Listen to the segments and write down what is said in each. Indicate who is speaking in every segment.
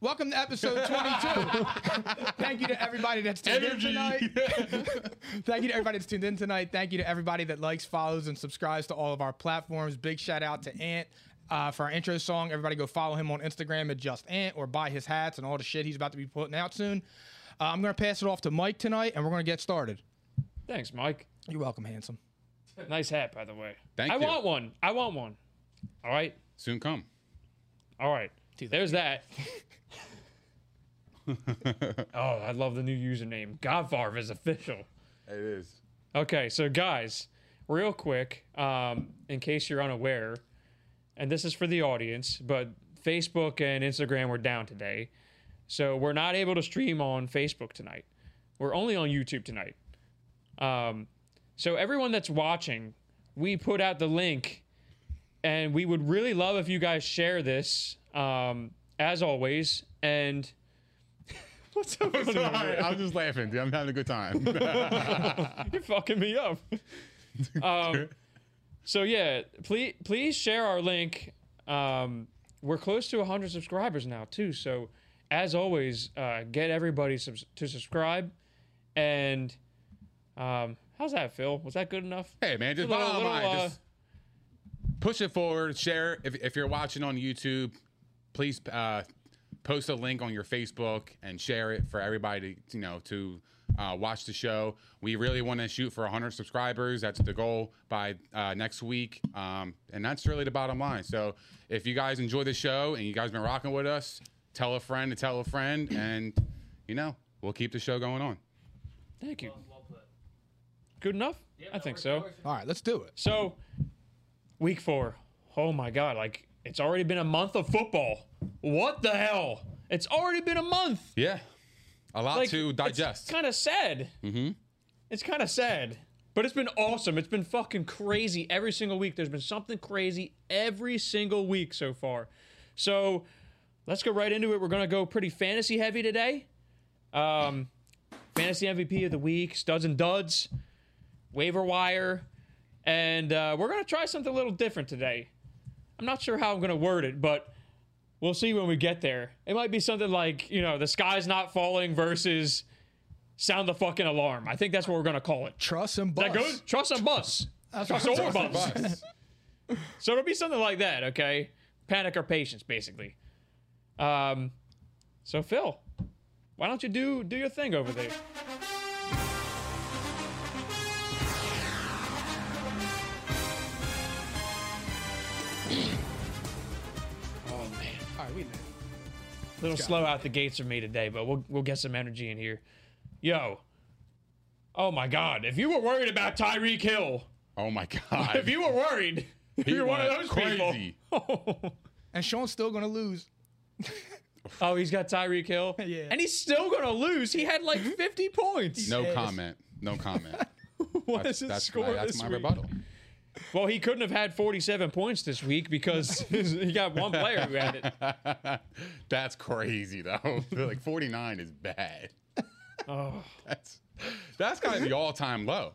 Speaker 1: Welcome to episode 22. Thank you to everybody that's tuned in tonight. Thank you to everybody that's tuned in tonight. Thank you to everybody that likes, follows, and subscribes to all of our platforms. Big shout out to Ant uh, for our intro song. Everybody go follow him on Instagram at Just Ant or buy his hats and all the shit he's about to be putting out soon. Uh, I'm going to pass it off to Mike tonight, and we're going to get started.
Speaker 2: Thanks, Mike.
Speaker 1: You're welcome, handsome.
Speaker 2: Nice hat, by the way.
Speaker 3: Thank
Speaker 2: I
Speaker 3: you.
Speaker 2: want one. I want one. All right.
Speaker 3: Soon come.
Speaker 2: All right. There's that. oh, I love the new username. Godvarv is official.
Speaker 3: It is.
Speaker 2: Okay, so guys, real quick, um, in case you're unaware, and this is for the audience, but Facebook and Instagram were down today. So we're not able to stream on Facebook tonight. We're only on YouTube tonight. Um, so everyone that's watching, we put out the link and we would really love if you guys share this um, as always and what's up
Speaker 3: I'm sorry. I'm just laughing, dude. I'm having a good time.
Speaker 2: you're fucking me up um, so yeah please please share our link um, we're close to 100 subscribers now too so as always uh, get everybody subs- to subscribe and um, how's that phil was that good enough
Speaker 3: hey, man, just
Speaker 2: Little-
Speaker 3: bottom
Speaker 2: little,
Speaker 3: line,
Speaker 2: uh,
Speaker 3: just push it forward. Share if if you're watching on YouTube, please uh, post a link on your Facebook and share it for everybody to you know to uh, watch the show. We really want to shoot for 100 subscribers. That's the goal by uh, next week, um, and that's really the bottom line. So if you guys enjoy the show and you guys been rocking with us, tell a friend to tell a friend, and you know we'll keep the show going on.
Speaker 2: thank you good enough i think so
Speaker 1: All right, let's do it.
Speaker 2: So, week four. Oh my God. Like, it's already been a month of football. What the hell? It's already been a month.
Speaker 3: Yeah, a lot
Speaker 2: Like,
Speaker 3: to digest.
Speaker 2: It's kind of sad. Mm-hmm. It's kind of sad. But it's been awesome. It's been fucking crazy every single week. There's been something crazy every single week so far. So let's go right into it. We're going to go pretty fantasy heavy today. Um, fantasy MVP of the week, studs and duds, waiver wire. And uh, we're going to try something a little different today. I'm not sure how I'm going to word it, but we'll see when we get there. It might be something like, you know, the sky's not falling versus sound the fucking alarm. I think that's what we're gonna call it.
Speaker 1: Trust and bus.
Speaker 2: That goes trust and bus. trust or bus.
Speaker 3: Bus.
Speaker 2: So it'll be something like that, okay? Panic or patience, basically. Um so Phil, why don't you do do your thing over there?
Speaker 1: All right, we know.
Speaker 2: A little slow out the gates for me today, but we'll we'll get some energy in here. Yo. Oh my god. If you were worried about Tyreek Hill,
Speaker 3: Oh my god!
Speaker 2: if you were worried, if you're one of
Speaker 3: went
Speaker 2: those
Speaker 3: crazy.
Speaker 2: people.
Speaker 1: And Sean's still going to lose.
Speaker 2: Oh, he's got Tyreek Hill.
Speaker 1: Yeah.
Speaker 2: And he's still going to lose. He had like 50 points.
Speaker 3: No
Speaker 1: Yes.
Speaker 3: comment. No comment.
Speaker 2: What is his
Speaker 3: that's
Speaker 2: score
Speaker 3: my, that's
Speaker 2: this
Speaker 3: my
Speaker 2: week?
Speaker 3: rebuttal.
Speaker 2: Well, he couldn't have had 47 points this week because he got one player who had it.
Speaker 3: That's crazy though. like 49 is bad.
Speaker 2: Oh,
Speaker 3: That's that's kind of the all-time low.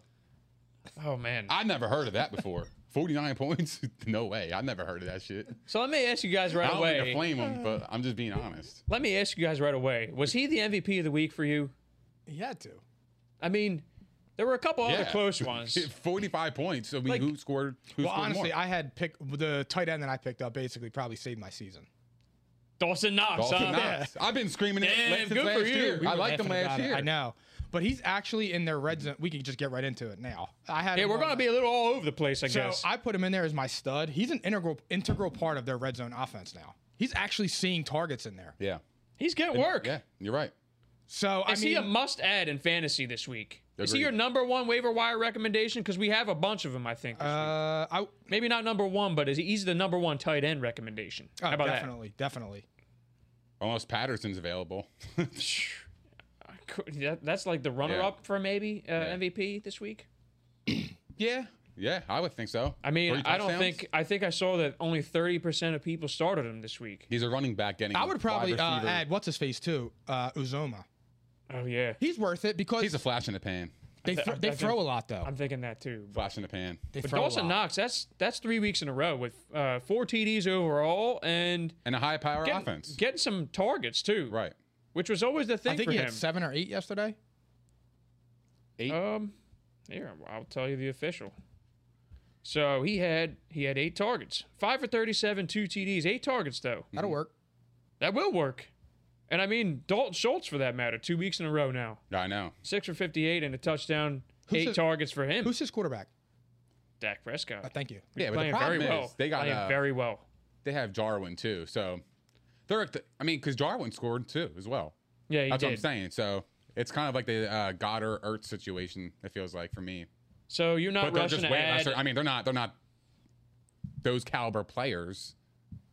Speaker 2: oh man.
Speaker 3: I never heard of that before. 49 points? No way. I never heard of that shit.
Speaker 2: So let me ask you guys
Speaker 3: I
Speaker 2: right
Speaker 3: don't mean to
Speaker 2: away.
Speaker 3: flame him, but I'm just being honest.
Speaker 2: Let me ask you guys right away. Was he the MVP of the week for you?
Speaker 1: He had to.
Speaker 2: I mean, There were a couple other
Speaker 3: Yeah.
Speaker 2: close ones.
Speaker 3: 45 points. I mean,
Speaker 2: Like-
Speaker 3: who scored? Who
Speaker 1: Well,
Speaker 3: scored
Speaker 1: honestly,
Speaker 3: more?
Speaker 1: I had pick the tight end that I picked up basically probably saved my season.
Speaker 2: Dawson Knox.
Speaker 3: Dawson
Speaker 2: huh?
Speaker 3: Knox. I've been screaming it
Speaker 2: Damn,
Speaker 3: last- since
Speaker 2: good for
Speaker 3: last
Speaker 2: you.
Speaker 3: year.
Speaker 2: We
Speaker 3: I
Speaker 2: were
Speaker 3: liked him
Speaker 1: Laughing
Speaker 3: last
Speaker 1: about it.
Speaker 3: year.
Speaker 1: I know, but he's actually in their red zone. We can just get right into it now. I had.
Speaker 2: Yeah,
Speaker 1: him
Speaker 2: we're
Speaker 1: on
Speaker 2: gonna
Speaker 1: my-
Speaker 2: be a little all over the place, I
Speaker 1: So
Speaker 2: guess.
Speaker 1: I put him in there as my stud. He's an integral integral part of their red zone offense now. He's actually seeing targets in there.
Speaker 3: Yeah.
Speaker 2: He's getting work.
Speaker 3: Yeah, you're right.
Speaker 1: So
Speaker 2: Is
Speaker 1: I mean,
Speaker 2: he a must add in fantasy this week? Is he
Speaker 3: Agreed.
Speaker 2: your number one waiver wire recommendation? Because we have a bunch of them, I think. this week.
Speaker 1: uh, I,
Speaker 2: Maybe not number one, but is he, he's the number one tight end recommendation. How
Speaker 1: oh,
Speaker 2: about
Speaker 1: definitely, definitely.
Speaker 3: Unless Patterson's available.
Speaker 2: that? Cou- that? That's like the runner
Speaker 3: Yeah.
Speaker 2: up for maybe uh, MVP this week.
Speaker 3: yeah. Yeah, I would think so.
Speaker 2: I mean,
Speaker 3: Three
Speaker 2: I don't
Speaker 3: touchdowns?
Speaker 2: think I think I saw that only thirty percent of people started him this week.
Speaker 3: he's a running back getting.
Speaker 1: I would probably
Speaker 3: wide
Speaker 1: uh,
Speaker 3: receiver.
Speaker 1: add what's his face too, uh, Uzoma.
Speaker 2: Oh yeah,
Speaker 1: He's worth it because
Speaker 3: He's a flash in the pan.
Speaker 1: they
Speaker 2: th-
Speaker 1: thro- they
Speaker 2: I think-
Speaker 1: throw a lot though.
Speaker 2: I'm thinking that too. But,
Speaker 3: Flash in the pan.
Speaker 1: They
Speaker 2: but
Speaker 1: throw a
Speaker 2: Dawson
Speaker 1: lot.
Speaker 2: Knox, that's that's three weeks in a row with uh, four TDs overall and
Speaker 3: And a high power
Speaker 2: getting,
Speaker 3: offense.
Speaker 2: getting some targets too.
Speaker 3: right.
Speaker 2: which was always the thing
Speaker 1: I think
Speaker 2: for
Speaker 1: he
Speaker 2: him.
Speaker 1: had seven or eight yesterday.
Speaker 3: Eight.
Speaker 2: Um, here I'll tell you the official. So he had he had eight targets, five for thirty-seven, two TDs, eight targets though.
Speaker 1: That'll work.
Speaker 2: That will work, and I mean Dalton Schultz for that matter, two weeks in a row now,
Speaker 3: I know.
Speaker 2: six for fifty-eight and a touchdown,
Speaker 1: Who's
Speaker 2: eight
Speaker 1: his-
Speaker 2: targets for him.
Speaker 1: Who's his quarterback?
Speaker 2: Dak
Speaker 1: Uh,
Speaker 2: Prescott?
Speaker 1: thank you.
Speaker 3: Yeah, but the
Speaker 2: playing
Speaker 3: problem
Speaker 2: very
Speaker 3: is
Speaker 2: well.
Speaker 3: they got
Speaker 2: playing
Speaker 3: uh,
Speaker 2: very well.
Speaker 3: they have Jarwin too. So they're at the- I mean, because Jarwin scored too as well.
Speaker 2: Yeah, he
Speaker 3: That's
Speaker 2: did.
Speaker 3: what I'm saying. So it's kind of like the uh, Goddard Ertz situation. It feels like for me,
Speaker 2: So you're not
Speaker 3: but they're
Speaker 2: rushing
Speaker 3: just
Speaker 2: to
Speaker 3: way
Speaker 2: add.
Speaker 3: lesser. I mean, they're not they're not those caliber players,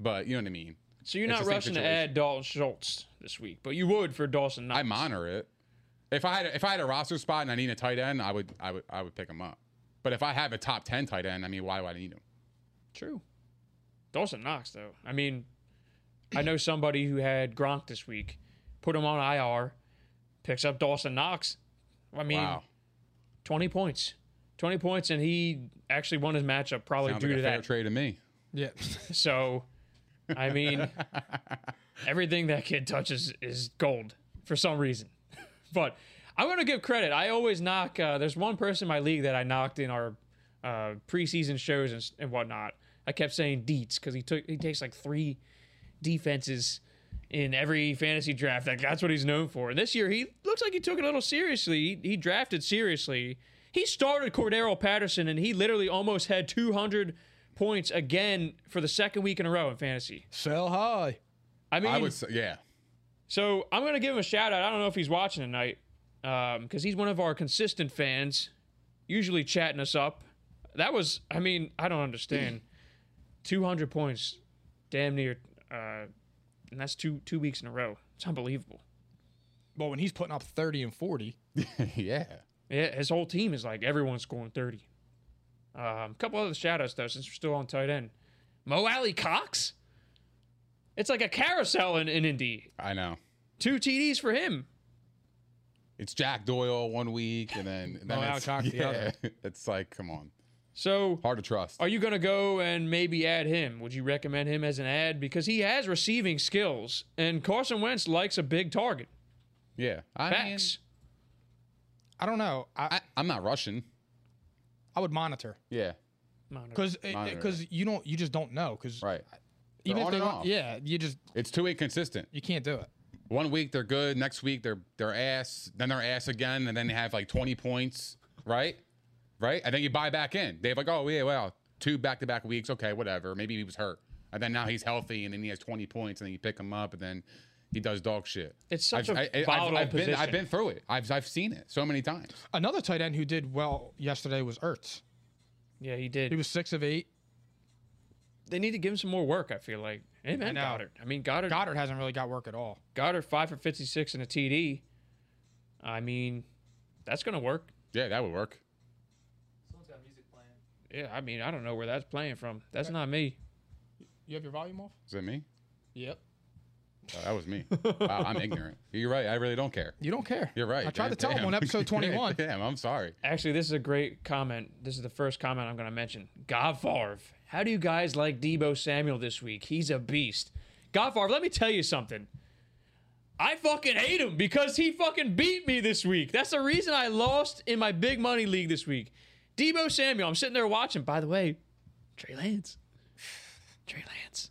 Speaker 3: but you know what I mean.
Speaker 2: so you're
Speaker 3: it's
Speaker 2: not
Speaker 3: the same
Speaker 2: rushing to
Speaker 3: situation.
Speaker 2: add Dalton Schultz this week, but you would for Dawson Knox.
Speaker 3: I monitor it. If I had if I had a roster spot and I need a tight end, I would I would I would pick him up. But if I have a top ten tight end, I mean, why would I need him?
Speaker 2: True. Dawson Knox, though. I mean, I know somebody who had Gronk this week, put him on IR, picks up Dawson Knox. I mean,
Speaker 3: wow,
Speaker 2: 20 points. 20 points, and he actually won his matchup probably
Speaker 3: sounds
Speaker 2: due
Speaker 3: like a
Speaker 2: to
Speaker 3: fair
Speaker 2: that.
Speaker 3: trade to me.
Speaker 1: Yeah,
Speaker 2: So, I mean, everything that kid touches is gold for some reason. But I'm going to give credit. I always knock, uh, there's one person in my league that I knocked in our uh, preseason shows and, s- and whatnot. I kept saying Deets because he took he takes like three defenses in every fantasy draft. Like that's what he's known for. And this year he looks like he took it a little seriously. He, he drafted seriously. He started Cordero Patterson and he literally almost had 200 points again for the second week in a row in fantasy.
Speaker 1: sell high.
Speaker 2: I mean,
Speaker 3: I would say, yeah.
Speaker 2: so I'm gonna give him a shout out. I don't know if he's watching tonight, because he's one of our consistent fans, usually chatting us up. That was, I mean, I don't understand. 200 points, damn near, uh, and that's two two weeks in a row. It's unbelievable.
Speaker 1: Well, when he's putting up thirty and forty,
Speaker 3: yeah.
Speaker 2: Yeah, his whole team is like everyone's scoring 30. Um, a couple other shout outs though, since we're still on tight end. Mo Alley Cox. It's like a carousel in, in Indy.
Speaker 3: I know.
Speaker 2: Two TDs for him.
Speaker 3: It's Jack Doyle one week, and then, then
Speaker 1: Oh,
Speaker 3: it's,
Speaker 1: Alcock the other.
Speaker 3: It's like, come on,
Speaker 2: So
Speaker 3: hard to trust.
Speaker 2: Are you going to go and maybe add him? Would you recommend him as an ad? Because he has receiving skills, and Carson Wentz likes a big target.
Speaker 3: yeah, I
Speaker 2: Facts.
Speaker 1: I don't know. I
Speaker 3: I, I'm not rushing.
Speaker 1: I would monitor
Speaker 3: Yeah,
Speaker 1: because
Speaker 3: Monitor
Speaker 1: because you don't you just don't know because
Speaker 3: right.
Speaker 1: even
Speaker 3: They're
Speaker 1: if
Speaker 3: on
Speaker 1: they're
Speaker 3: and
Speaker 1: on-
Speaker 3: off.
Speaker 1: yeah you just
Speaker 3: It's too inconsistent.
Speaker 1: you can't do it.
Speaker 3: One week they're good, next week they're they're ass, then they're ass again, and then they have like 20 points, right? Right, and then you buy back in. They have like, oh yeah, well, two back to back weeks, okay, whatever. Maybe he was hurt, and then now he's healthy, and then he has 20 points, and then you pick him up, and then he does dog shit.
Speaker 2: It's such
Speaker 3: I've,
Speaker 2: a
Speaker 3: I- I- I've-
Speaker 2: volatile
Speaker 3: I've been, I've
Speaker 2: position.
Speaker 3: been through it. I've I've seen it so many times.
Speaker 1: Another tight end who did well yesterday was Ertz.
Speaker 2: Yeah, he did.
Speaker 1: He was six of eight.
Speaker 2: they need to give him some more work, I feel like. Him and
Speaker 1: know.
Speaker 2: Goddard. I mean, Goddard, Goddard.
Speaker 1: Goddard hasn't really got work at all.
Speaker 2: five for 56 and a TD. I mean, that's going to work.
Speaker 3: Yeah, that would work.
Speaker 2: Yeah, I mean, I don't know where that's playing from. That's not me.
Speaker 1: You have your volume off.
Speaker 3: Is that me?
Speaker 1: Yep.
Speaker 3: Oh, that was me. wow, I'm ignorant. You're right. I really don't care.
Speaker 1: You don't care.
Speaker 3: You're right.
Speaker 1: I tried
Speaker 3: Damn,
Speaker 1: to tell him
Speaker 3: damn.
Speaker 1: on episode twenty one.
Speaker 3: damn, I'm sorry.
Speaker 2: Actually, this is a great comment. This is the first comment I'm going to mention. Godfarv. How do you guys like Debo Samuel this week? He's a beast. Godfarv, let me tell you something. I fucking hate him because he fucking beat me this week. That's the reason I lost in my big money league this week. Debo Samuel, I'm sitting there watching. By the way, Trey Lance. Trey Lance.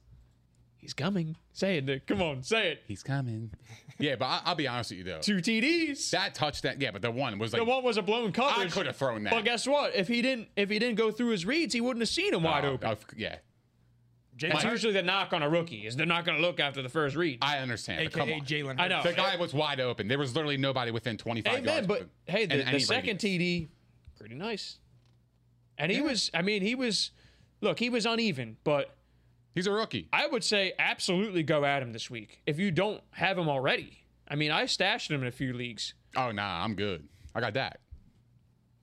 Speaker 2: He's coming. Say it, Nick. Come on, say it.
Speaker 3: He's coming. Yeah, but I, I'll be honest with you though.
Speaker 2: Two TDs.
Speaker 3: That touchdown. Yeah, but the one was like.
Speaker 2: the one was a blown coverage.
Speaker 3: I could have thrown that.
Speaker 2: But guess what? If he didn't, if he didn't go through his reads, he wouldn't have seen him wide
Speaker 3: Uh,
Speaker 2: open.
Speaker 3: I've- yeah,
Speaker 2: That's usually the knock on a rookie is they're not going to look after the first read.
Speaker 3: I understand. but come
Speaker 1: AKA
Speaker 3: on.
Speaker 1: Jalen.
Speaker 2: I know.
Speaker 3: The guy was wide open. There was literally nobody within 25
Speaker 2: Amen.
Speaker 3: yards.
Speaker 2: But hey, the,
Speaker 3: in
Speaker 2: the
Speaker 3: any
Speaker 2: second
Speaker 3: radius.
Speaker 2: TD, pretty nice. And he was, I mean, he was, look, he was uneven, but
Speaker 3: He's a rookie.
Speaker 2: I would say absolutely go at him this week if you don't have him already. I mean, I stashed him in a few leagues.
Speaker 3: Oh nah, I'm good. I got that.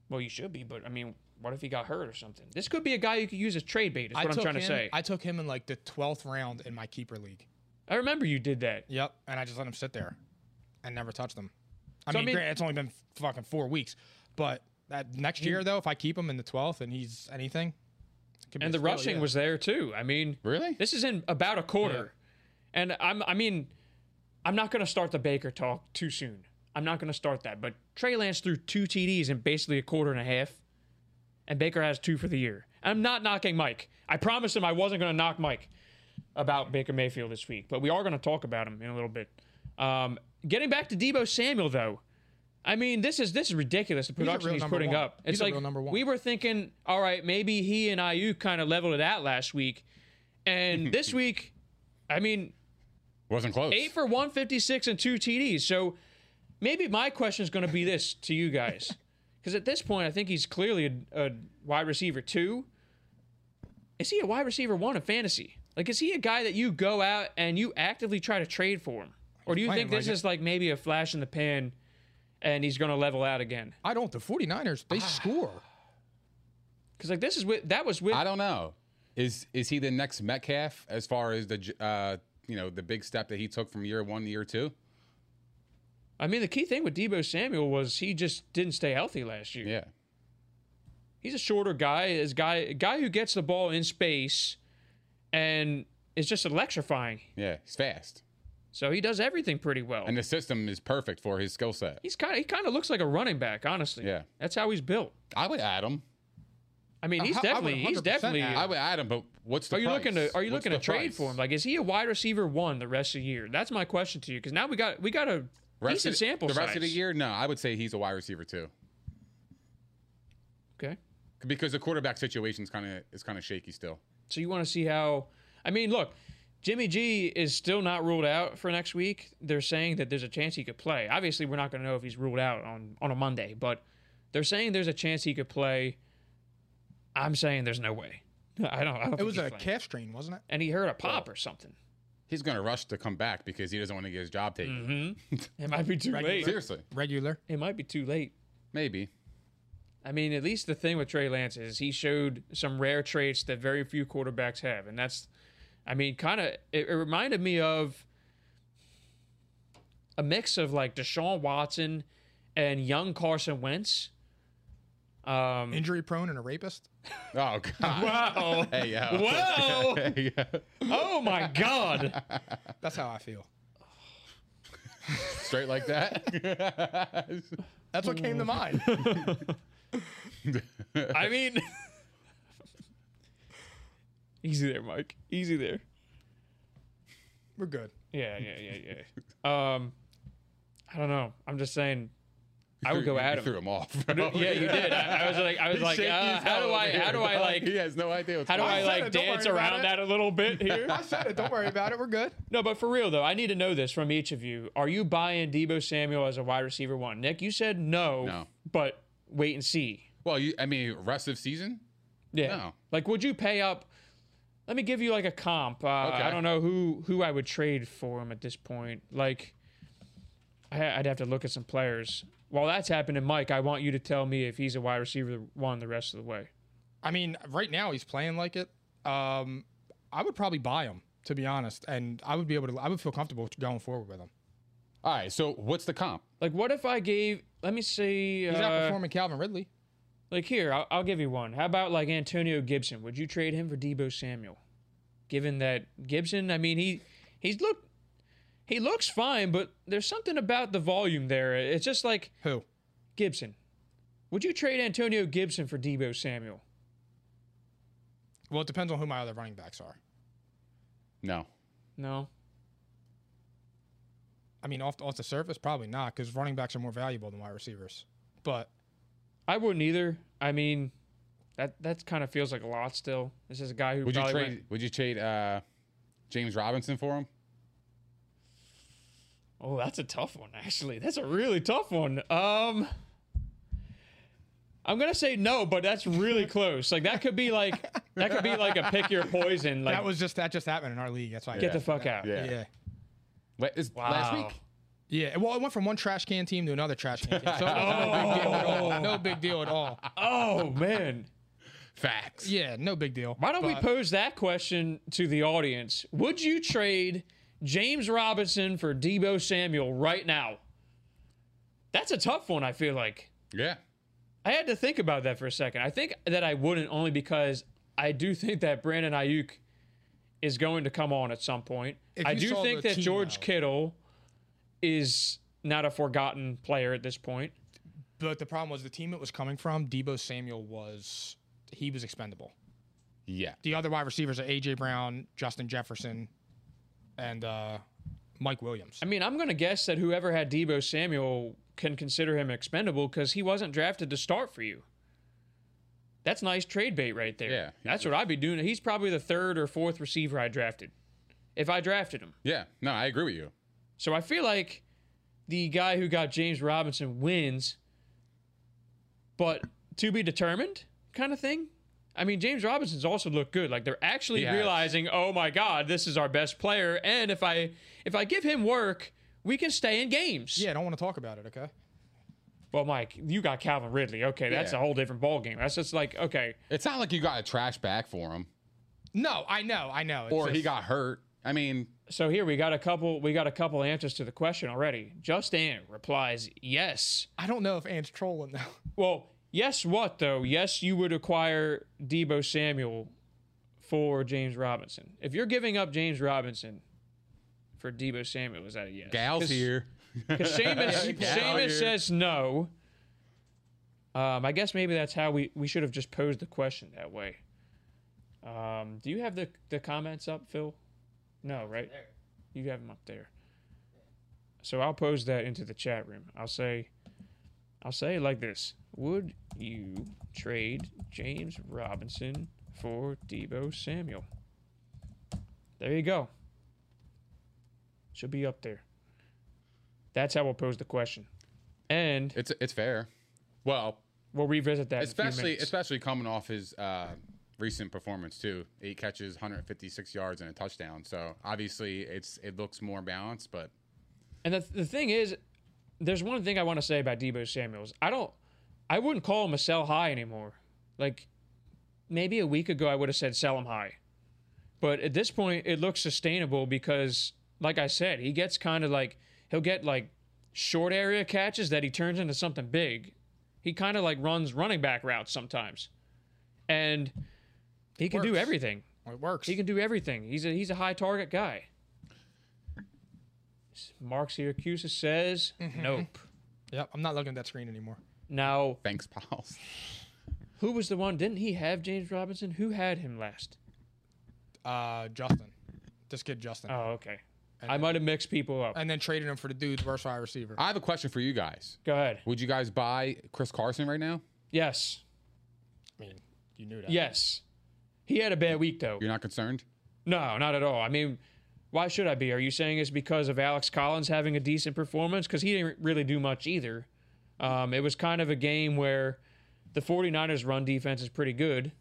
Speaker 2: Well, you should be, but I mean, what if he got hurt or something? This could be a guy you could use as trade bait. Is what I'm
Speaker 1: took
Speaker 2: trying
Speaker 1: him-
Speaker 2: to say. I,
Speaker 1: I took him in like the twelfth round in my keeper league.
Speaker 2: remember you did that.
Speaker 1: Yep, and I just let him sit there, and never touched him. I
Speaker 2: So, I
Speaker 1: mean,
Speaker 2: mean-
Speaker 1: granted, it's only been fucking four weeks, but that next year though, if I keep him in the twelfth and he's anything, it could be
Speaker 2: and
Speaker 1: a
Speaker 2: the
Speaker 1: steal,
Speaker 2: rushing
Speaker 1: yeah.
Speaker 2: was there too. I mean,
Speaker 3: Really?
Speaker 2: this is in about a quarter, and I'm. I mean, I'm not going to start the Baker talk too soon. I'm not going to start that. But Trey Lance threw two TDs in basically a quarter and a half, and Baker has two for the year. I'm not knocking Mike. I promised him I wasn't going to knock Mike about Baker Mayfield this week, but we are going to talk about him in a little bit. Um, getting back to Debo Samuel though. I mean, this is this is ridiculous. The
Speaker 1: a
Speaker 2: production
Speaker 1: real
Speaker 2: he's
Speaker 1: number
Speaker 2: putting
Speaker 1: one.
Speaker 2: up.
Speaker 1: He's
Speaker 2: It's
Speaker 1: a
Speaker 2: like
Speaker 1: real number one.
Speaker 2: we were thinking, all right, maybe he and IU kind of leveled it out last week, and this week, I mean,
Speaker 3: Wasn't close.
Speaker 2: eight for one fifty six and two TDs. So maybe my question is going to be this to you guys, because at this point, I think he's clearly a, a wide receiver two. Is he a wide receiver one in fantasy? Like, is he a guy that you go out and you actively try to trade for him, or do you
Speaker 1: playing
Speaker 2: think this
Speaker 1: like it.
Speaker 2: is like maybe a flash in the pan? And he's going to level out again.
Speaker 1: I don't. The 49ers,
Speaker 2: Ah,
Speaker 1: they score.
Speaker 2: Because like this is with that was with
Speaker 3: I don't know. Is is he the next Metcalf as far as the j- uh, you know the big step that he took from year one to year two?
Speaker 2: I mean, the key thing with Debo Samuel was he just didn't stay healthy last year.
Speaker 3: Yeah.
Speaker 2: He's a shorter guy, is guy a guy who gets the ball in space and is just electrifying.
Speaker 3: Yeah. He's fast,
Speaker 2: So he does everything pretty well.
Speaker 3: and the system is perfect for his skill set.
Speaker 2: he's kind of he kind of looks like a running back, honestly.
Speaker 3: Yeah.
Speaker 2: That's how he's built.
Speaker 3: I would add him.
Speaker 2: I mean,
Speaker 1: Uh,
Speaker 2: he's
Speaker 1: I- I would
Speaker 2: definitely he's
Speaker 1: 100%
Speaker 2: definitely uh,
Speaker 1: add-
Speaker 3: I would add him, but what's the?
Speaker 2: Are you
Speaker 3: price?
Speaker 2: looking to Are you
Speaker 3: What's
Speaker 2: looking to
Speaker 3: the
Speaker 2: trade
Speaker 3: price?
Speaker 2: for him? Like, is he a wide receiver one the rest of the year? That's my question to you because now we got we got a
Speaker 3: Rest
Speaker 2: decent
Speaker 3: of the-
Speaker 2: sample
Speaker 3: The rest
Speaker 2: size.
Speaker 3: of the year, no. I would say he's a wide receiver too,
Speaker 2: Okay,
Speaker 3: because the quarterback situation is kind of is kind of shaky still.
Speaker 2: So you want to see how? I mean, look, Jimmy G is still not ruled out for next week. They're saying that there's a chance he could play. Obviously, we're not going to know if he's ruled out on on a Monday, but they're saying there's a chance he could play. I'm saying there's no way. I don't. I don't
Speaker 1: It was a
Speaker 2: cat,
Speaker 1: calf strain, wasn't it?
Speaker 2: and he heard a pop or something.
Speaker 3: He's gonna rush to come back because he doesn't want to get his job taken.
Speaker 2: It might be too late.
Speaker 3: Seriously,
Speaker 1: Regular.
Speaker 2: It might be too late.
Speaker 3: maybe.
Speaker 2: I mean, at least the thing with Trey Lance is he showed some rare traits that very few quarterbacks have, and that's, I mean, kind of it, it reminded me of a mix of like Deshaun Watson and young Carson Wentz. Um,
Speaker 1: Injury prone and a rapist.
Speaker 3: Oh God!
Speaker 2: wow!
Speaker 3: Hey, yeah.
Speaker 2: Wow!
Speaker 3: yeah.
Speaker 2: Oh my God!
Speaker 1: That's how I feel.
Speaker 3: Straight like that.
Speaker 1: That's what came to mind.
Speaker 2: I mean, easy there, Mike. Easy there.
Speaker 1: We're good.
Speaker 2: Yeah, yeah, yeah, yeah. Um, I don't know. I'm just saying, I would go
Speaker 3: You
Speaker 2: at him.
Speaker 3: Threw him off.
Speaker 1: Oh,
Speaker 2: yeah, you did. I, I was like, I was
Speaker 3: He's
Speaker 2: like,
Speaker 3: shaky
Speaker 2: uh,
Speaker 3: as
Speaker 2: how
Speaker 3: hell
Speaker 2: do I,
Speaker 3: over
Speaker 2: how
Speaker 3: here,
Speaker 2: do I
Speaker 3: dog.
Speaker 2: like,
Speaker 3: He has no idea. What's
Speaker 2: how do
Speaker 3: going
Speaker 2: I,
Speaker 3: on.
Speaker 1: said
Speaker 2: like
Speaker 1: it, don't worry
Speaker 2: dance
Speaker 1: about
Speaker 2: around
Speaker 1: it.
Speaker 2: that a little bit here?
Speaker 1: I said it. Don't worry about it. We're good.
Speaker 2: no, but for real though, I need to know this from each of you. Are you buying Debo Samuel as a wide receiver one? Nick, you said no,
Speaker 3: No.
Speaker 2: but wait and see.
Speaker 3: Well, you, I mean, rest of season.
Speaker 2: Yeah.
Speaker 3: No.
Speaker 2: Like, would you pay up? Let me give you like a comp. Uh,
Speaker 3: Okay.
Speaker 2: I don't know who who I would trade for him at this point. Like, I, I'd have to look at some players. While that's happening, Mike, I want you to tell me if he's a wide receiver one the rest of the way.
Speaker 1: I mean, right now he's playing like it. Um, I would probably buy him to be honest, and I would be able to. I would feel comfortable going forward with him.
Speaker 3: All right. So what's the comp?
Speaker 2: Like, what if I gave? Let me see.
Speaker 1: He's
Speaker 2: Uh,
Speaker 1: outperforming Calvin Ridley.
Speaker 2: like here, I'll, I'll give you one. How about like Antonio Gibson? Would you trade him for Debo Samuel? Given that Gibson, I mean, he he's looked. He looks fine, but there's something about the volume there. It's just like
Speaker 1: Who?
Speaker 2: Gibson. Would you trade Antonio Gibson for Debo Samuel?
Speaker 1: Well, it depends on who my other running backs are.
Speaker 3: No.
Speaker 2: No.
Speaker 1: I mean, off off the surface, probably not, because running backs are more valuable than wide receivers. But
Speaker 2: I wouldn't either. I mean, that that kind of feels like a lot still. This is a guy who
Speaker 3: Would you
Speaker 2: probably
Speaker 3: trade?
Speaker 2: went-
Speaker 3: Would you trade uh, James Robinson for him?
Speaker 2: Oh, that's a tough one, actually. That's a really tough one. Um I'm gonna say no, but that's really close. Like that could be like that could be like a pick your poison. Like
Speaker 1: that was just that just happened in our league. That's why.
Speaker 2: get the fuck out.
Speaker 3: Yeah.
Speaker 1: yeah.
Speaker 3: La- is- Last
Speaker 2: Wow.
Speaker 3: week.
Speaker 1: Yeah, well, it went from one trash can team to another trash can team. So it wasn't a big deal at all. No big deal at all.
Speaker 2: Oh man.
Speaker 3: Facts.
Speaker 1: Yeah, no big deal.
Speaker 2: Why don't we
Speaker 1: But
Speaker 2: pose that question to the audience? Would you trade James Robinson for Debo Samuel right now? That's a tough one, I feel like.
Speaker 3: Yeah.
Speaker 2: I had to think about that for a second. I think that I wouldn't only because I do think that Brandon Ayuk is going to come on at some point.
Speaker 1: If
Speaker 2: I
Speaker 1: you
Speaker 2: do
Speaker 1: saw
Speaker 2: think
Speaker 1: the
Speaker 2: that
Speaker 1: team
Speaker 2: George
Speaker 1: out.
Speaker 2: Kittle is not a forgotten player at this point.
Speaker 1: But the problem was the team it was coming from. Debo Samuel was he was expendable.
Speaker 3: Yeah.
Speaker 1: The other wide receivers are AJ Brown, Justin Jefferson, and uh, Mike Williams.
Speaker 2: I mean, I'm going to guess that whoever had Debo Samuel can consider him expendable because he wasn't drafted to start for you. That's nice trade bait right there.
Speaker 3: Yeah.
Speaker 2: That's what I'd be doing. He's probably the third or fourth receiver I drafted if I drafted him.
Speaker 3: Yeah. No, I agree with you.
Speaker 2: So I feel like the guy who got James Robinson wins, but to be determined kind of thing. I mean, James Robinson's also looked good. Like they're actually
Speaker 3: He has.
Speaker 2: realizing, oh my God, this is our best player, and if I if I give him work, we can stay in games.
Speaker 1: yeah, I don't want to talk about it. Okay.
Speaker 2: Well, Mike, you got Calvin Ridley. Okay, that's
Speaker 3: Yeah.
Speaker 2: a whole different ball game. That's just like okay,
Speaker 3: It's not like you got a trash back for him,
Speaker 1: No, I know, I know. It's
Speaker 3: or he
Speaker 1: just-
Speaker 3: got hurt. I mean,
Speaker 2: so here we got a couple we got a couple answers to the question already. Justin replies yes.
Speaker 1: I don't know if Ant's trolling though.
Speaker 2: Well, yes, what though? Yes, you would acquire Debo Samuel for James Robinson. If you're giving up James Robinson for Debo Samuel, is that a yes?
Speaker 3: Gal's
Speaker 2: 'Cause-
Speaker 3: here.
Speaker 2: 'cause Seamus,
Speaker 3: Yeah,
Speaker 2: Seamus
Speaker 3: here.
Speaker 2: says no. Um, I guess maybe that's how we, we should have just posed the question that way. Um, do you have the, the comments up, Phil? No, right? You have them up there. So I'll pose that into the chat room. I'll say, I'll say it like this: Would you trade James Robinson for Debo Samuel? There you go. Should be up there. That's how we'll pose the question, and
Speaker 3: It's it's fair. Well,
Speaker 2: we'll revisit that. in a few
Speaker 3: especially
Speaker 2: minutes.
Speaker 3: especially coming off his uh, recent performance too. Eight catches, 156 yards, and a touchdown. So obviously, it's it looks more balanced, but
Speaker 2: And the, the thing is, there's one thing I want to say about Debo Samuels. I don't, I wouldn't call him a sell high anymore. Like maybe a week ago, I would have said sell him high. But at this point, it looks sustainable because, like I said, he gets kind of like, he'll get like short area catches that he turns into something big. He kind of like runs running back routes sometimes. And he can do
Speaker 1: works.
Speaker 2: everything.
Speaker 1: It works.
Speaker 2: He can do everything. He's a he's a high target guy. Mark Syracuse says
Speaker 1: Mm-hmm.
Speaker 2: nope.
Speaker 1: Yep, I'm not looking at that screen anymore.
Speaker 2: Now,
Speaker 3: thanks, pals.
Speaker 2: who was the one? Didn't he have James Robinson? Who had him last?
Speaker 1: Uh, Justin, this kid Justin,
Speaker 2: Oh, okay. I might have mixed people up.
Speaker 1: and then traded him for the dude's worst wide receiver.
Speaker 3: I have a question for you guys.
Speaker 2: Go ahead.
Speaker 3: Would you guys buy Chris Carson right now?
Speaker 2: Yes.
Speaker 1: I mean, you knew that.
Speaker 2: Yes. He had a bad week though.
Speaker 3: You're not concerned?
Speaker 2: No, not at all. I mean, why should I be? Are you saying it's because of Alex Collins having a decent performance? Because he didn't really do much either. Um, it was kind of a game where the 49ers' run defense is pretty good,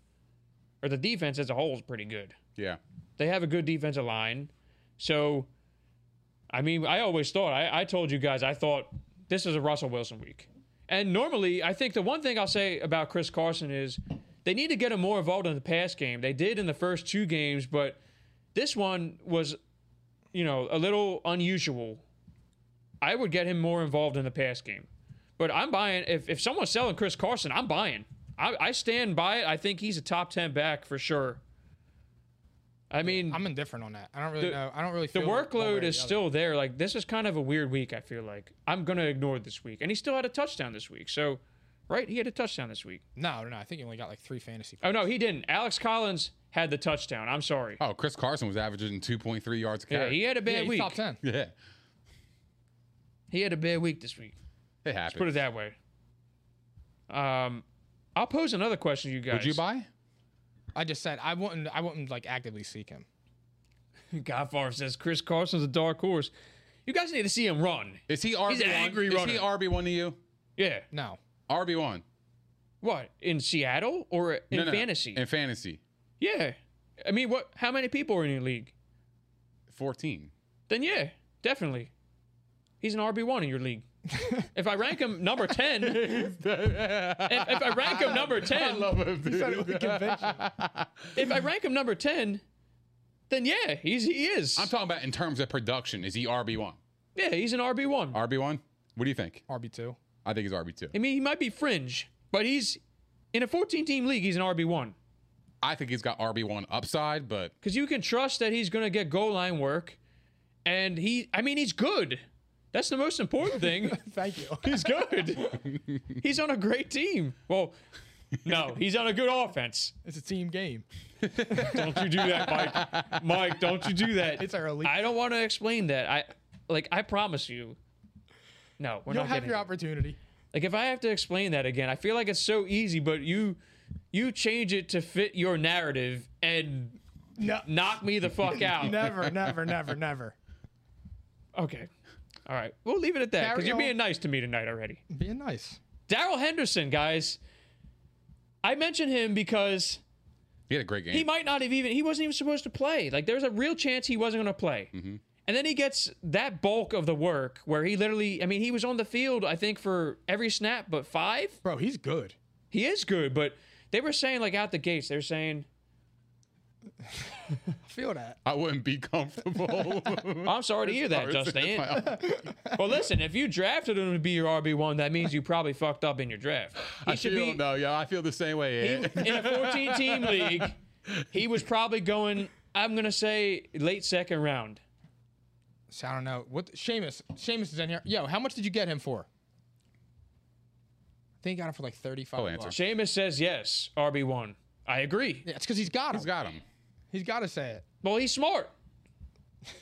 Speaker 2: or the defense as a whole is pretty good.
Speaker 3: Yeah.
Speaker 2: They have a good defensive line. So, I mean, I always thought, I, I told you guys, I thought this is a Russell Wilson week. And normally, I think the one thing I'll say about Chris Carson is they need to get him more involved in the pass game. They did in the first two games, but this one was, you know, a little unusual. I would get him more involved in the pass game. But I'm buying, if, if someone's selling Chris Carson, I'm buying. I, I stand by it. I think he's a top 10 back for sure. I mean,
Speaker 1: I'm indifferent on that. I don't really
Speaker 2: The-
Speaker 1: know. I don't really.
Speaker 2: the
Speaker 1: feel one way or
Speaker 2: workload
Speaker 1: the
Speaker 2: is
Speaker 1: other.
Speaker 2: still there. Like this is kind of a weird week. I feel like I'm gonna ignore this week, and he still had a touchdown this week. So, right, he had a touchdown this week.
Speaker 1: no, no, no. I think you only got like three fantasy.
Speaker 2: Oh no, he didn't. Alex Collins had the touchdown. I'm sorry.
Speaker 3: Oh, Chris Carson was averaging 2.3 yards a
Speaker 2: yeah,
Speaker 3: carry.
Speaker 2: he had a
Speaker 1: yeah,
Speaker 2: bad
Speaker 1: he's
Speaker 2: week.
Speaker 1: top ten.
Speaker 3: Yeah,
Speaker 2: He had a bad week this week.
Speaker 3: it happens.
Speaker 2: Put it that way. Um, I'll pose another question to you guys.
Speaker 3: Would you buy?
Speaker 1: I just said I wouldn't. I wouldn't like actively seek him.
Speaker 2: Godfather says Chris Carson's a dark horse. You guys need to see him run.
Speaker 3: Is he RB1?
Speaker 2: an angry
Speaker 3: is
Speaker 2: runner.
Speaker 3: he RB1 to you?
Speaker 2: Yeah.
Speaker 1: No,
Speaker 3: RB1.
Speaker 2: What in Seattle or in
Speaker 3: No, no, no.
Speaker 2: fantasy?
Speaker 3: In fantasy,
Speaker 2: yeah. I mean, what? How many people are in your league?
Speaker 3: 14.
Speaker 2: Then yeah, definitely. He's an RB one in your league. if I rank him number ten, if, if I rank him number ten, if I rank him number ten, then yeah, he's he is.
Speaker 3: I'm talking about in terms of production. Is he RB1?
Speaker 2: yeah, he's an RB one.
Speaker 3: RB1? What do you think?
Speaker 1: RB two.
Speaker 3: I think he's RB2.
Speaker 2: I mean, he might be fringe, but he's in a 14 team league. He's an RB one
Speaker 3: I think he's got RB1 upside, but
Speaker 2: because you can trust that he's gonna get goal line work, and he. I mean, he's good. That's the most important thing.
Speaker 1: Thank you.
Speaker 2: He's good. he's on a great team. Well, no, he's on a good offense.
Speaker 1: It's a team game.
Speaker 2: Don't you do that, Mike. Mike, don't you do that.
Speaker 1: It's our elite.
Speaker 2: I don't want to explain that. I like I promise you. No, we're
Speaker 1: You'll
Speaker 2: not
Speaker 1: have
Speaker 2: getting
Speaker 1: your
Speaker 2: it.
Speaker 1: opportunity.
Speaker 2: Like if I have to explain that again, I feel like it's so easy, but you you change it to fit your narrative and
Speaker 1: No,
Speaker 2: knock me the fuck out.
Speaker 1: never, never, never, never.
Speaker 2: Okay. All right. We'll leave it at that cuz
Speaker 1: Carry
Speaker 2: you're
Speaker 1: on.
Speaker 2: being nice to me tonight already.
Speaker 1: Being nice.
Speaker 2: Daryl Henderson, guys. I mentioned him because
Speaker 3: he had a great game.
Speaker 2: he might not have even he wasn't even supposed to play like there's a real chance he wasn't going to play
Speaker 3: Mm-hmm.
Speaker 2: and then he gets that bulk of the work where he literally i mean he was on the field i think for every snap but five
Speaker 1: Bro, he's good.
Speaker 2: he is good but they were saying like out the gates they're saying
Speaker 1: I feel that.
Speaker 3: I wouldn't be comfortable.
Speaker 2: i'm sorry to hear that justin well listen if you drafted him to be your rb1 that means you probably fucked up in your draft he
Speaker 3: I
Speaker 2: should
Speaker 3: feel
Speaker 2: be
Speaker 3: no, yeah, I feel the same way.
Speaker 2: he-
Speaker 3: Ed.
Speaker 2: in a 14 team league he was probably going i'm going to say late second round
Speaker 1: So I don't know. What Seamus. Seamus is in here. Yo, how much did you get him for? I think he got him for like thirty five.
Speaker 3: I'll answer.
Speaker 2: Seamus says yes, RB1. I agree.
Speaker 1: Yeah, it's because he's got him.
Speaker 3: He's got him.
Speaker 1: He's got to say it.
Speaker 2: Well, he's smart.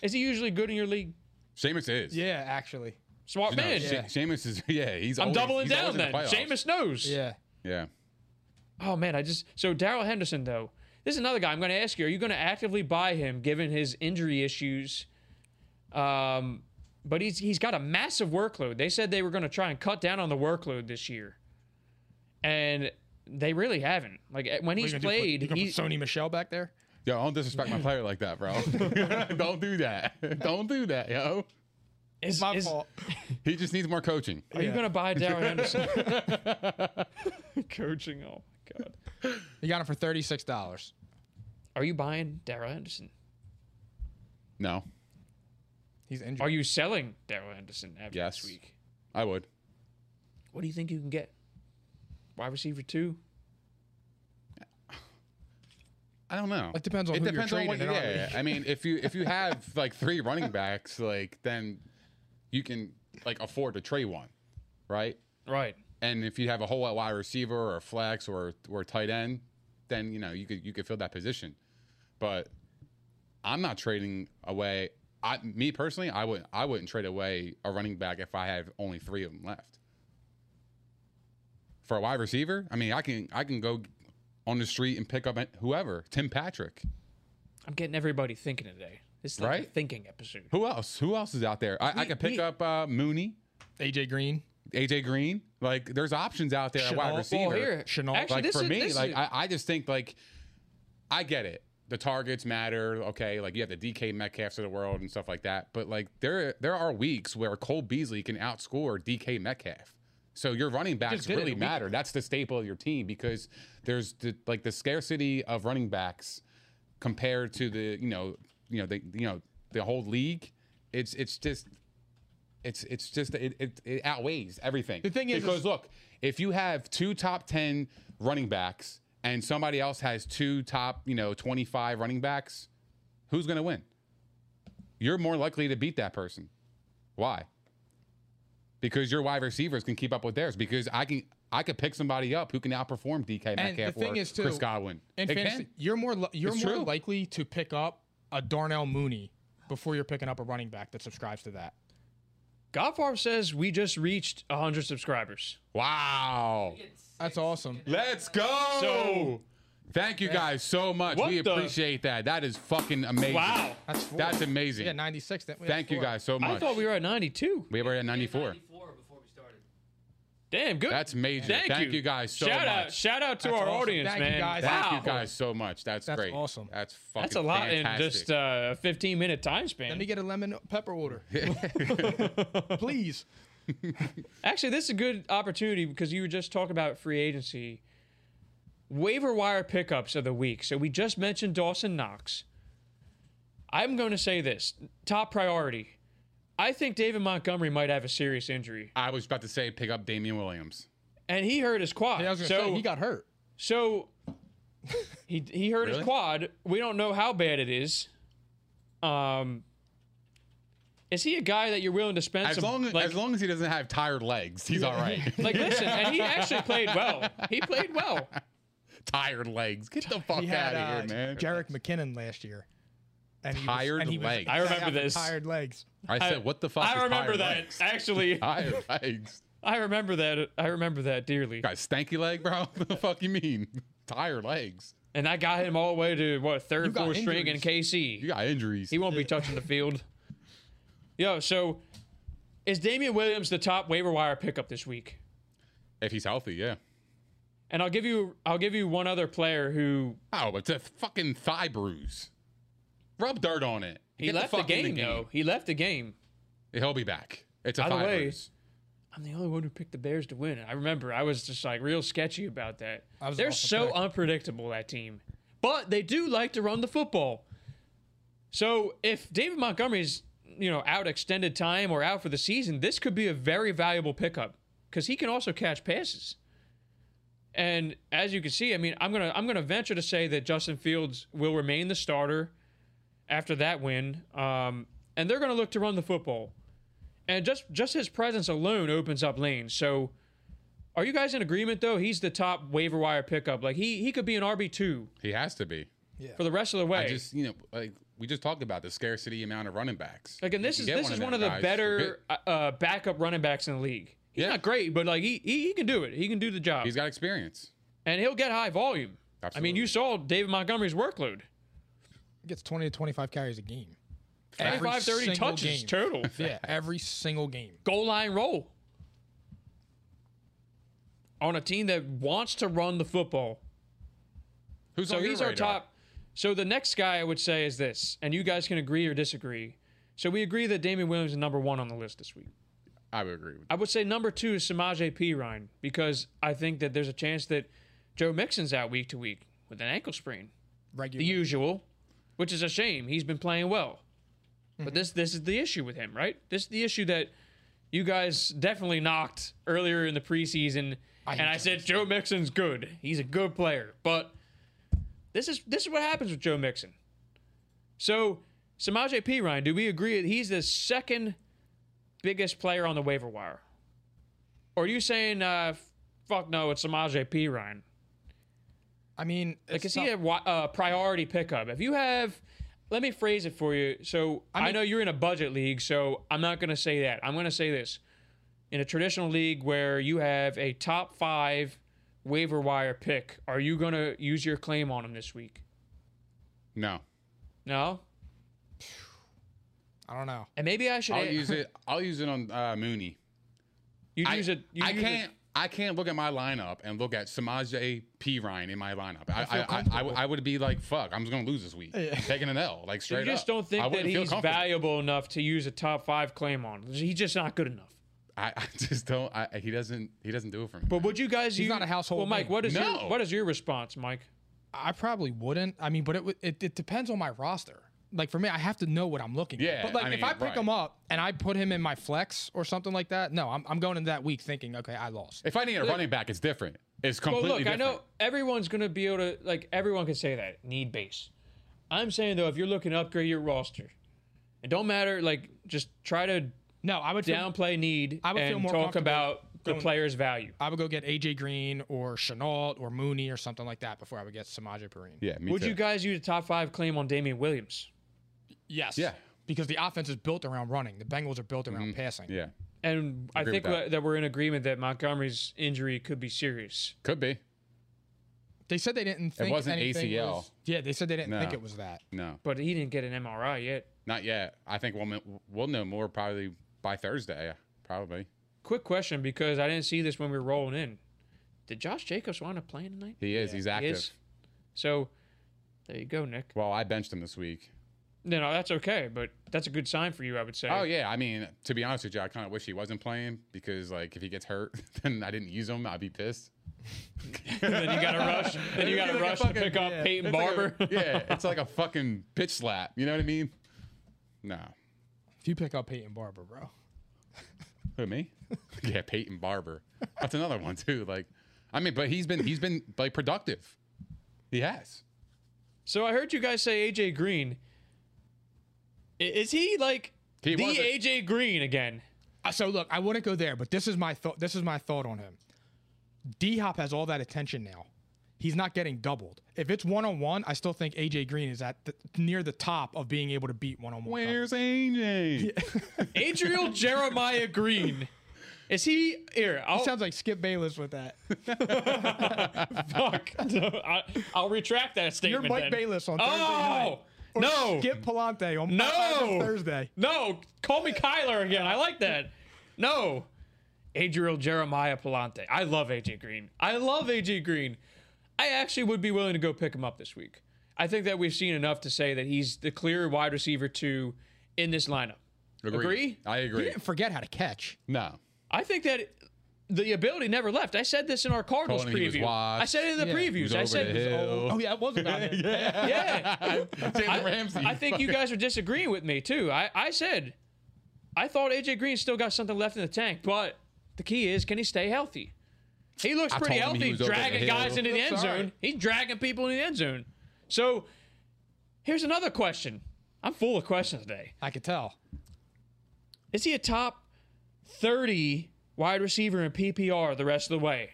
Speaker 2: Is he usually good in your league?
Speaker 3: Seamus is.
Speaker 1: Yeah, actually.
Speaker 2: Smart
Speaker 3: No,
Speaker 2: Oh, man.
Speaker 3: Se- Seamus is. Yeah, he's.
Speaker 2: I'm
Speaker 3: always-
Speaker 2: doubling
Speaker 3: he's always
Speaker 2: down
Speaker 3: in the
Speaker 2: then.
Speaker 3: playoffs.
Speaker 2: Seamus knows.
Speaker 1: Yeah.
Speaker 3: Yeah.
Speaker 2: Oh man, I just so Daryl Henderson though. This is another guy I'm going to ask you. Are you going to actively buy him given his injury issues? Um, but he's he's got a massive workload. They said they were going to try and cut down on the workload this year, and they really haven't. Like eh, when he's
Speaker 1: What are you
Speaker 2: played,
Speaker 1: gonna do, put- you
Speaker 2: he,
Speaker 1: gonna put Sony Michelle back there.
Speaker 3: Yo, don't disrespect my player like that, bro. don't do that. Don't do that, yo.
Speaker 2: is,
Speaker 1: My
Speaker 2: is-
Speaker 1: fault.
Speaker 3: He just needs more coaching.
Speaker 2: Are you gonna buy Darren Anderson? Coaching, oh my god.
Speaker 1: You got him for thirty six dollars.
Speaker 2: Are you buying Darren Anderson?
Speaker 3: No,
Speaker 1: He's injured.
Speaker 2: Are you selling Darren Anderson after
Speaker 3: Yes.
Speaker 2: this week?
Speaker 3: I would.
Speaker 2: What do you think you can get? Wide receiver two?
Speaker 3: I don't know.
Speaker 1: It depends on who you're trading in our
Speaker 3: yeah,
Speaker 1: league.
Speaker 3: I mean, if you if you have like three running backs, like then you can like afford to trade one, right?
Speaker 2: Right.
Speaker 3: And if you have a whole lot wide receiver or a flex or or tight end, then you know you could you could fill that position. But I'm not trading away. I me personally, I would I wouldn't trade away a running back if I have only three of them left. For a wide receiver, I mean, I can I can go on the street and pick up whoever Tim Patrick.
Speaker 2: I'm getting everybody thinking today. This is like a
Speaker 3: Right?
Speaker 2: thinking episode.
Speaker 3: Who else? Who else is out there? I, I
Speaker 2: We-
Speaker 3: could pick
Speaker 2: we-
Speaker 3: up uh, Mooney,
Speaker 1: AJ Green?
Speaker 3: AJ Green. Like, there's options out there at wide receiver.
Speaker 2: Well, Oh, here,
Speaker 1: Chenault.
Speaker 2: actually,
Speaker 3: like
Speaker 2: this
Speaker 3: for
Speaker 2: is,
Speaker 3: me,
Speaker 2: this
Speaker 3: like
Speaker 2: is-
Speaker 3: I, I just think like I get it. The targets matter, okay. Like you have the DK Metcalfs of the world and stuff like that. But like there there are weeks where Cole Beasley can outscore DK Metcalf. So your running backs
Speaker 1: did it a
Speaker 3: really
Speaker 1: week
Speaker 3: matter. That's the staple of your team because there's the, like the scarcity of running backs compared to the you know you know the you know the whole league. It's it's just it's it's just it, it, it outweighs everything. The
Speaker 1: thing is-
Speaker 3: because
Speaker 1: is-
Speaker 3: look, if you have two top ten running backs and somebody else has two top you know twenty five running backs, Who's going to win? You're more likely to beat that person. Why? Because your wide receivers can keep up with theirs. Because I can, I could pick somebody up who can outperform DK
Speaker 1: And the
Speaker 3: Metcalf
Speaker 1: thing
Speaker 3: or
Speaker 1: is too,
Speaker 3: Chris Godwin.
Speaker 1: in
Speaker 3: They
Speaker 1: fantasy,
Speaker 3: can.
Speaker 1: you're more li- you're
Speaker 3: It's
Speaker 1: more
Speaker 3: true.
Speaker 1: likely to pick up a Darnell Mooney before you're picking up a running back that subscribes to that.
Speaker 2: Godfarb says we just reached 100 subscribers.
Speaker 3: Wow.
Speaker 1: That's awesome.
Speaker 3: Let's go.
Speaker 2: So-
Speaker 3: thank you guys so much.
Speaker 2: What
Speaker 3: we
Speaker 2: the-
Speaker 3: appreciate that. That is fucking amazing.
Speaker 2: Wow.
Speaker 1: That's four.
Speaker 3: That's amazing.
Speaker 1: Yeah, 96. That, we had
Speaker 3: Thank you
Speaker 1: four.
Speaker 3: guys so much.
Speaker 2: I thought we were at 92.
Speaker 3: we were at 94.
Speaker 2: Damn, good.
Speaker 3: That's major. Thank you guys so
Speaker 2: shout Out,
Speaker 3: much.
Speaker 2: shout out to
Speaker 1: That's
Speaker 2: our
Speaker 1: awesome.
Speaker 2: audience,
Speaker 1: Thank you
Speaker 2: man.
Speaker 1: guys.
Speaker 2: Wow.
Speaker 3: Thank you guys so much. That's,
Speaker 1: That's
Speaker 3: great.
Speaker 1: awesome.
Speaker 3: That's fucking
Speaker 2: That's a lot in
Speaker 3: fantastic.
Speaker 2: just uh, a 15 minute time
Speaker 1: Let
Speaker 2: span.
Speaker 1: me get a lemon pepper order, please.
Speaker 2: Actually, this is a good opportunity because you were just talking about free agency. Waiver wire pickups of the week. So we just mentioned Dawson Knox. I'm going to say this top priority. I think David Montgomery might have a serious injury,
Speaker 3: I was about to say pick up Damian Williams.
Speaker 2: and he hurt his quad.
Speaker 1: Yeah, I was gonna
Speaker 2: so
Speaker 1: say he got hurt.
Speaker 2: So he he hurt
Speaker 3: Really?
Speaker 2: his quad. We don't know how bad it is. Um, is he a guy that you're willing to spend
Speaker 3: As
Speaker 2: some
Speaker 3: long
Speaker 2: like,
Speaker 3: as long as he doesn't have tired legs, he's all right.
Speaker 2: like listen? And he actually played well. He played well.
Speaker 3: tired legs. Get the fuck
Speaker 1: He
Speaker 3: out
Speaker 1: had
Speaker 3: of
Speaker 1: uh,
Speaker 3: here, man.
Speaker 1: Jarek McKinnon last year. And he
Speaker 3: Tired
Speaker 1: and he
Speaker 3: legs.
Speaker 2: I remember
Speaker 1: out with
Speaker 2: this.
Speaker 1: Tired legs.
Speaker 3: I said, what the fuck? is
Speaker 2: I remember
Speaker 3: tired
Speaker 2: that
Speaker 3: legs?
Speaker 2: actually.
Speaker 3: Tired legs.
Speaker 2: I remember that. I remember that dearly.
Speaker 3: Got a stanky leg, bro. what the fuck you mean? Tired legs.
Speaker 2: And I got him all the way to what
Speaker 1: You
Speaker 2: third,
Speaker 1: got
Speaker 2: fourth string in
Speaker 1: injuries.
Speaker 2: KC.
Speaker 3: You got injuries.
Speaker 2: He won't be touching the field. Yo, so is Damian Williams the top waiver wire pickup this week?
Speaker 3: if he's healthy, yeah.
Speaker 2: And I'll give you I'll give you one other player who
Speaker 3: Oh, it's a fucking thigh bruise. Rub dirt on it.
Speaker 2: he
Speaker 3: Get
Speaker 2: left the,
Speaker 3: fuck in
Speaker 2: game, though. He left the game.
Speaker 3: He'll be back. It's a
Speaker 2: By the
Speaker 3: thigh
Speaker 2: way-
Speaker 3: bruise.
Speaker 2: I'm the only one who picked the Bears to win. I remember I was just like real sketchy about that.
Speaker 1: was
Speaker 2: They're
Speaker 1: off the
Speaker 2: so
Speaker 1: track.
Speaker 2: unpredictable that team. But they do like to run the football. So if David Montgomery's, you know, out extended time or out for the season, this could be a very valuable pickup cuz he can also catch passes. And as you can see, I mean, I'm going to I'm going to venture to say that Justin Fields will remain the starter after that win. Um, and they're going to look to run the football. And just just his presence alone opens up lanes. So are you guys in agreement though? He's the top waiver wire pickup. Like he he could be an RB2
Speaker 3: He has to be.
Speaker 2: for the rest of the way.
Speaker 3: I just, you know, like we just talked about the scarcity amount of running backs.
Speaker 2: Like, and
Speaker 3: You
Speaker 2: this
Speaker 3: can
Speaker 2: is
Speaker 3: get
Speaker 2: this is
Speaker 3: them
Speaker 2: one of the
Speaker 3: guys.
Speaker 2: better uh, uh, backup running backs in the league. He's
Speaker 3: Yeah.
Speaker 2: not great, but like he, he he can do it. He can do the job,
Speaker 3: He's got experience.
Speaker 2: and he'll get high volume. I mean,
Speaker 3: Absolutely.
Speaker 2: you saw David Montgomery's workload.
Speaker 1: He gets 20 to 25 carries a game. Every
Speaker 2: 25, 30
Speaker 1: single
Speaker 2: touches
Speaker 1: game.
Speaker 2: total.
Speaker 1: Yeah, every single game.
Speaker 2: Goal line roll. On a team that wants to run the football.
Speaker 3: Who's
Speaker 2: So
Speaker 3: on your
Speaker 2: he's our
Speaker 3: radar?
Speaker 2: top. So the next guy I would say is this, and you guys can agree or disagree. So we agree that Damian Williams is number one on the list this week.
Speaker 3: I would agree with
Speaker 2: I would say number two is Samaje P. Ryan because I think that there's a chance that Joe Mixon's out week to week with an ankle sprain, the
Speaker 1: Regular.
Speaker 2: usual, which is a shame. He's been playing well, but this this is the issue with him, right? This is the issue that you guys definitely knocked earlier in the preseason, and I said Joe Mixon's good. He's a good player, but this is this is what happens with Joe Mixon. So Samaje P. Ryan, do we agree that he's the second biggest player on the waiver wire? Or are you saying, uh, f- fuck no, it's Samaje P. Ryan?
Speaker 1: I mean,
Speaker 2: Like,
Speaker 1: it's
Speaker 2: is he
Speaker 1: not-
Speaker 2: a wi- uh, priority pickup? If you have, let me phrase it for you. So I, know you're in a budget league, so I'm not going to say that. I'm going to say this. In a traditional league where you have a top five waiver wire pick, are you going to use your claim on him this week?
Speaker 3: you. No.
Speaker 2: No?
Speaker 1: I don't know.
Speaker 2: And maybe I should
Speaker 3: I'll use it. I'll use it on uh, Mooney.
Speaker 2: You'd
Speaker 3: I,
Speaker 2: use it. You'd
Speaker 3: I
Speaker 2: use
Speaker 3: can't.
Speaker 2: It.
Speaker 3: I can't look at my lineup and look at Samaje P Ryan in my lineup. I I, I, I, would- I would be like, fuck, I'm just gonna lose this week. Taking an L, like
Speaker 2: You
Speaker 3: straight
Speaker 2: just
Speaker 3: up.
Speaker 2: don't
Speaker 3: I
Speaker 2: think that
Speaker 3: wouldn't feel
Speaker 2: he's
Speaker 3: comfortable.
Speaker 2: valuable enough to use a top five claim on. He's just not good enough.
Speaker 3: I, I just don't. I, he doesn't. He doesn't do it for me.
Speaker 2: But would you guys?
Speaker 1: He's
Speaker 2: use,
Speaker 1: not a household
Speaker 2: Well, Mike,
Speaker 1: name.
Speaker 2: what is
Speaker 3: No.
Speaker 2: your what is your response, Mike?
Speaker 1: I probably wouldn't. I mean, but it, would- it it depends on my roster. Like for me, I have to know what I'm looking
Speaker 3: Yeah,
Speaker 1: at. But like
Speaker 3: I
Speaker 1: if I
Speaker 3: mean,
Speaker 1: pick
Speaker 3: right.
Speaker 1: him up and I put him in my flex or something like that, no, I'm, I'm going into that week thinking, okay, I lost.
Speaker 3: if I need a running back, it's different. It's completely
Speaker 2: well, look,
Speaker 3: different.
Speaker 2: I know everyone's going to be able to like everyone can say that need base, I'm saying though, if you're looking to upgrade your roster, it don't matter. Like, just try to
Speaker 1: No, I would feel-
Speaker 2: downplay need
Speaker 1: I would feel
Speaker 2: and
Speaker 1: more
Speaker 2: talk
Speaker 1: comfortable
Speaker 2: about the
Speaker 1: going-
Speaker 2: player's value.
Speaker 1: I would go get AJ Green or Chenault or Mooney or something like that before I would get Samaje Perine.
Speaker 3: Yeah, me
Speaker 2: Would
Speaker 3: too.
Speaker 2: you guys use a top five claim on Damian Williams?
Speaker 1: Yes.
Speaker 3: Yeah. Mm-hmm.
Speaker 1: Because the offense is built around running. The Bengals are built around passing.
Speaker 3: Yeah,
Speaker 2: And I
Speaker 3: Agree with
Speaker 2: think
Speaker 3: that.
Speaker 2: that. we're in agreement that Montgomery's injury could be serious.
Speaker 3: could be.
Speaker 1: They said they didn't think
Speaker 3: wasn't
Speaker 1: anything
Speaker 3: ACL.
Speaker 1: was- yeah, they said they didn't
Speaker 3: No.
Speaker 1: think it was that.
Speaker 3: No,
Speaker 2: But he didn't get an MRI yet.
Speaker 3: not yet. I think we'll kn- we'll know more probably by Thursday. Probably.
Speaker 2: Quick question because I didn't see this when we were rolling in. Did Josh Jacobs wind up playing tonight?
Speaker 3: He is. he's active.
Speaker 2: So there you go, Nick.
Speaker 3: Well, I benched him this week.
Speaker 2: No, no, that's okay, but that's a good sign for you, I would say.
Speaker 3: Oh yeah, I mean, to be honest with you, I kind of wish he wasn't playing because like if he gets hurt, then I didn't use him, I'd be pissed.
Speaker 2: then you got to rush. Then you got to
Speaker 3: It's like a
Speaker 2: rush
Speaker 3: fucking-
Speaker 2: to pick up
Speaker 3: yeah,
Speaker 2: Peyton
Speaker 3: it's like a-
Speaker 2: Barber.
Speaker 3: yeah, it's like a fucking bitch slap. You know what I mean? No.
Speaker 1: If you pick up Peyton Barber, bro.
Speaker 3: Who me? yeah, Peyton Barber. That's another one too. Like, I mean, but he's been he's been like productive. He has.
Speaker 2: So I heard you guys say AJ Green. I- Is he like
Speaker 3: He
Speaker 2: the
Speaker 3: wasn't-
Speaker 2: AJ Green again?
Speaker 1: Uh, So look, I wouldn't go there, but this is my thought. This is my thought on him. D Hop has all that attention now. He's not getting doubled. If it's one on one, I still think AJ Green is at the, near the top of being able to beat one on one.
Speaker 2: Oh.
Speaker 3: Where's AJ?
Speaker 2: Adriel Jeremiah Green. Is he here? I'll,
Speaker 1: Sounds like Skip Bayless with that.
Speaker 2: fuck. No, I, will retract that
Speaker 1: You're
Speaker 2: statement.
Speaker 1: Mike
Speaker 2: then.
Speaker 1: Bayless on Thursday night.
Speaker 2: Oh no,
Speaker 1: Skip Palante on
Speaker 2: no
Speaker 1: Thursday.
Speaker 2: No, call me Kyler again. I like that. No, Adriel Jeremiah Palante. I love AJ Green. I love AJ Green. I actually would be willing to go pick him up this week. I think that we've seen enough to say that he's the clear wide receiver two in this lineup. Agree?
Speaker 3: I
Speaker 1: He
Speaker 3: agree.
Speaker 1: didn't forget how to catch.
Speaker 3: No.
Speaker 2: I think that the ability never left. I said this in our Cardinals
Speaker 3: Told him he was
Speaker 2: preview.
Speaker 3: washed.
Speaker 2: I said it in the
Speaker 1: Yeah.
Speaker 3: He was
Speaker 2: previews. I
Speaker 3: over
Speaker 2: said,
Speaker 3: the hill.
Speaker 1: Oh yeah, it was about it.
Speaker 2: yeah.
Speaker 3: Jalen
Speaker 2: I,
Speaker 3: Ramsey.
Speaker 2: I think you guys are disagreeing with me too. I, I said I thought AJ Green still got something left in the tank, but the key is can he stay healthy? He looks
Speaker 3: I
Speaker 2: pretty
Speaker 3: told him he
Speaker 2: healthy,
Speaker 3: was over the
Speaker 2: dragging
Speaker 3: hill.
Speaker 2: guys into the end
Speaker 1: Looks all
Speaker 2: zone.
Speaker 1: right.
Speaker 2: He's dragging people in the end zone. So here's another question. I'm full of questions today.
Speaker 1: I could tell.
Speaker 2: Is he a top 30 wide receiver in PPR the rest of the way?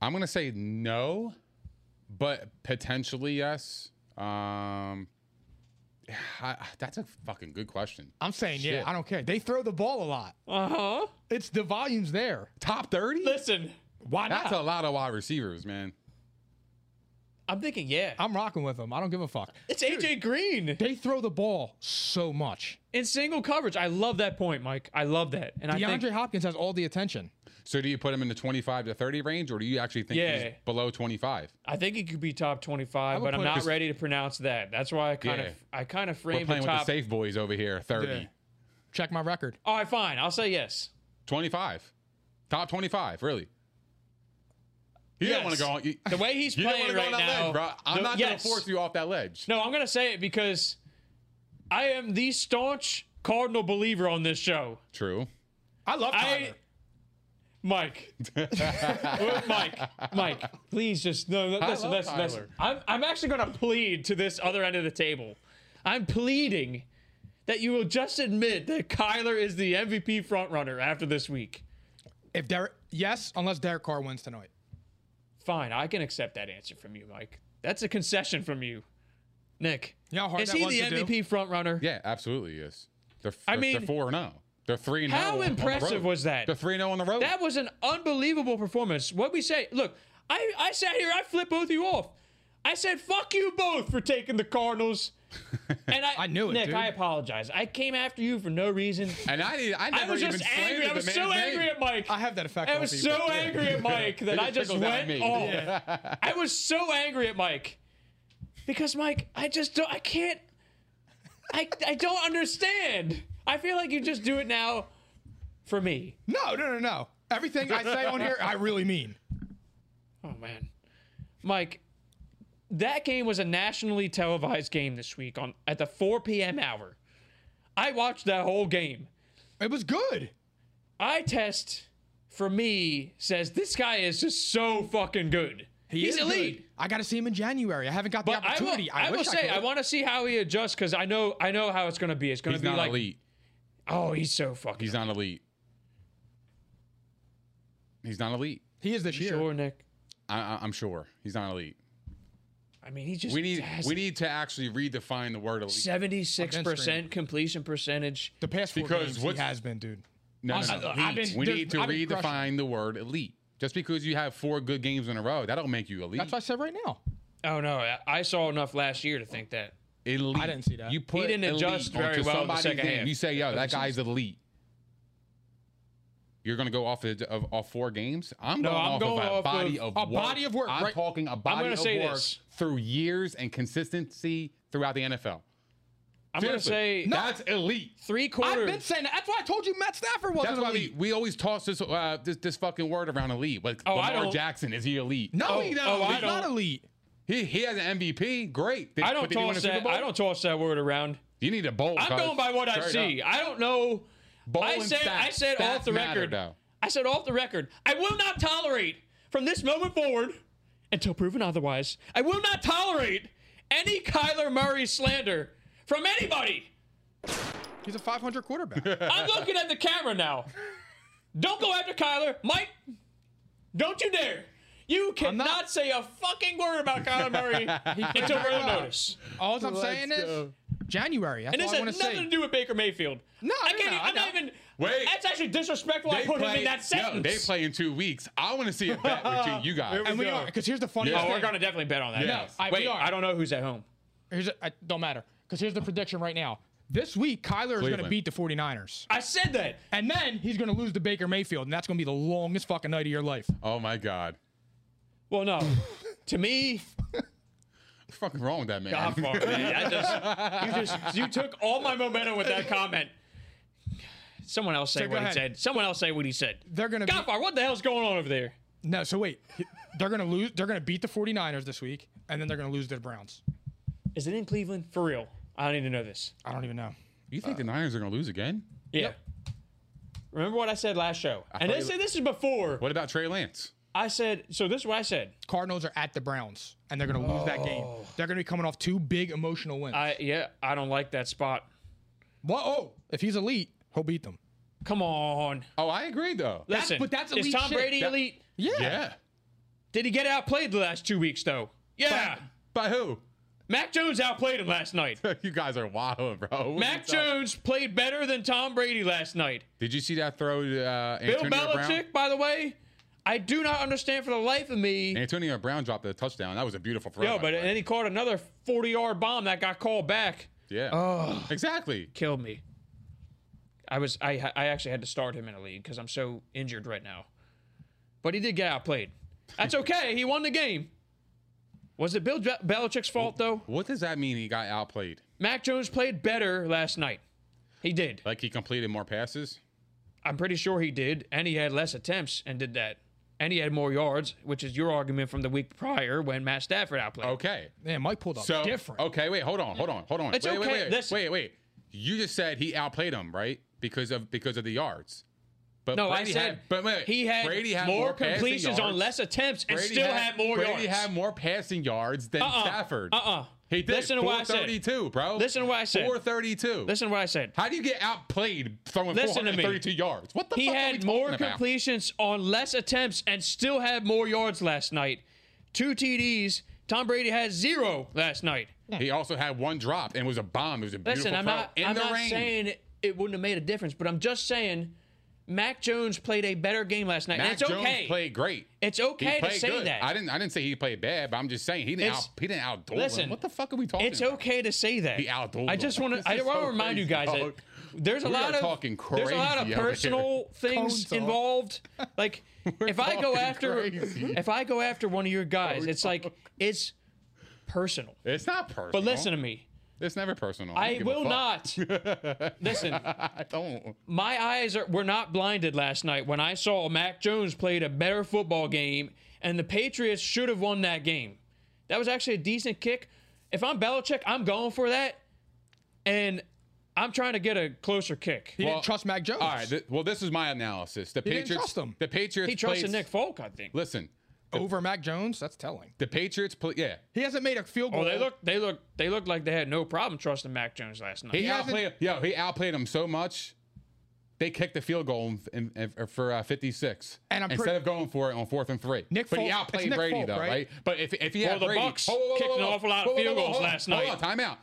Speaker 3: I'm gonna say no, but potentially yes. Um, I, that's a fucking good question.
Speaker 1: I'm saying, yeah,
Speaker 3: Shit.
Speaker 1: I don't care. They throw the ball a lot.
Speaker 2: Uh huh.
Speaker 1: It's the volume's there.
Speaker 3: Top thirty?
Speaker 2: Listen,
Speaker 1: Why not?
Speaker 3: That's a lot of wide receivers, man.
Speaker 2: I'm thinking, yeah.
Speaker 1: I'm rocking with them. I don't give a fuck.
Speaker 2: It's AJ Green
Speaker 1: They throw the ball so much.
Speaker 2: in single coverage. I love that point, Mike. I love that. And I
Speaker 1: DeAndre
Speaker 2: think
Speaker 1: Hopkins has all the attention.
Speaker 3: So do you put him in the 25 to 30 range, or do you actually think he's
Speaker 2: Yeah.
Speaker 3: below 25?
Speaker 2: I think he could be top 25,
Speaker 1: would
Speaker 2: but I'm
Speaker 1: put him-
Speaker 2: not ready to pronounce that. That's why I kind
Speaker 3: Yeah.
Speaker 2: of I kind of
Speaker 3: We're
Speaker 2: framed the
Speaker 3: playing with the
Speaker 2: top.
Speaker 3: safe boys over here. 30,
Speaker 1: Yeah. Check my record.
Speaker 2: All right, fine. I'll say yes.
Speaker 3: 25, top 25, really. You don't want
Speaker 2: Yes.
Speaker 3: to go on. You,
Speaker 2: The way he's
Speaker 3: you don't
Speaker 2: playing
Speaker 3: wanna go
Speaker 2: right
Speaker 3: on that
Speaker 2: now.
Speaker 3: ledge, bro. I'm
Speaker 2: No,
Speaker 3: not
Speaker 2: yes.
Speaker 3: gonna force you off that ledge.
Speaker 2: No, I'm going to say it because I am the staunch Cardinal believer on this show.
Speaker 3: True.
Speaker 1: I love Tyler.
Speaker 2: I Mike, Well, Mike, Mike, please just no. no, Listen,
Speaker 3: love
Speaker 2: listen, listen.
Speaker 3: Tyler.
Speaker 2: I'm, I'm actually going to plead to this other end of the table. I'm pleading that you will just admit that Kyler is the MVP frontrunner after this week.
Speaker 1: if Derek, yes, unless Derek Carr wins tonight.
Speaker 2: Fine, I can accept that answer from you, Mike. That's a concession from you, Nick.
Speaker 1: You know how hard
Speaker 2: is
Speaker 1: that
Speaker 2: he
Speaker 1: was
Speaker 2: the
Speaker 1: to do?
Speaker 2: MVP frontrunner?
Speaker 3: Yeah, absolutely. Yes. They're, f-
Speaker 2: I
Speaker 3: they're-
Speaker 2: mean,
Speaker 3: they're four and zero. They're three and
Speaker 2: how
Speaker 3: oh on- on the road.
Speaker 2: impressive was that?
Speaker 3: They're three and zero on the road.
Speaker 2: That was an unbelievable performance. What we say, look, I, I sat here, I flipped both of you off. I said, fuck you both for taking the Cardinals. And I,
Speaker 1: I knew it,
Speaker 2: Nick,
Speaker 1: dude.
Speaker 2: I apologize. I came after you for no reason.
Speaker 3: and I didn't. I,
Speaker 2: I
Speaker 3: never
Speaker 2: was
Speaker 3: even
Speaker 2: just angry.
Speaker 3: slandered
Speaker 2: I
Speaker 3: the
Speaker 2: was
Speaker 3: man's
Speaker 2: so
Speaker 3: name.
Speaker 2: angry at Mike.
Speaker 1: I have that effect
Speaker 2: I
Speaker 1: on
Speaker 2: was
Speaker 1: people.
Speaker 2: so
Speaker 1: Yeah.
Speaker 2: angry at Mike that I just
Speaker 3: trickled down
Speaker 2: went
Speaker 3: me.
Speaker 2: off. I was so angry at Mike because Mike, I just don't, I can't, I, I don't understand. I feel like you just do it now for me.
Speaker 1: No, no, no, no. Everything I say on here, I really mean.
Speaker 2: Oh man, Mike, that game was a nationally televised game this week on at the 4 p.m. hour. I watched that whole game.
Speaker 1: It was good.
Speaker 2: Eye test for me says this guy is just so fucking good. He
Speaker 1: He's
Speaker 2: is
Speaker 1: elite.
Speaker 2: good.
Speaker 1: I got to see him in January. I haven't got
Speaker 2: But
Speaker 1: the
Speaker 2: I will,
Speaker 1: opportunity.
Speaker 2: I will
Speaker 1: wish
Speaker 2: say,
Speaker 1: could.
Speaker 2: I, want to see how he adjusts because I know, I know how it's going to be. It's going
Speaker 3: He's
Speaker 2: to be
Speaker 3: not
Speaker 2: like,
Speaker 3: elite.
Speaker 2: oh, he's so fucking.
Speaker 3: He's not elite. He's not elite.
Speaker 1: He is this year.
Speaker 2: sure, Nick.
Speaker 3: I, I, I'm sure he's not elite.
Speaker 2: I mean, he just
Speaker 3: We need
Speaker 2: has
Speaker 3: we need to actually redefine the word elite.
Speaker 2: seventy-six
Speaker 1: I've been screaming.
Speaker 2: percent completion percentage.
Speaker 1: The past four
Speaker 3: Because
Speaker 1: games,
Speaker 3: what's-
Speaker 1: he has been, dude.
Speaker 3: No, no,
Speaker 2: Awesome.
Speaker 3: no.
Speaker 2: I've been-
Speaker 3: we
Speaker 1: there's-
Speaker 3: need to
Speaker 1: I've been crushing
Speaker 3: redefine the word elite. Just because you have four good games in a row, that'll make you elite.
Speaker 1: That's what I said right now.
Speaker 2: Oh no, I, I saw enough last year to think that.
Speaker 3: elite.
Speaker 1: I didn't see that.
Speaker 3: You put
Speaker 2: He didn't
Speaker 3: elite
Speaker 2: adjust very
Speaker 3: onto
Speaker 2: well the
Speaker 3: somebody's
Speaker 2: second
Speaker 3: name.
Speaker 2: half
Speaker 3: You say, yo,
Speaker 2: of
Speaker 3: that
Speaker 2: the
Speaker 3: guy's elite. You're gonna go off of, of, off four games. I'm
Speaker 2: No,
Speaker 3: going
Speaker 2: I'm
Speaker 3: off of
Speaker 2: going
Speaker 3: a
Speaker 2: off
Speaker 3: body
Speaker 2: of-
Speaker 3: of,
Speaker 1: a
Speaker 3: work.
Speaker 1: body of work,
Speaker 3: I'm
Speaker 1: right.
Speaker 3: talking a body
Speaker 2: gonna
Speaker 3: of
Speaker 2: say
Speaker 3: work
Speaker 2: this.
Speaker 3: through years and consistency throughout the NFL.
Speaker 2: I'm going to
Speaker 3: Seriously.
Speaker 2: say
Speaker 3: that's elite.
Speaker 2: three
Speaker 1: I've
Speaker 2: quarters.
Speaker 1: been saying that. That's why I told you Matt Stafford wasn't
Speaker 3: That's why we,
Speaker 1: elite.
Speaker 3: we always toss this uh, this this fucking word around elite. Like
Speaker 2: Oh, I
Speaker 3: Lamar
Speaker 2: don't-
Speaker 3: Jackson is he elite?
Speaker 1: no,
Speaker 2: Oh,
Speaker 1: he's not
Speaker 2: oh,
Speaker 1: elite.
Speaker 2: I
Speaker 1: He's not
Speaker 2: don't-
Speaker 1: elite.
Speaker 3: He he has an MVP. Great. Did-
Speaker 2: I don't
Speaker 3: but did he win a
Speaker 2: toss
Speaker 3: Super
Speaker 2: that.
Speaker 3: Bowl?
Speaker 2: I don't toss that word around.
Speaker 3: You need a bowl.
Speaker 2: I'm
Speaker 3: cuz.
Speaker 2: going by what I
Speaker 3: Straight
Speaker 2: see.
Speaker 3: up.
Speaker 2: I don't know.
Speaker 3: Bowl
Speaker 2: I
Speaker 3: and
Speaker 2: said. I
Speaker 3: stats.
Speaker 2: said off
Speaker 3: Stats
Speaker 2: the
Speaker 3: matter,
Speaker 2: record.
Speaker 3: though.
Speaker 2: I said off the record. I will not tolerate from this moment forward until proven otherwise. I will not tolerate any Kyler Murray slander from anybody.
Speaker 1: He's a 500 quarterback.
Speaker 2: I'm looking at the camera now. Don't go after Kyler. Mike, don't you dare. You cannot say a fucking word about Kyler Murray until
Speaker 1: very
Speaker 2: further
Speaker 1: well.
Speaker 2: notice.
Speaker 1: All I'm saying is January. That's
Speaker 2: And
Speaker 1: all
Speaker 2: this
Speaker 1: I
Speaker 2: has
Speaker 1: want to
Speaker 2: nothing
Speaker 1: say.
Speaker 2: to do with Baker Mayfield.
Speaker 1: No, I
Speaker 2: I
Speaker 1: know,
Speaker 2: can't.
Speaker 1: I
Speaker 2: even, I'm
Speaker 1: know.
Speaker 2: not even.
Speaker 3: Wait.
Speaker 2: That's actually disrespectful. I
Speaker 3: They
Speaker 2: put him
Speaker 3: play-
Speaker 2: in that sentence.
Speaker 3: Yo, they play in two weeks. I want to see a bet with you, you guys.
Speaker 1: and we
Speaker 2: go.
Speaker 1: are because here's the funniest
Speaker 2: Oh,
Speaker 1: thing.
Speaker 2: we're gonna definitely bet on that.
Speaker 3: Yes.
Speaker 1: I- we
Speaker 2: Wait,
Speaker 1: are.
Speaker 2: I don't know who's at home.
Speaker 1: Here's a, I, don't matter because here's the prediction right now. This week, Kyler is going to
Speaker 3: Cleveland.
Speaker 1: beat the 49ers,
Speaker 2: I said that.
Speaker 1: and then he's going to lose to Baker Mayfield, and that's going to be the longest fucking night of your life.
Speaker 3: Oh my god.
Speaker 2: Well, no. to me,
Speaker 3: What's fucking wrong with that man?
Speaker 2: God, fuck, man. I just, you just you took all my momentum with that comment. Someone else say
Speaker 1: So go
Speaker 2: what he
Speaker 1: ahead.
Speaker 2: said. Someone else say what he said.
Speaker 1: They're going to be,
Speaker 2: Godfar, what the hell's going on over there?
Speaker 1: no. So wait, they're going to lose. They're going to beat the 49ers this week, and then they're going to lose to the Browns.
Speaker 2: Is it in Cleveland? For real. I don't need to know this.
Speaker 1: I don't even know.
Speaker 3: You think the Niners are gonna lose again?
Speaker 2: Yeah. Remember what I said last show? and
Speaker 3: thought
Speaker 2: this,
Speaker 3: you-
Speaker 2: this is before.
Speaker 3: What about Trey Lance?
Speaker 2: I said, so this is what I said.
Speaker 1: Cardinals are at the Browns, and they're going to lose that game. They're going to be coming off two big emotional wins.
Speaker 2: I Yeah, I don't like that spot.
Speaker 1: Whoa, oh, if he's elite, he'll beat them.
Speaker 2: Come on.
Speaker 3: Oh, I agree though.
Speaker 2: Listen,
Speaker 1: but that's
Speaker 2: is
Speaker 1: elite
Speaker 2: Tom
Speaker 1: shit.
Speaker 2: Brady
Speaker 3: That-
Speaker 2: elite?
Speaker 1: Yeah.
Speaker 3: Yeah.
Speaker 2: Did he get outplayed the last two weeks, though? Yeah.
Speaker 3: By who?
Speaker 2: Mac Jones outplayed him last night.
Speaker 3: you guys are wild, bro.
Speaker 2: Mac Jones played better than Tom Brady last night.
Speaker 3: Did you see that throw to uh,
Speaker 2: Bill
Speaker 3: Antonio
Speaker 2: Belichick,
Speaker 3: Brown?
Speaker 2: by the way, I do not understand for the life of me.
Speaker 3: Antonio Brown dropped the touchdown. That was a beautiful throw. by
Speaker 2: Yo, but
Speaker 3: the
Speaker 2: and
Speaker 3: way.
Speaker 2: then he caught another 40 yard bomb that got called back.
Speaker 3: yeah, exactly.
Speaker 2: Killed me. I was I I actually had to start him in a league because I'm so injured right now. But he did get outplayed. That's okay. he won the game. Was it Bill Je- Belichick's fault though?
Speaker 3: What does that mean? He got outplayed.
Speaker 2: Mac Jones played better last night. He did.
Speaker 3: Like he completed more passes.
Speaker 2: I'm pretty sure he did, and he had less attempts and did that. And he had more yards, which is your argument from the week prior when Matt Stafford outplayed.
Speaker 3: Okay,
Speaker 1: Man, Mike pulled up
Speaker 3: so
Speaker 1: different.
Speaker 3: Okay, wait, hold on, hold on, hold on.
Speaker 2: It's
Speaker 3: wait,
Speaker 2: okay,
Speaker 3: wait, wait,
Speaker 2: listen.
Speaker 3: wait, wait. You just said he outplayed him, right? Because of because of the yards. But
Speaker 2: No,
Speaker 3: Brady
Speaker 2: I said
Speaker 3: had, but wait,
Speaker 2: he had,
Speaker 3: Brady had
Speaker 2: more,
Speaker 3: passing
Speaker 2: completions on
Speaker 3: yards.
Speaker 2: less attempts and
Speaker 3: Brady
Speaker 2: still had, more
Speaker 3: Brady
Speaker 2: yards.
Speaker 3: had more passing yards than
Speaker 2: Uh-uh.
Speaker 3: Stafford.
Speaker 2: Uh-uh.
Speaker 3: He did.
Speaker 2: Listen to what I said.
Speaker 3: 432, bro.
Speaker 2: Listen to what I said.
Speaker 3: 432.
Speaker 2: Listen to what I said.
Speaker 3: How do you get outplayed throwing
Speaker 2: Listen to me.
Speaker 3: 432 yards? What the
Speaker 2: He
Speaker 3: fuck are we
Speaker 2: had
Speaker 3: talking
Speaker 2: more
Speaker 3: about?
Speaker 2: completions on less attempts and still had more yards last night. Two TDs. Tom Brady had zero last night.
Speaker 3: He also had one drop and it was a bomb. It was a beautiful
Speaker 2: Listen, I'm
Speaker 3: throw
Speaker 2: not.
Speaker 3: in
Speaker 2: I'm
Speaker 3: the
Speaker 2: not
Speaker 3: rain.
Speaker 2: saying it- it wouldn't have made a difference, but I'm just saying Mac Jones played a better game last night.
Speaker 3: Mac
Speaker 2: and it's
Speaker 3: Jones
Speaker 2: okay.
Speaker 3: played great.
Speaker 2: It's
Speaker 3: He
Speaker 2: okay to
Speaker 3: played
Speaker 2: say
Speaker 3: good.
Speaker 2: that.
Speaker 3: I didn't. I didn't say he played bad, but I'm just saying he didn't.
Speaker 2: It's-
Speaker 3: Out, he didn't outdo
Speaker 2: listen,
Speaker 3: him. What the fuck are we talking?
Speaker 2: It's
Speaker 3: about?
Speaker 2: okay to say that.
Speaker 3: He outdueled
Speaker 2: I just
Speaker 3: him.
Speaker 2: want to.
Speaker 3: This
Speaker 2: I
Speaker 3: is
Speaker 2: want to
Speaker 3: so
Speaker 2: remind you
Speaker 3: crazy,
Speaker 2: guys that
Speaker 3: dog.
Speaker 2: there's a
Speaker 3: We are
Speaker 2: lot of
Speaker 3: talking
Speaker 2: there's a lot of
Speaker 3: crazy over here.
Speaker 2: personal things
Speaker 1: Cone talk.
Speaker 2: involved. Like
Speaker 3: We're
Speaker 2: if I go
Speaker 3: talking
Speaker 2: after
Speaker 3: crazy.
Speaker 2: if I go after one of your guys,
Speaker 3: Cone
Speaker 2: it's like
Speaker 3: talk.
Speaker 2: it's personal.
Speaker 3: It's not personal.
Speaker 2: But listen to me.
Speaker 3: it's never personal.
Speaker 2: I
Speaker 3: don't give a
Speaker 2: will
Speaker 3: fuck.
Speaker 2: not listen.
Speaker 3: I don't.
Speaker 2: my eyes are, were not blinded last night when I saw Mac Jones played a better football game, and the Patriots should have won that game. That was actually a decent kick. If I'm Belichick, I'm going for that, and I'm trying to get a closer kick.
Speaker 1: he
Speaker 2: He,
Speaker 1: didn't trust Mac Jones.
Speaker 3: All right. th- well, this is my analysis. The
Speaker 1: didn't
Speaker 3: Patriots.
Speaker 1: trust him.
Speaker 3: The Patriots.
Speaker 2: trusted
Speaker 3: played-
Speaker 2: Nick Folk, I think.
Speaker 3: Listen,
Speaker 1: over Mac Jones. That's telling.
Speaker 3: The Patriots, pl- yeah,
Speaker 1: He hasn't made a field goal.
Speaker 2: Oh, they look, they look, they look like they had no problem trusting Mac Jones last night.
Speaker 3: he,
Speaker 1: hasn't-
Speaker 3: outplayed. Yo, he outplayed him so much. They kicked the field goal in, in, in- for uh, 56
Speaker 1: And I'm
Speaker 3: instead
Speaker 1: pretty-
Speaker 3: of going for it on fourth and three.
Speaker 1: Nick
Speaker 3: but
Speaker 1: Folk-
Speaker 3: he
Speaker 1: it's
Speaker 3: outplayed
Speaker 1: Nick
Speaker 3: Brady
Speaker 1: Folk,
Speaker 3: though,
Speaker 1: right?
Speaker 3: right? But if if he
Speaker 2: Well,
Speaker 3: had
Speaker 2: the
Speaker 3: Brady,
Speaker 2: Bucks kicked an awful lot of field goals
Speaker 3: hold on,
Speaker 2: last
Speaker 3: hold
Speaker 2: night.
Speaker 3: on, time out.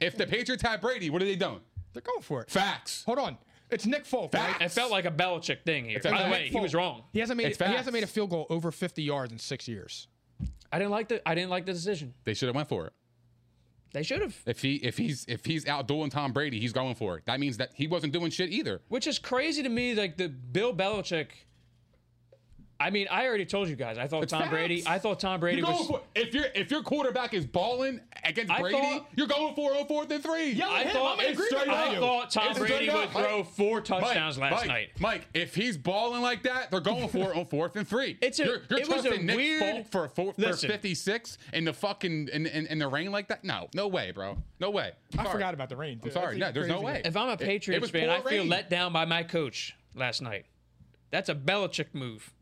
Speaker 3: If the Patriots had Brady, what are they doing?
Speaker 1: They're going for it.
Speaker 3: Facts.
Speaker 1: Hold on. It's Nick Folk, right?
Speaker 2: It felt like a Belichick thing here.
Speaker 3: a
Speaker 2: By the
Speaker 3: fact.
Speaker 2: way, he was wrong.
Speaker 1: He hasn't made
Speaker 3: It's
Speaker 1: he hasn't
Speaker 3: facts.
Speaker 1: made a field goal over 50 yards in six years.
Speaker 2: I didn't like the, I didn't like the decision.
Speaker 3: They should have went for it.
Speaker 2: They should have.
Speaker 3: If he if he's if he's out dueling Tom Brady, he's going for it. That means that he wasn't doing shit either.
Speaker 2: Which is crazy to me, like the Bill Belichick. I mean, I already told you guys. I thought
Speaker 3: It's
Speaker 2: Tom
Speaker 3: facts.
Speaker 2: Brady. I thought Tom Brady
Speaker 3: You're going
Speaker 2: was.
Speaker 3: for it. If your if your quarterback is balling against
Speaker 2: I
Speaker 3: Brady,
Speaker 2: thought-
Speaker 3: you're going for it on fourth and three. Yeah,
Speaker 2: I thought, I thought Tom Brady would throw four touchdowns
Speaker 3: Mike,
Speaker 2: last
Speaker 3: Mike,
Speaker 2: night.
Speaker 3: Mike, if he's balling like that, they're going for it on fourth and three.
Speaker 2: It's a-
Speaker 3: you're, you're
Speaker 2: it was a
Speaker 3: trusting Nick
Speaker 2: weird-
Speaker 3: Folk for a four, for
Speaker 2: Listen.
Speaker 3: 56 in the fucking in, in, in the rain like that. No, no way, bro. No way.
Speaker 1: I forgot about the rain.
Speaker 3: I'm
Speaker 1: dude.
Speaker 3: sorry. No,
Speaker 1: That's
Speaker 3: there's no
Speaker 1: crazy.
Speaker 3: way.
Speaker 2: If I'm a
Speaker 3: It- it
Speaker 2: Patriots
Speaker 3: was
Speaker 2: fan,
Speaker 3: poor
Speaker 2: I feel
Speaker 3: rain.
Speaker 2: let down by my coach last night. That's a Belichick move.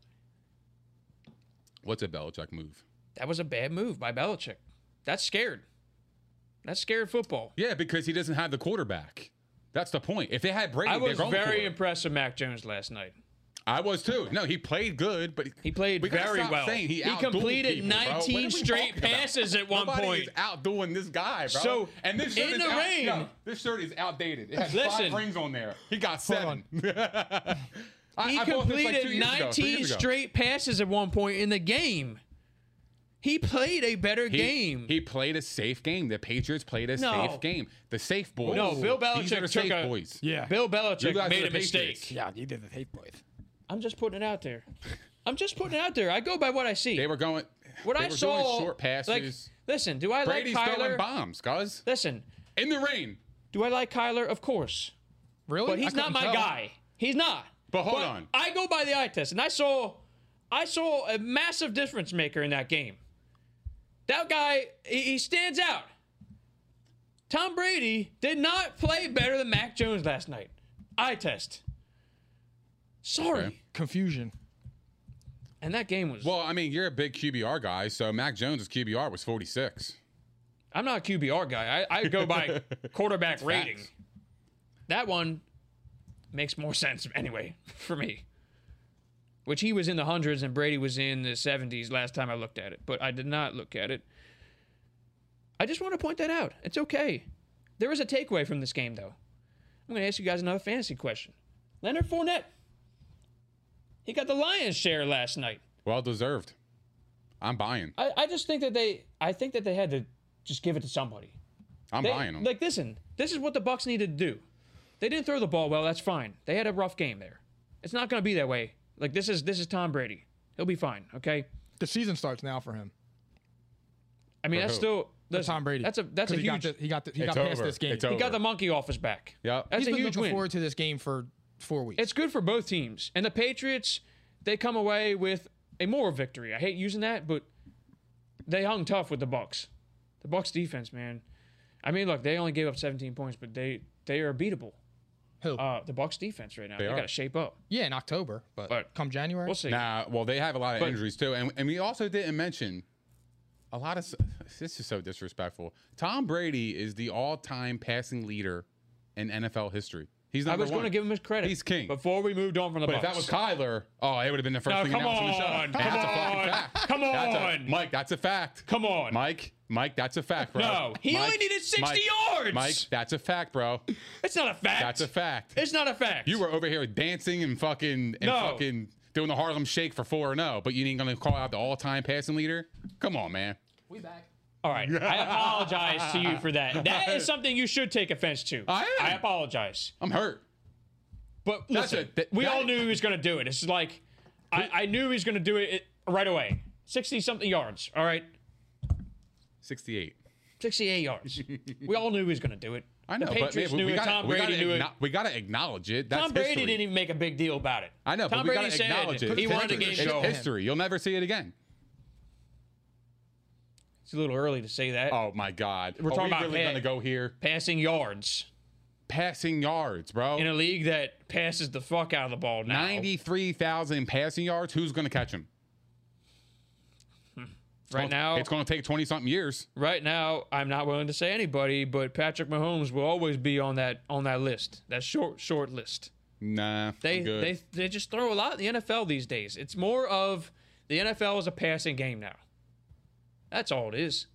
Speaker 3: What's a Belichick move?
Speaker 2: That was a bad move by Belichick. That's scared. That's scared football.
Speaker 3: Yeah, because he doesn't have the quarterback. That's the point. If they had Brady,
Speaker 2: I
Speaker 3: they're
Speaker 2: was
Speaker 3: going for
Speaker 2: very
Speaker 3: it.
Speaker 2: impressed with Mac Jones last night.
Speaker 3: I was too. No, he played good, but
Speaker 2: He played
Speaker 3: we gotta
Speaker 2: very
Speaker 3: stop
Speaker 2: well.
Speaker 3: Saying he
Speaker 2: He
Speaker 3: outdueled
Speaker 2: completed
Speaker 3: people, bro. What are
Speaker 2: 19
Speaker 3: we
Speaker 2: straight
Speaker 3: talking about?
Speaker 2: passes at one
Speaker 3: Nobody
Speaker 2: point.
Speaker 3: Is outdoing this guy, bro.
Speaker 2: So,
Speaker 3: and this shirt
Speaker 2: in
Speaker 3: is
Speaker 2: the
Speaker 3: out-
Speaker 2: rain-
Speaker 3: no, this shirt is outdated. It has
Speaker 2: Listen.
Speaker 3: five rings on there. He got seven. I,
Speaker 2: He
Speaker 3: I bought this, like,
Speaker 2: completed
Speaker 3: two years ago,
Speaker 2: 19
Speaker 3: three years ago.
Speaker 2: straight passes at one point in the game. He played a better
Speaker 3: He-
Speaker 2: game.
Speaker 3: He played a safe game. The Patriots played a
Speaker 2: No.
Speaker 3: safe game. The safe boys.
Speaker 2: No, Bill
Speaker 3: These are the
Speaker 2: Belichick took
Speaker 3: safe
Speaker 2: a-
Speaker 3: boys.
Speaker 1: Yeah.
Speaker 2: Bill
Speaker 3: You
Speaker 2: Belichick
Speaker 3: guys are
Speaker 2: made
Speaker 3: the
Speaker 2: a
Speaker 3: Patriots.
Speaker 2: mistake.
Speaker 1: Yeah, you did the hate boys.
Speaker 2: I'm just putting it out there. I'm just putting it out there. I go by what I see.
Speaker 3: They were going.
Speaker 2: what
Speaker 3: they
Speaker 2: I
Speaker 3: were
Speaker 2: saw.
Speaker 3: Doing short passes.
Speaker 2: Like, listen, do I
Speaker 3: Brady's
Speaker 2: like
Speaker 3: throwing
Speaker 2: Kyler?
Speaker 3: bombs, guys.
Speaker 2: Listen,
Speaker 3: In the rain.
Speaker 2: do I like Kyler? Of course,
Speaker 1: Really?
Speaker 2: but
Speaker 1: I
Speaker 2: he's not
Speaker 1: couldn't
Speaker 2: my
Speaker 1: tell.
Speaker 2: guy. He's not.
Speaker 3: But hold on.
Speaker 2: I go by the eye test, and I saw, I saw a massive difference maker in that game. That guy, he, he stands out. Tom Brady did not play better than Mac Jones last night. Eye test. Sorry,
Speaker 3: Okay.
Speaker 1: Confusion.
Speaker 2: and that game was.
Speaker 3: Well, I mean, you're a big QBR guy, so Mac Jones' QBR was 46.
Speaker 2: I'm not a QBR guy. I, I go by quarterback rating.
Speaker 3: facts.
Speaker 2: That one makes more sense anyway for me. Which he was in the hundreds and Brady was in the 70s last time I looked at it, but I did not look at it. I just want to point that out. It's okay. There is a takeaway from this game, though. I'm going to ask you guys another fantasy question. Leonard Fournette. He got the lion's share last night.
Speaker 3: Well deserved. I'm buying.
Speaker 2: I, I just think that they I think that they had to just give it to somebody.
Speaker 3: I'm
Speaker 2: They-
Speaker 3: buying them.
Speaker 2: Like, listen, this is what the Bucks needed to do. They didn't throw the ball well. That's fine. They had a rough game there. It's not going to be that way. Like this is this is Tom Brady. He'll be fine. Okay.
Speaker 1: The season starts now for him.
Speaker 2: I mean,
Speaker 3: For
Speaker 2: that's
Speaker 3: who?
Speaker 2: still
Speaker 1: For
Speaker 2: listen,
Speaker 1: Tom Brady.
Speaker 2: That's a that's
Speaker 1: 'Cause
Speaker 2: a
Speaker 1: he Got
Speaker 2: huge.
Speaker 1: the, he Oh. got, the, he
Speaker 3: It's
Speaker 1: got past
Speaker 3: over.
Speaker 1: this game.
Speaker 3: It's over.
Speaker 2: he got the monkey off his back.
Speaker 3: Yep.
Speaker 2: That's
Speaker 1: He's
Speaker 2: a
Speaker 1: been
Speaker 2: huge
Speaker 1: looking
Speaker 2: win.
Speaker 1: forward to this game for four weeks.
Speaker 2: It's good for both teams. And the Patriots, they come away with a moral victory. I hate using that, but they hung tough with the Bucks. The Bucks defense, man. I mean, look, they only gave up 17 points, but they they are beatable.
Speaker 1: Who?
Speaker 2: Uh, the Bucks defense right now. They,
Speaker 3: are.
Speaker 2: got to shape up.
Speaker 1: yeah, in October, but,
Speaker 2: But-
Speaker 1: come January.
Speaker 2: We'll see.
Speaker 3: Nah, well, they have a lot of
Speaker 2: But-
Speaker 3: injuries too, and and we also didn't mention a lot of. s- This is so disrespectful. Tom Brady is the all-time passing leader in NFL history. He's
Speaker 2: I
Speaker 3: number
Speaker 2: was going to
Speaker 3: one.
Speaker 2: give him his credit.
Speaker 3: He's king.
Speaker 2: Before we moved on from the
Speaker 3: but if
Speaker 2: Bucks.
Speaker 3: that was Kyler, oh, it would have been the first
Speaker 2: No,
Speaker 3: thing
Speaker 2: come
Speaker 3: announced
Speaker 2: on,
Speaker 3: on the show. And that's a
Speaker 2: come
Speaker 3: fucking
Speaker 2: on,
Speaker 3: fact.
Speaker 2: come
Speaker 3: That's a-
Speaker 2: on.
Speaker 3: Mike. That's a fact.
Speaker 2: Come on.
Speaker 3: Mike. Mike, that's a fact, bro.
Speaker 2: No, he
Speaker 3: Mike,
Speaker 2: only needed 60
Speaker 3: Mike,
Speaker 2: yards.
Speaker 3: Mike, that's a fact, bro.
Speaker 2: it's not a fact.
Speaker 3: That's a fact.
Speaker 2: It's not a fact.
Speaker 3: You were over here dancing and fucking and
Speaker 2: No.
Speaker 3: fucking doing the Harlem Shake for four and zero, but you ain't gonna call out the all-time passing leader. Come on, man.
Speaker 2: All right. I apologize to you for that. That is something you should take offense to.
Speaker 3: I am.
Speaker 2: I apologize.
Speaker 3: I'm hurt.
Speaker 2: But
Speaker 3: That's
Speaker 2: listen,
Speaker 3: a- that-
Speaker 2: we
Speaker 3: that-
Speaker 2: all knew he was going to do it. It's like I, I knew he was going to do it, it right away. Sixty something yards. All right,
Speaker 3: 68.
Speaker 2: sixty-eight yards. we all knew he was going to do it.
Speaker 3: I know,
Speaker 2: The
Speaker 3: but man,
Speaker 2: Patriots
Speaker 3: we,
Speaker 2: knew
Speaker 3: we
Speaker 2: it.
Speaker 3: gotta,
Speaker 2: Tom
Speaker 3: we
Speaker 2: Brady
Speaker 3: gotta
Speaker 2: knew it.
Speaker 3: agno- we gotta acknowledge it. That's
Speaker 2: Tom Brady
Speaker 3: history.
Speaker 2: didn't even make a big deal about it.
Speaker 3: I know,
Speaker 2: Tom
Speaker 3: but we
Speaker 2: Brady
Speaker 3: gotta
Speaker 2: said
Speaker 3: acknowledge it.
Speaker 2: he
Speaker 3: It's
Speaker 2: wanted to
Speaker 3: history.
Speaker 2: get
Speaker 3: It's
Speaker 2: show.
Speaker 3: history. You'll never see it again.
Speaker 2: It's a little early to say that.
Speaker 3: Oh my God. We're
Speaker 2: talking
Speaker 3: Are we
Speaker 2: about
Speaker 3: really
Speaker 2: pa-
Speaker 3: gonna go here.
Speaker 2: Passing yards
Speaker 3: Passing yards, bro.
Speaker 2: in a league that passes the fuck out of the ball now.
Speaker 3: 93,000 passing yards. Who's gonna catch him?
Speaker 2: Right now,
Speaker 3: it's going to take 20 something years.
Speaker 2: right now, I'm not willing to say anybody, but Patrick Mahomes will always be on that on that list, that short short list.
Speaker 3: Nah.
Speaker 2: They
Speaker 3: I'm good.
Speaker 2: they they just throw a lot in the NFL these days. It's more of the NFL is a passing game now. That's all it is.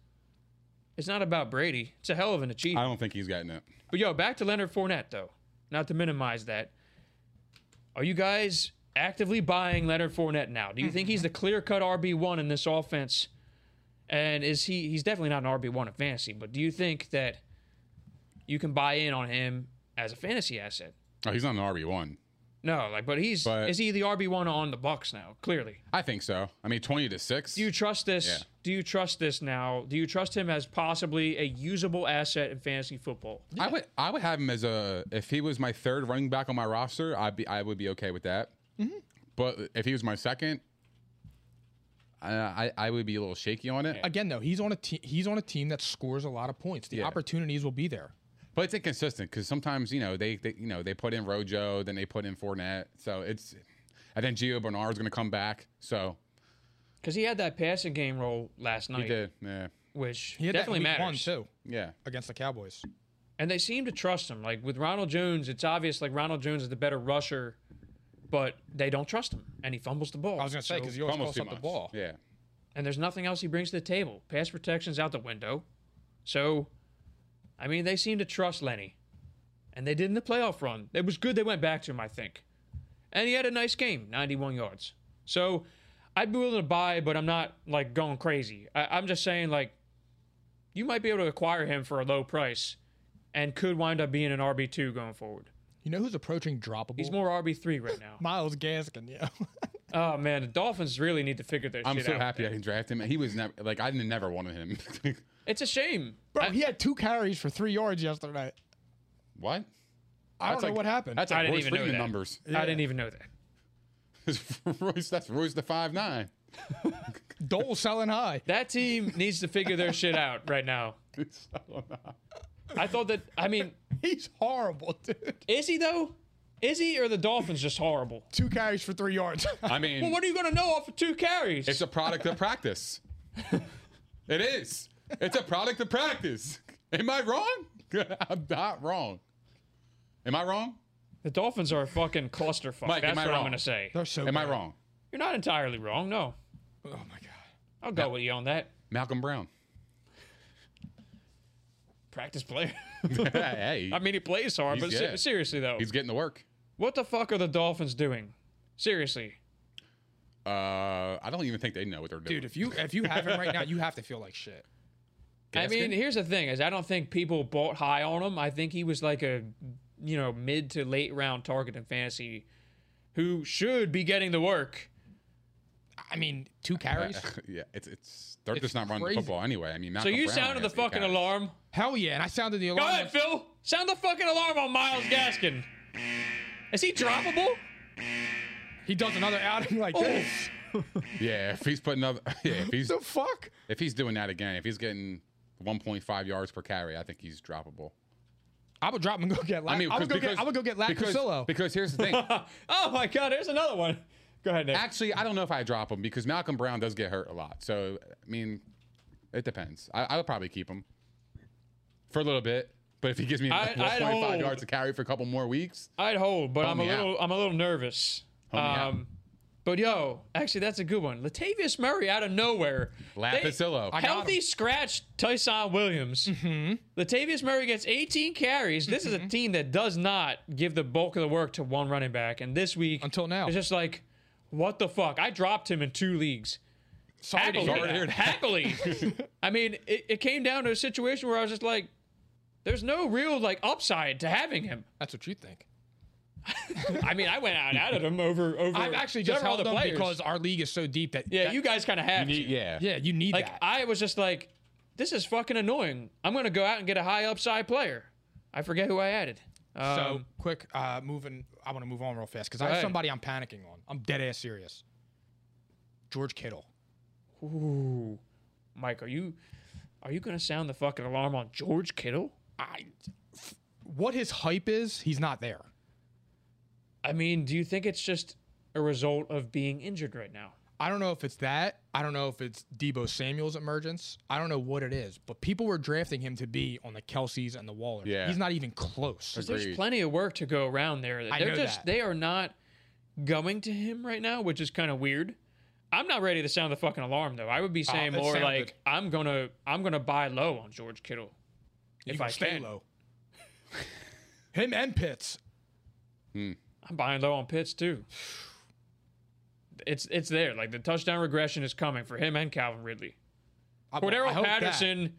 Speaker 2: It's not about Brady. It's a hell of an
Speaker 3: I
Speaker 2: achievement.
Speaker 3: don't think he's gotten it.
Speaker 2: But yo, back to Leonard Fournette though. Not to minimize that. Are you guys actively buying Leonard Fournette now? Do you think he's the clear cut RB one in this offense? And is he he's definitely not an RB one in fantasy, but do you think that you can buy in on him as a fantasy asset?
Speaker 3: Oh, he's not an RB1.
Speaker 2: No, like, but he's
Speaker 3: But-
Speaker 2: is he the RB one on the Bucks now? Clearly,
Speaker 3: I think so. I mean, 20 to 6.
Speaker 2: do you trust this?
Speaker 3: Yeah.
Speaker 2: Do you trust this now? Do you trust him as possibly a usable asset in fantasy football?
Speaker 3: I would I would have him as a if he was my third running back on my roster, I'd be I would be okay with that.
Speaker 2: Mm-hmm.
Speaker 3: But if he was my second, I, I I would be a little shaky on it.
Speaker 1: Again, though, he's on a team. He's on a team that scores a lot of points. The opportunities will be there.
Speaker 3: But it's inconsistent because sometimes you know they, they you know they put in Rojo, then they put in Fournette, so it's and then Gio Bernard's going to come back. So
Speaker 2: Because he had that passing game role last
Speaker 3: he
Speaker 2: night,
Speaker 3: did, yeah,
Speaker 2: which
Speaker 1: He had
Speaker 2: definitely
Speaker 1: that in week
Speaker 2: matters.
Speaker 1: one too
Speaker 3: yeah.
Speaker 1: against the Cowboys.
Speaker 2: And they seem to trust him. Like with Ronald Jones, it's obvious like Ronald Jones is the better rusher, but they don't trust him, and he fumbles the ball.
Speaker 1: I was gonna say
Speaker 2: So-
Speaker 1: because he always
Speaker 3: Almost
Speaker 1: calls
Speaker 3: too
Speaker 1: up the
Speaker 3: much.
Speaker 1: ball.
Speaker 3: Yeah,
Speaker 2: and there's nothing else he brings to the table. Pass protection's out the window. So, I mean, they seem to trust Lenny. And they did in the playoff run. It was good they went back to him, I think. And he had a nice game, 91 yards. So, I'd be willing to buy, but I'm not like going crazy. I- I'm just saying, like, you might be able to acquire him for a low price and could wind up being an RB2 going forward.
Speaker 1: You know who's approaching droppable?
Speaker 2: He's more RB3 right now.
Speaker 1: Miles Gaskin. Yeah.
Speaker 2: oh, man. The Dolphins really need to figure their
Speaker 3: I'm
Speaker 2: shit
Speaker 3: so
Speaker 2: out.
Speaker 3: happy I can draft him. He was never like I never wanted him.
Speaker 2: It's a shame.
Speaker 1: Bro, he had two carries for three yards yesterday.
Speaker 3: what?
Speaker 1: I don't
Speaker 3: That's
Speaker 1: know
Speaker 3: like-
Speaker 1: what happened.
Speaker 3: That's
Speaker 2: I
Speaker 3: like
Speaker 2: didn't
Speaker 3: Royce
Speaker 2: even know
Speaker 3: Freeman
Speaker 2: that.
Speaker 3: numbers.
Speaker 2: I didn't even know that.
Speaker 3: Royce, that's Royce the five nine.
Speaker 1: Dole selling high.
Speaker 2: That team needs to figure their shit out right now. I thought that. I mean,
Speaker 1: He's horrible, dude.
Speaker 2: is he though? Is he or the Dolphins just horrible?
Speaker 1: Two carries for three yards.
Speaker 3: I mean,
Speaker 2: Well, what are you gonna know off of two carries?
Speaker 3: It's a product of practice. it is. It's a product of practice. Am I wrong? I'm not wrong. Am I wrong?
Speaker 2: the Dolphins are a fucking clusterfuck.
Speaker 3: Mike, am
Speaker 2: That's
Speaker 3: I
Speaker 2: what I'm
Speaker 3: wrong?
Speaker 2: gonna say.
Speaker 1: They're so.
Speaker 3: Am I
Speaker 1: bad.
Speaker 3: wrong?
Speaker 2: You're not entirely wrong. No,
Speaker 1: Oh my god.
Speaker 2: I'll go with you on that.
Speaker 3: Malcolm Brown.
Speaker 2: Practice player.
Speaker 3: hey,
Speaker 2: I mean, he plays hard,
Speaker 3: He's-
Speaker 2: but se-
Speaker 3: yeah.
Speaker 2: seriously though,
Speaker 3: he's getting the work.
Speaker 2: what the fuck are the Dolphins doing? Seriously,
Speaker 3: Uh, I don't even think they know what they're doing.
Speaker 1: Dude, if you if you have him right now, you have to feel like shit.
Speaker 2: I mean,
Speaker 3: Gaskin?
Speaker 2: here's the thing: is I don't think people bought high on him. I think he was like a, you know, mid to late round target in fantasy, who should be getting the work.
Speaker 1: I mean, two carries.
Speaker 3: yeah, it's it's they're just not running the
Speaker 1: crazy.
Speaker 3: football anyway. I mean,
Speaker 2: So
Speaker 3: Malcolm
Speaker 2: you
Speaker 3: Brown
Speaker 2: sounded the
Speaker 3: has eight
Speaker 2: fucking
Speaker 3: guys.
Speaker 2: alarm.
Speaker 1: Hell yeah! And I sounded the
Speaker 2: Go
Speaker 1: alarm.
Speaker 2: ahead, Phil. Sound the fucking alarm on Miles Gaskin. Is he droppable?
Speaker 1: He does another outing like this.
Speaker 3: Yeah, if he's putting up, yeah, if he's
Speaker 1: The fuck?
Speaker 3: if he's doing that again, if he's getting 1.5 yards per carry, I think he's droppable.
Speaker 1: I would drop him and go get. La- I
Speaker 3: I mean,
Speaker 1: would
Speaker 3: 'cause-
Speaker 1: go get. I would go get
Speaker 3: because,
Speaker 1: Lacrosillo.
Speaker 3: because here's the thing.
Speaker 2: Oh my God! There's another one. Go ahead, Nick.
Speaker 3: Actually, I don't know if I drop him because Malcolm Brown does get hurt a lot. So I mean, it depends. I, I would probably keep him for a little bit, but if he gives me
Speaker 2: I-
Speaker 3: like
Speaker 2: I'd
Speaker 3: 1.5
Speaker 2: hold.
Speaker 3: yards to carry for a couple more weeks,
Speaker 2: I'd hold, but I'm a
Speaker 3: me out.
Speaker 2: little, I'm a little nervous.
Speaker 3: Hold me out.
Speaker 2: Um, but yo, actually, that's a good one. Latavius Murray out of nowhere.
Speaker 3: Lapicillo.
Speaker 2: They-
Speaker 3: I got Mm-hmm.
Speaker 2: Healthy scratch Tyson Williams. Latavius Murray gets 18 carries. This is a team that does not give the bulk of the work to one running back. And this week,
Speaker 1: Until now.
Speaker 2: it's just like, what the fuck? I dropped him in two leagues.
Speaker 1: Sorry to hear
Speaker 2: Happily.
Speaker 1: that.
Speaker 3: hear that.
Speaker 2: Happily. I mean, it, it came down to a situation where I was just like, there's no real like upside to having him.
Speaker 1: That's what you think.
Speaker 2: I mean, I went out and added him over over.
Speaker 1: I've actually just
Speaker 2: several
Speaker 1: held
Speaker 2: other
Speaker 1: them
Speaker 2: players.
Speaker 1: because our league is so deep that
Speaker 2: yeah,
Speaker 1: that-
Speaker 2: you guys kind of have to.
Speaker 3: yeah,
Speaker 1: yeah you need
Speaker 2: Like
Speaker 1: that.
Speaker 2: I was just like, this is fucking annoying. I'm gonna go out and get a high upside player. I forget who I added. Um,
Speaker 1: so quick, uh, moving. I want to move on real fast because I
Speaker 2: ahead.
Speaker 1: have somebody I'm panicking on. I'm dead ass serious. George Kittle.
Speaker 2: ooh, Mike, are you are you gonna sound the fucking alarm on George Kittle?
Speaker 1: I, f- what his hype is, he's not there.
Speaker 2: I mean, do you think it's just a result of being injured right now?
Speaker 1: I don't know if it's that. I don't know if it's Debo Samuel's emergence. I don't know what it is, but people were drafting him to be on the Kelseys and the Wallers.
Speaker 3: Yeah.
Speaker 1: He's not even close.
Speaker 2: There's
Speaker 3: Agreed.
Speaker 2: plenty of work to go around there. They're
Speaker 1: I know
Speaker 2: just
Speaker 1: that.
Speaker 2: they are not going to him right now, which is kind of weird. I'm not ready to sound the fucking alarm though. I would be saying
Speaker 1: Ah, that
Speaker 2: more
Speaker 1: sounded-
Speaker 2: like I'm gonna I'm gonna buy low on George Kittle.
Speaker 1: You
Speaker 2: if
Speaker 1: can
Speaker 2: I
Speaker 1: stay
Speaker 2: can.
Speaker 1: low. him and Pitts.
Speaker 2: I'm buying low on Pitts too. It's it's there. Like the touchdown regression is coming for him and Calvin Ridley.
Speaker 1: I- I
Speaker 2: Cordero
Speaker 1: hope that.
Speaker 2: Patterson.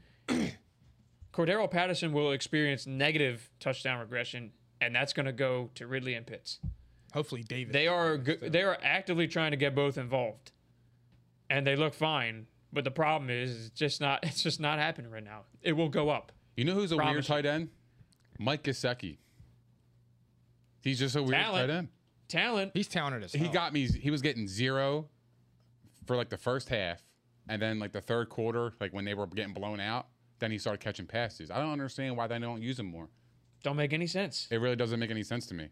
Speaker 2: Cordero Patterson will experience negative touchdown regression, and that's going to go to Ridley and Pitts.
Speaker 1: Hopefully, David.
Speaker 2: They are go- they are actively trying to get both involved, and they look fine. But the problem is, it's just not it's just not happening right now. It will go up.
Speaker 3: You know who's a weird
Speaker 2: Promise.
Speaker 3: tight end? Mike Gesicki. He's just a weird
Speaker 2: Talent. Oh.
Speaker 3: tight end.
Speaker 2: Talent.
Speaker 1: He's talented as
Speaker 3: He
Speaker 1: hell.
Speaker 3: got me. He was getting zero for like the first half, and then like the third quarter, like when they were getting blown out, then he started catching passes. I don't understand why they don't use him more.
Speaker 2: Don't make any sense.
Speaker 3: It really doesn't make any sense to me.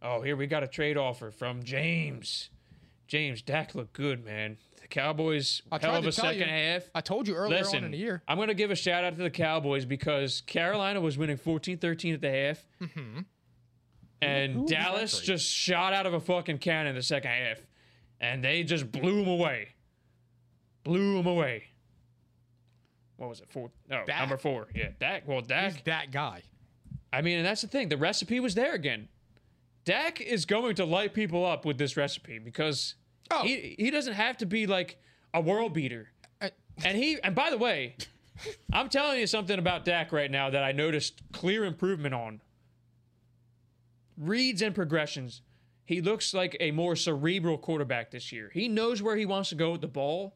Speaker 2: Oh, here we got a trade offer from James. James, Dak looked good, man. The Cowboys
Speaker 1: I
Speaker 2: hell
Speaker 1: tried
Speaker 2: of
Speaker 1: to
Speaker 2: a
Speaker 1: tell
Speaker 2: second
Speaker 1: you.
Speaker 2: half.
Speaker 1: I told you earlier
Speaker 2: Listen,
Speaker 1: on in the year.
Speaker 2: I'm going to give a shout out to the Cowboys because Carolina was winning 14 13 at the half.
Speaker 1: Mm-hmm.
Speaker 2: And Dallas just shot out of a fucking cannon the second half. And they just blew them away. Blew them away. What was it? Four? No,
Speaker 1: Dak.
Speaker 2: number four. Yeah, Dak. Well, Dak.
Speaker 1: He's that guy.
Speaker 2: I mean, and that's the thing. The recipe was there again. Dak is going to light people up with this recipe because he, he doesn't have to be like a world beater.
Speaker 1: I-
Speaker 2: And he and by the way, I'm telling you something about Dak right now that I noticed clear improvement on. Reads and progressions. He looks like a more cerebral quarterback this year. He knows where he wants to go with the ball,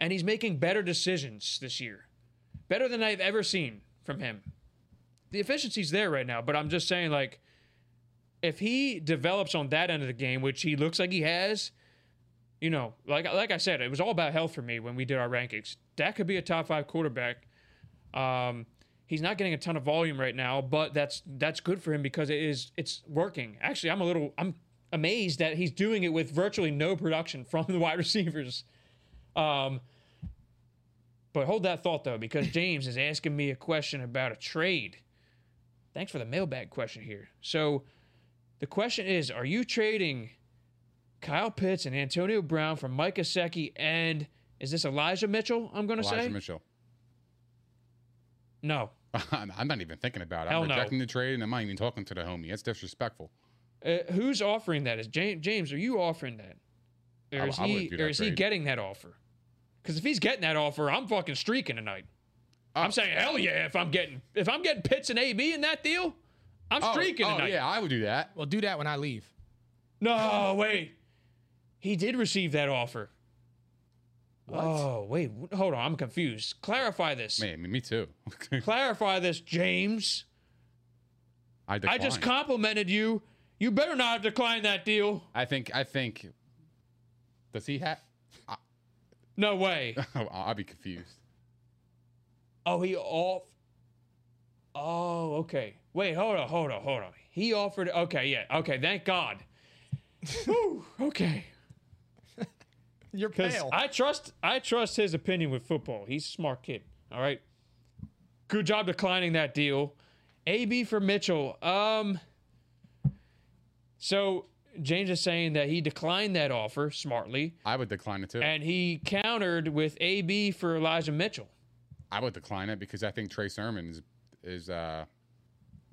Speaker 2: and he's making better decisions this year. Better than I've ever seen from him the efficiency's there right now, but I'm just saying like if he develops on that end of the game, which he looks like he has, you know, like like I said, it was all about health for me when we did our rankings. That could be a top five quarterback. Um, he's not getting a ton of volume right now, but that's that's good for him because it is it's working. Actually, I'm a little I'm amazed that he's doing it with virtually no production from the wide receivers. Um, but hold that thought though, because James is asking me a question about a trade. Thanks for the mailbag question here. So the question is, are you trading Kyle Pitts and Antonio Brown for Mike Gesicki and is this Elijah Mitchell? I'm gonna
Speaker 3: Elijah
Speaker 2: say
Speaker 3: Mitchell.
Speaker 2: no.
Speaker 3: I'm I'm not even thinking about it.
Speaker 2: Hell
Speaker 3: I'm
Speaker 2: no.
Speaker 3: rejecting the trade, and I'm not even talking to the homie. That's disrespectful.
Speaker 2: Uh, who's offering that? Is James? James, are you offering that,
Speaker 3: I-
Speaker 2: or is
Speaker 3: I wouldn't
Speaker 2: he?
Speaker 3: do
Speaker 2: Or
Speaker 3: that
Speaker 2: is he
Speaker 3: trade.
Speaker 2: getting that offer? Because if he's getting that offer, I'm fucking streaking tonight.
Speaker 3: Oh.
Speaker 2: I'm saying hell yeah if I'm getting if I'm getting Pitts and AB in that deal, I'm
Speaker 3: Oh,
Speaker 2: streaking
Speaker 3: oh,
Speaker 2: tonight.
Speaker 3: yeah, I would do that.
Speaker 1: Well, do that when I leave.
Speaker 2: No wait, he did receive that offer. Oh wait, wh- hold on, I'm confused. Clarify this.
Speaker 3: Man, me- me too.
Speaker 2: Clarify this, James.
Speaker 3: I,
Speaker 2: I just
Speaker 3: declined.
Speaker 2: complimented you. You better not have declined that deal.
Speaker 3: I think. I think. Does he have?
Speaker 2: No way.
Speaker 3: Oh, I'll be confused.
Speaker 2: Oh, he off. Oh, okay. Wait, hold on, hold on, hold on. He offered. Okay, yeah. Okay, thank God. Whew, okay.
Speaker 1: You're
Speaker 2: 'Cause
Speaker 1: pale.
Speaker 2: I trust. I trust his opinion with football. He's a smart kid. All right. Good job declining that deal. AB for Mitchell. Um. So James is saying that he declined that offer smartly,
Speaker 3: I would decline it too.
Speaker 2: and he countered with AB for Elijah Mitchell.
Speaker 3: I would decline it because I think Trey Sermon is is uh,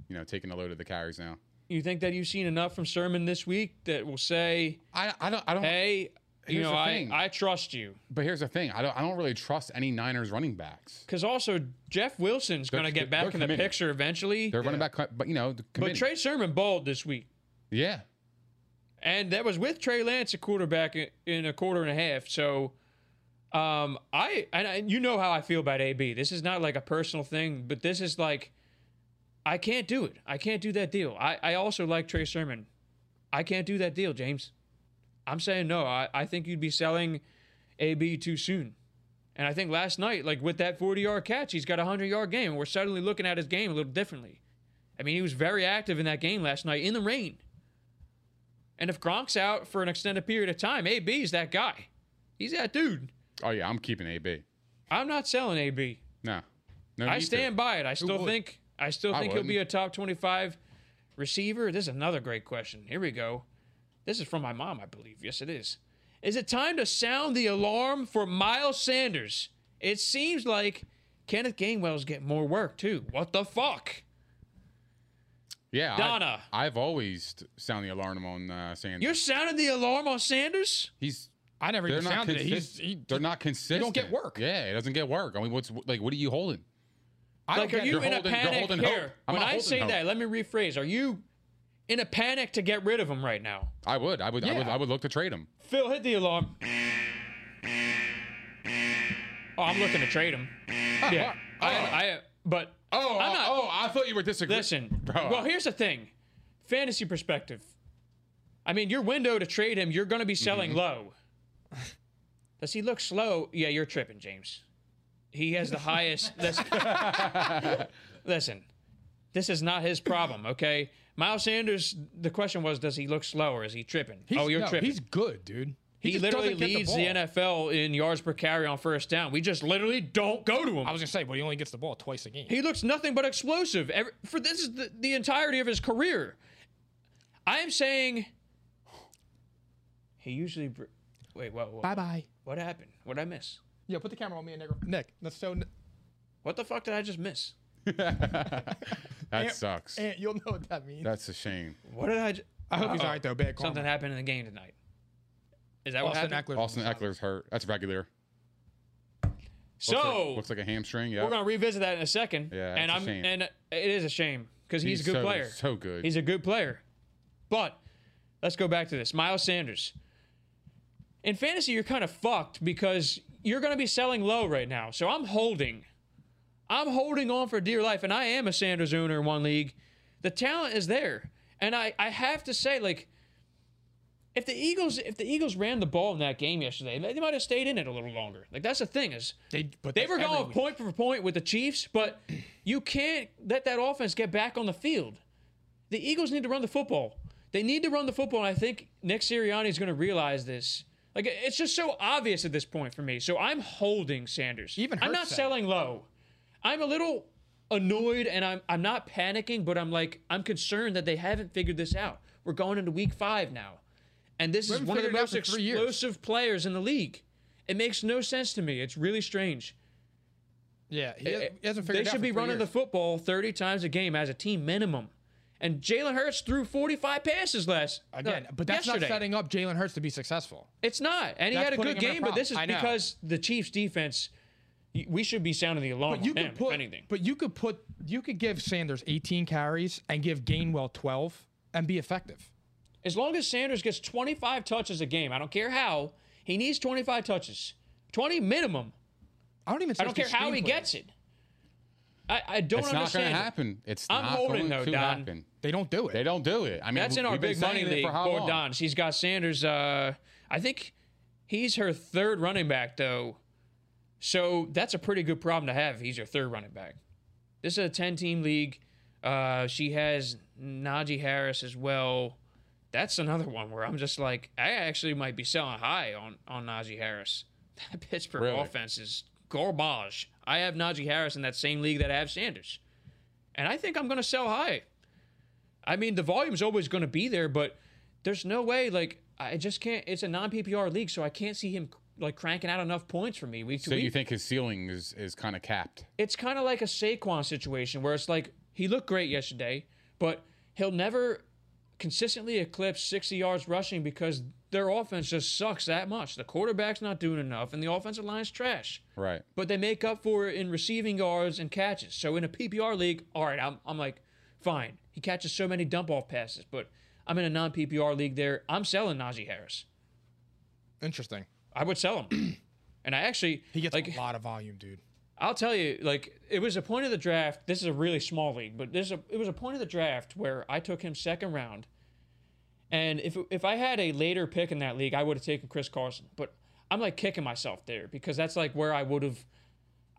Speaker 3: you know taking a load of the carries now.
Speaker 2: You think that you've seen enough from Sermon this week that will say,
Speaker 3: I I don't I don't.
Speaker 2: "Hey, you
Speaker 3: Here's
Speaker 2: know,
Speaker 3: the
Speaker 2: I,
Speaker 3: thing.
Speaker 2: I trust you."
Speaker 3: But here's the thing. I don't I don't really trust any Niners running backs.
Speaker 2: Because also Jeff Wilson's
Speaker 3: They're-
Speaker 2: going to get
Speaker 3: they're
Speaker 2: back in the
Speaker 3: committed.
Speaker 2: picture eventually.
Speaker 3: They're running back, but you know, the
Speaker 2: but
Speaker 3: committee.
Speaker 2: Trey Sermon balled this week,
Speaker 3: yeah.
Speaker 2: and that was with Trey Lance, a quarterback i- in a quarter and a half. So, um, I and I, you know how I feel about AB. This is not like a personal thing, but this is like, I can't do it. I can't do that deal. I I also like Trey Sermon. I can't do that deal, James. I'm saying no. I, I think you'd be selling AB too soon. And I think last night, like with that 40 yard catch, he's got a 100 yard game. And we're suddenly looking at his game a little differently. I mean, he was very active in that game last night in the rain. And if Gronk's out for an extended period of time, AB is that guy. He's that dude.
Speaker 3: Oh yeah, I'm keeping AB.
Speaker 2: I'm not selling AB.
Speaker 3: No, no.
Speaker 2: I stand by it. I still
Speaker 3: would?
Speaker 2: think I still
Speaker 3: I
Speaker 2: think he'll be a
Speaker 3: wouldn't.
Speaker 2: top 25 receiver. This is another great question. Here we go. This is from my mom, I believe. Yes, it is. Is it time to sound the alarm for Miles Sanders? It seems like Kenneth Gainwell's getting more work too. What the fuck?
Speaker 3: Yeah, I-
Speaker 2: Donna.
Speaker 3: I've always t- sound the alarm on uh, Sanders.
Speaker 2: You're sounding the alarm on Sanders?
Speaker 3: He's
Speaker 1: I never
Speaker 3: they're
Speaker 1: even
Speaker 3: not
Speaker 1: sounded it. He's,
Speaker 3: consist-
Speaker 1: he,
Speaker 3: they're not
Speaker 1: get
Speaker 3: consistent.
Speaker 1: work.
Speaker 3: Yeah, it doesn't get work. I mean, what's like? What are you holding?
Speaker 1: I don't
Speaker 2: Like, are
Speaker 1: get
Speaker 2: you
Speaker 1: it.
Speaker 3: They're
Speaker 2: in
Speaker 3: holding-
Speaker 2: a
Speaker 3: they're
Speaker 2: panic
Speaker 3: holding hope.
Speaker 2: here?
Speaker 3: I'm
Speaker 2: When
Speaker 3: not
Speaker 2: I
Speaker 3: holding
Speaker 2: say
Speaker 3: hope.
Speaker 2: that, let me rephrase. Are you in a panic to get rid of him right now?
Speaker 3: I would, I would, I would,
Speaker 1: Yeah.
Speaker 3: I would look to trade him.
Speaker 2: Phil, hit the alarm. Oh, I'm looking to trade him. Yeah, I, I, but
Speaker 3: Oh,
Speaker 2: I'm not.
Speaker 3: oh, I thought you were disagreeing.
Speaker 2: listen,
Speaker 3: Bro,
Speaker 2: well, here's the thing, fantasy perspective. I mean, your window to trade him, you're going to be selling
Speaker 1: Mm-hmm.
Speaker 2: low. Does he look slow? Yeah, you're tripping, James. He has the highest. Listen, listen, this is not his problem. Okay, Miles Sanders. The question was, does he look slow or is he tripping?
Speaker 1: He's-
Speaker 2: oh, you're
Speaker 1: no,
Speaker 2: tripping
Speaker 1: He's good, dude.
Speaker 2: he,
Speaker 1: just
Speaker 2: literally
Speaker 1: doesn't get
Speaker 2: leads the,
Speaker 1: ball.
Speaker 2: NFL in yards per carry on first down. We just literally don't go to him.
Speaker 1: I was gonna say, but he only gets the ball twice a game.
Speaker 2: he looks nothing but explosive. Every, for this is the, the entirety of his career. I am saying he usually. Br- Wait, what? what
Speaker 1: Bye bye.
Speaker 2: What happened? What did I miss?
Speaker 1: Yo, put the camera on me and Negro. Nick, that's so.
Speaker 2: What the fuck did I just miss?
Speaker 3: that sucks.
Speaker 1: Ant, you'll know what that means.
Speaker 3: That's a shame.
Speaker 2: What did I? J-
Speaker 1: I hope he's all right though. Bad call.
Speaker 2: Something happened in the game tonight. Is that what
Speaker 1: Austin Eckler's
Speaker 2: happened?
Speaker 3: Austin Eckler's hurt. That's regular.
Speaker 2: So
Speaker 3: looks like a hamstring. Yeah,
Speaker 2: Oh. we're gonna revisit that in a second.
Speaker 3: Yeah,
Speaker 2: and
Speaker 3: it's a
Speaker 2: I'm
Speaker 3: shame.
Speaker 2: and it is a shame because he's, a good
Speaker 3: so,
Speaker 2: player.
Speaker 3: So good.
Speaker 2: He's a good player. But let's go back to this. Miles Sanders. In fantasy, you're kind of fucked because you're going to be selling low right now. So I'm holding. I'm holding on for dear life. And I am a Sanders owner in one league. The talent is there. And I, I have to say, like, if the Eagles if the Eagles ran the ball in that game yesterday, they might have stayed in it a little longer. Like that's the thing is
Speaker 1: They- but
Speaker 2: they
Speaker 1: that's
Speaker 2: were
Speaker 1: every
Speaker 2: going
Speaker 1: week.
Speaker 2: point for point with the Chiefs, but you can't let that offense get back on the field. The Eagles need to run the football. They need to run the football, and I think Nick Sirianni is going to realize this. Like it- it's just so obvious at this point for me. So I'm holding Sanders.
Speaker 1: Even
Speaker 2: I'm
Speaker 1: Hurts
Speaker 2: not
Speaker 1: said it.
Speaker 2: selling low. I'm a little annoyed and I'm I'm not panicking, but I'm like I'm concerned that they haven't figured this out. We're going into week five now. And this
Speaker 1: We
Speaker 2: is
Speaker 1: haven't
Speaker 2: one of the
Speaker 1: figured it out
Speaker 2: most
Speaker 1: for three years.
Speaker 2: explosive players in the league. It makes no sense to me. It's really strange.
Speaker 1: Yeah, he, has,
Speaker 2: It-
Speaker 1: he hasn't figured.
Speaker 2: Eh, they should be running the football 30 times a game as a team minimum. And Jalen Hurts threw 45 passes last
Speaker 1: again,
Speaker 2: uh,
Speaker 1: but that's
Speaker 2: yesterday. Oh,
Speaker 1: not setting up Jalen Hurts to be successful.
Speaker 2: It's not. And he
Speaker 1: That's
Speaker 2: had a
Speaker 1: putting
Speaker 2: good
Speaker 1: him in a
Speaker 2: game, but this is
Speaker 1: problem. I know.
Speaker 2: because the Chiefs defense y- we should be sounding the alarm
Speaker 1: But you
Speaker 2: on them,
Speaker 1: could put,
Speaker 2: if anything.
Speaker 1: but you could put, you could give Sanders 18 carries and give Gainwell 12 and be effective.
Speaker 2: As long as Sanders gets 25 touches a game, I don't care how, he needs 25 touches. 20 minimum.
Speaker 1: I don't even.
Speaker 2: I don't care how he gets it. I, I don't
Speaker 3: it's not
Speaker 2: understand.
Speaker 3: going
Speaker 2: it.
Speaker 3: to happen. It's
Speaker 2: I'm
Speaker 3: not
Speaker 2: holding,
Speaker 3: going
Speaker 2: though,
Speaker 3: to
Speaker 2: Don.
Speaker 3: happen.
Speaker 1: They don't do it.
Speaker 3: They don't do it. I mean,
Speaker 2: That's in our
Speaker 3: we've been
Speaker 2: big money
Speaker 3: saying it
Speaker 2: league.
Speaker 3: for how
Speaker 2: Poor
Speaker 3: long?
Speaker 2: Don. She's got Sanders. Uh, I think he's her third running back, though. So that's a pretty good problem to have. He's your third running back. This is a 10 team league. Uh, she has Najee Harris as well. That's another one where I'm just like, I actually might be selling high on, on Najee Harris. That Pittsburgh
Speaker 3: Really?
Speaker 2: offense is garbage. I have Najee Harris in that same league that I have Sanders. And I think I'm going to sell high. I mean, the volume's always going to be there, but there's no way. Like, I just can't. It's a non PPR league, so I can't see him like cranking out enough points for me week to
Speaker 3: So
Speaker 2: week.
Speaker 3: you think his ceiling is is kind of capped?
Speaker 2: it's kind of like a Saquon situation where it's like he looked great yesterday, but he'll never consistently eclipse 60 yards rushing because their offense just sucks that much. The quarterback's not doing enough, and the offensive line's trash
Speaker 3: Right.
Speaker 2: but they make up for it in receiving yards and catches. So in a PPR league, all right, I'm, I'm like, fine. He catches so many dump off passes, but I'm in a non PPR league there. I'm selling Najee Harris.
Speaker 1: Interesting.
Speaker 2: I would sell him. and I actually,
Speaker 1: He gets
Speaker 2: like,
Speaker 1: a lot of volume, dude.
Speaker 2: I'll tell you, like, it was a point of the draft. This is a really small league, but this is a, it was a point of the draft where I took him second round. And if if I had a later pick in that league, I would have taken Chris Carson. But I'm like kicking myself there because that's like where I would have.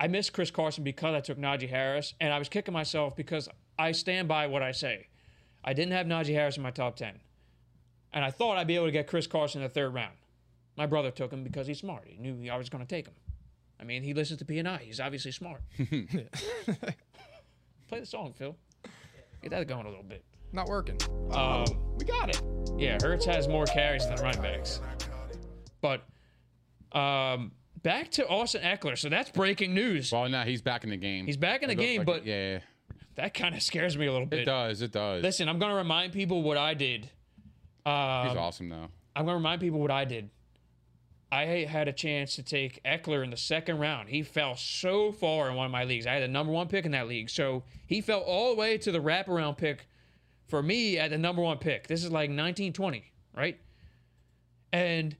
Speaker 2: I missed Chris Carson because I took Najee Harris, and I was kicking myself because I stand by what I say. I didn't have Najee Harris in my top ten, and I thought I'd be able to get Chris Carson in the third round. My brother took him because he's smart. He knew I was going to take him. I mean, he listens to P and I. He's obviously smart. Play the song, Phil. Get that going a little bit.
Speaker 1: Not working.
Speaker 2: Um,
Speaker 1: We got it.
Speaker 2: yeah, Hertz has more carries than running backs. But um, back to Austin Eckler. So that's breaking news.
Speaker 3: Well, no, he's back in the game.
Speaker 2: He's back in the
Speaker 3: It looks
Speaker 2: game,
Speaker 3: like
Speaker 2: but-
Speaker 3: it. yeah,
Speaker 2: That kind of scares me a little
Speaker 3: it,
Speaker 2: bit.
Speaker 3: does. It does.
Speaker 2: Listen, I'm going to remind people what I did. Um,
Speaker 3: he's awesome though.
Speaker 2: I'm gonna remind people what I did. I had a chance to take Eckler in the second round. He fell so far in one of my leagues. I had the number one pick in that league, so he fell all the way to the wraparound pick for me at the number one pick. This is like 1920, right? And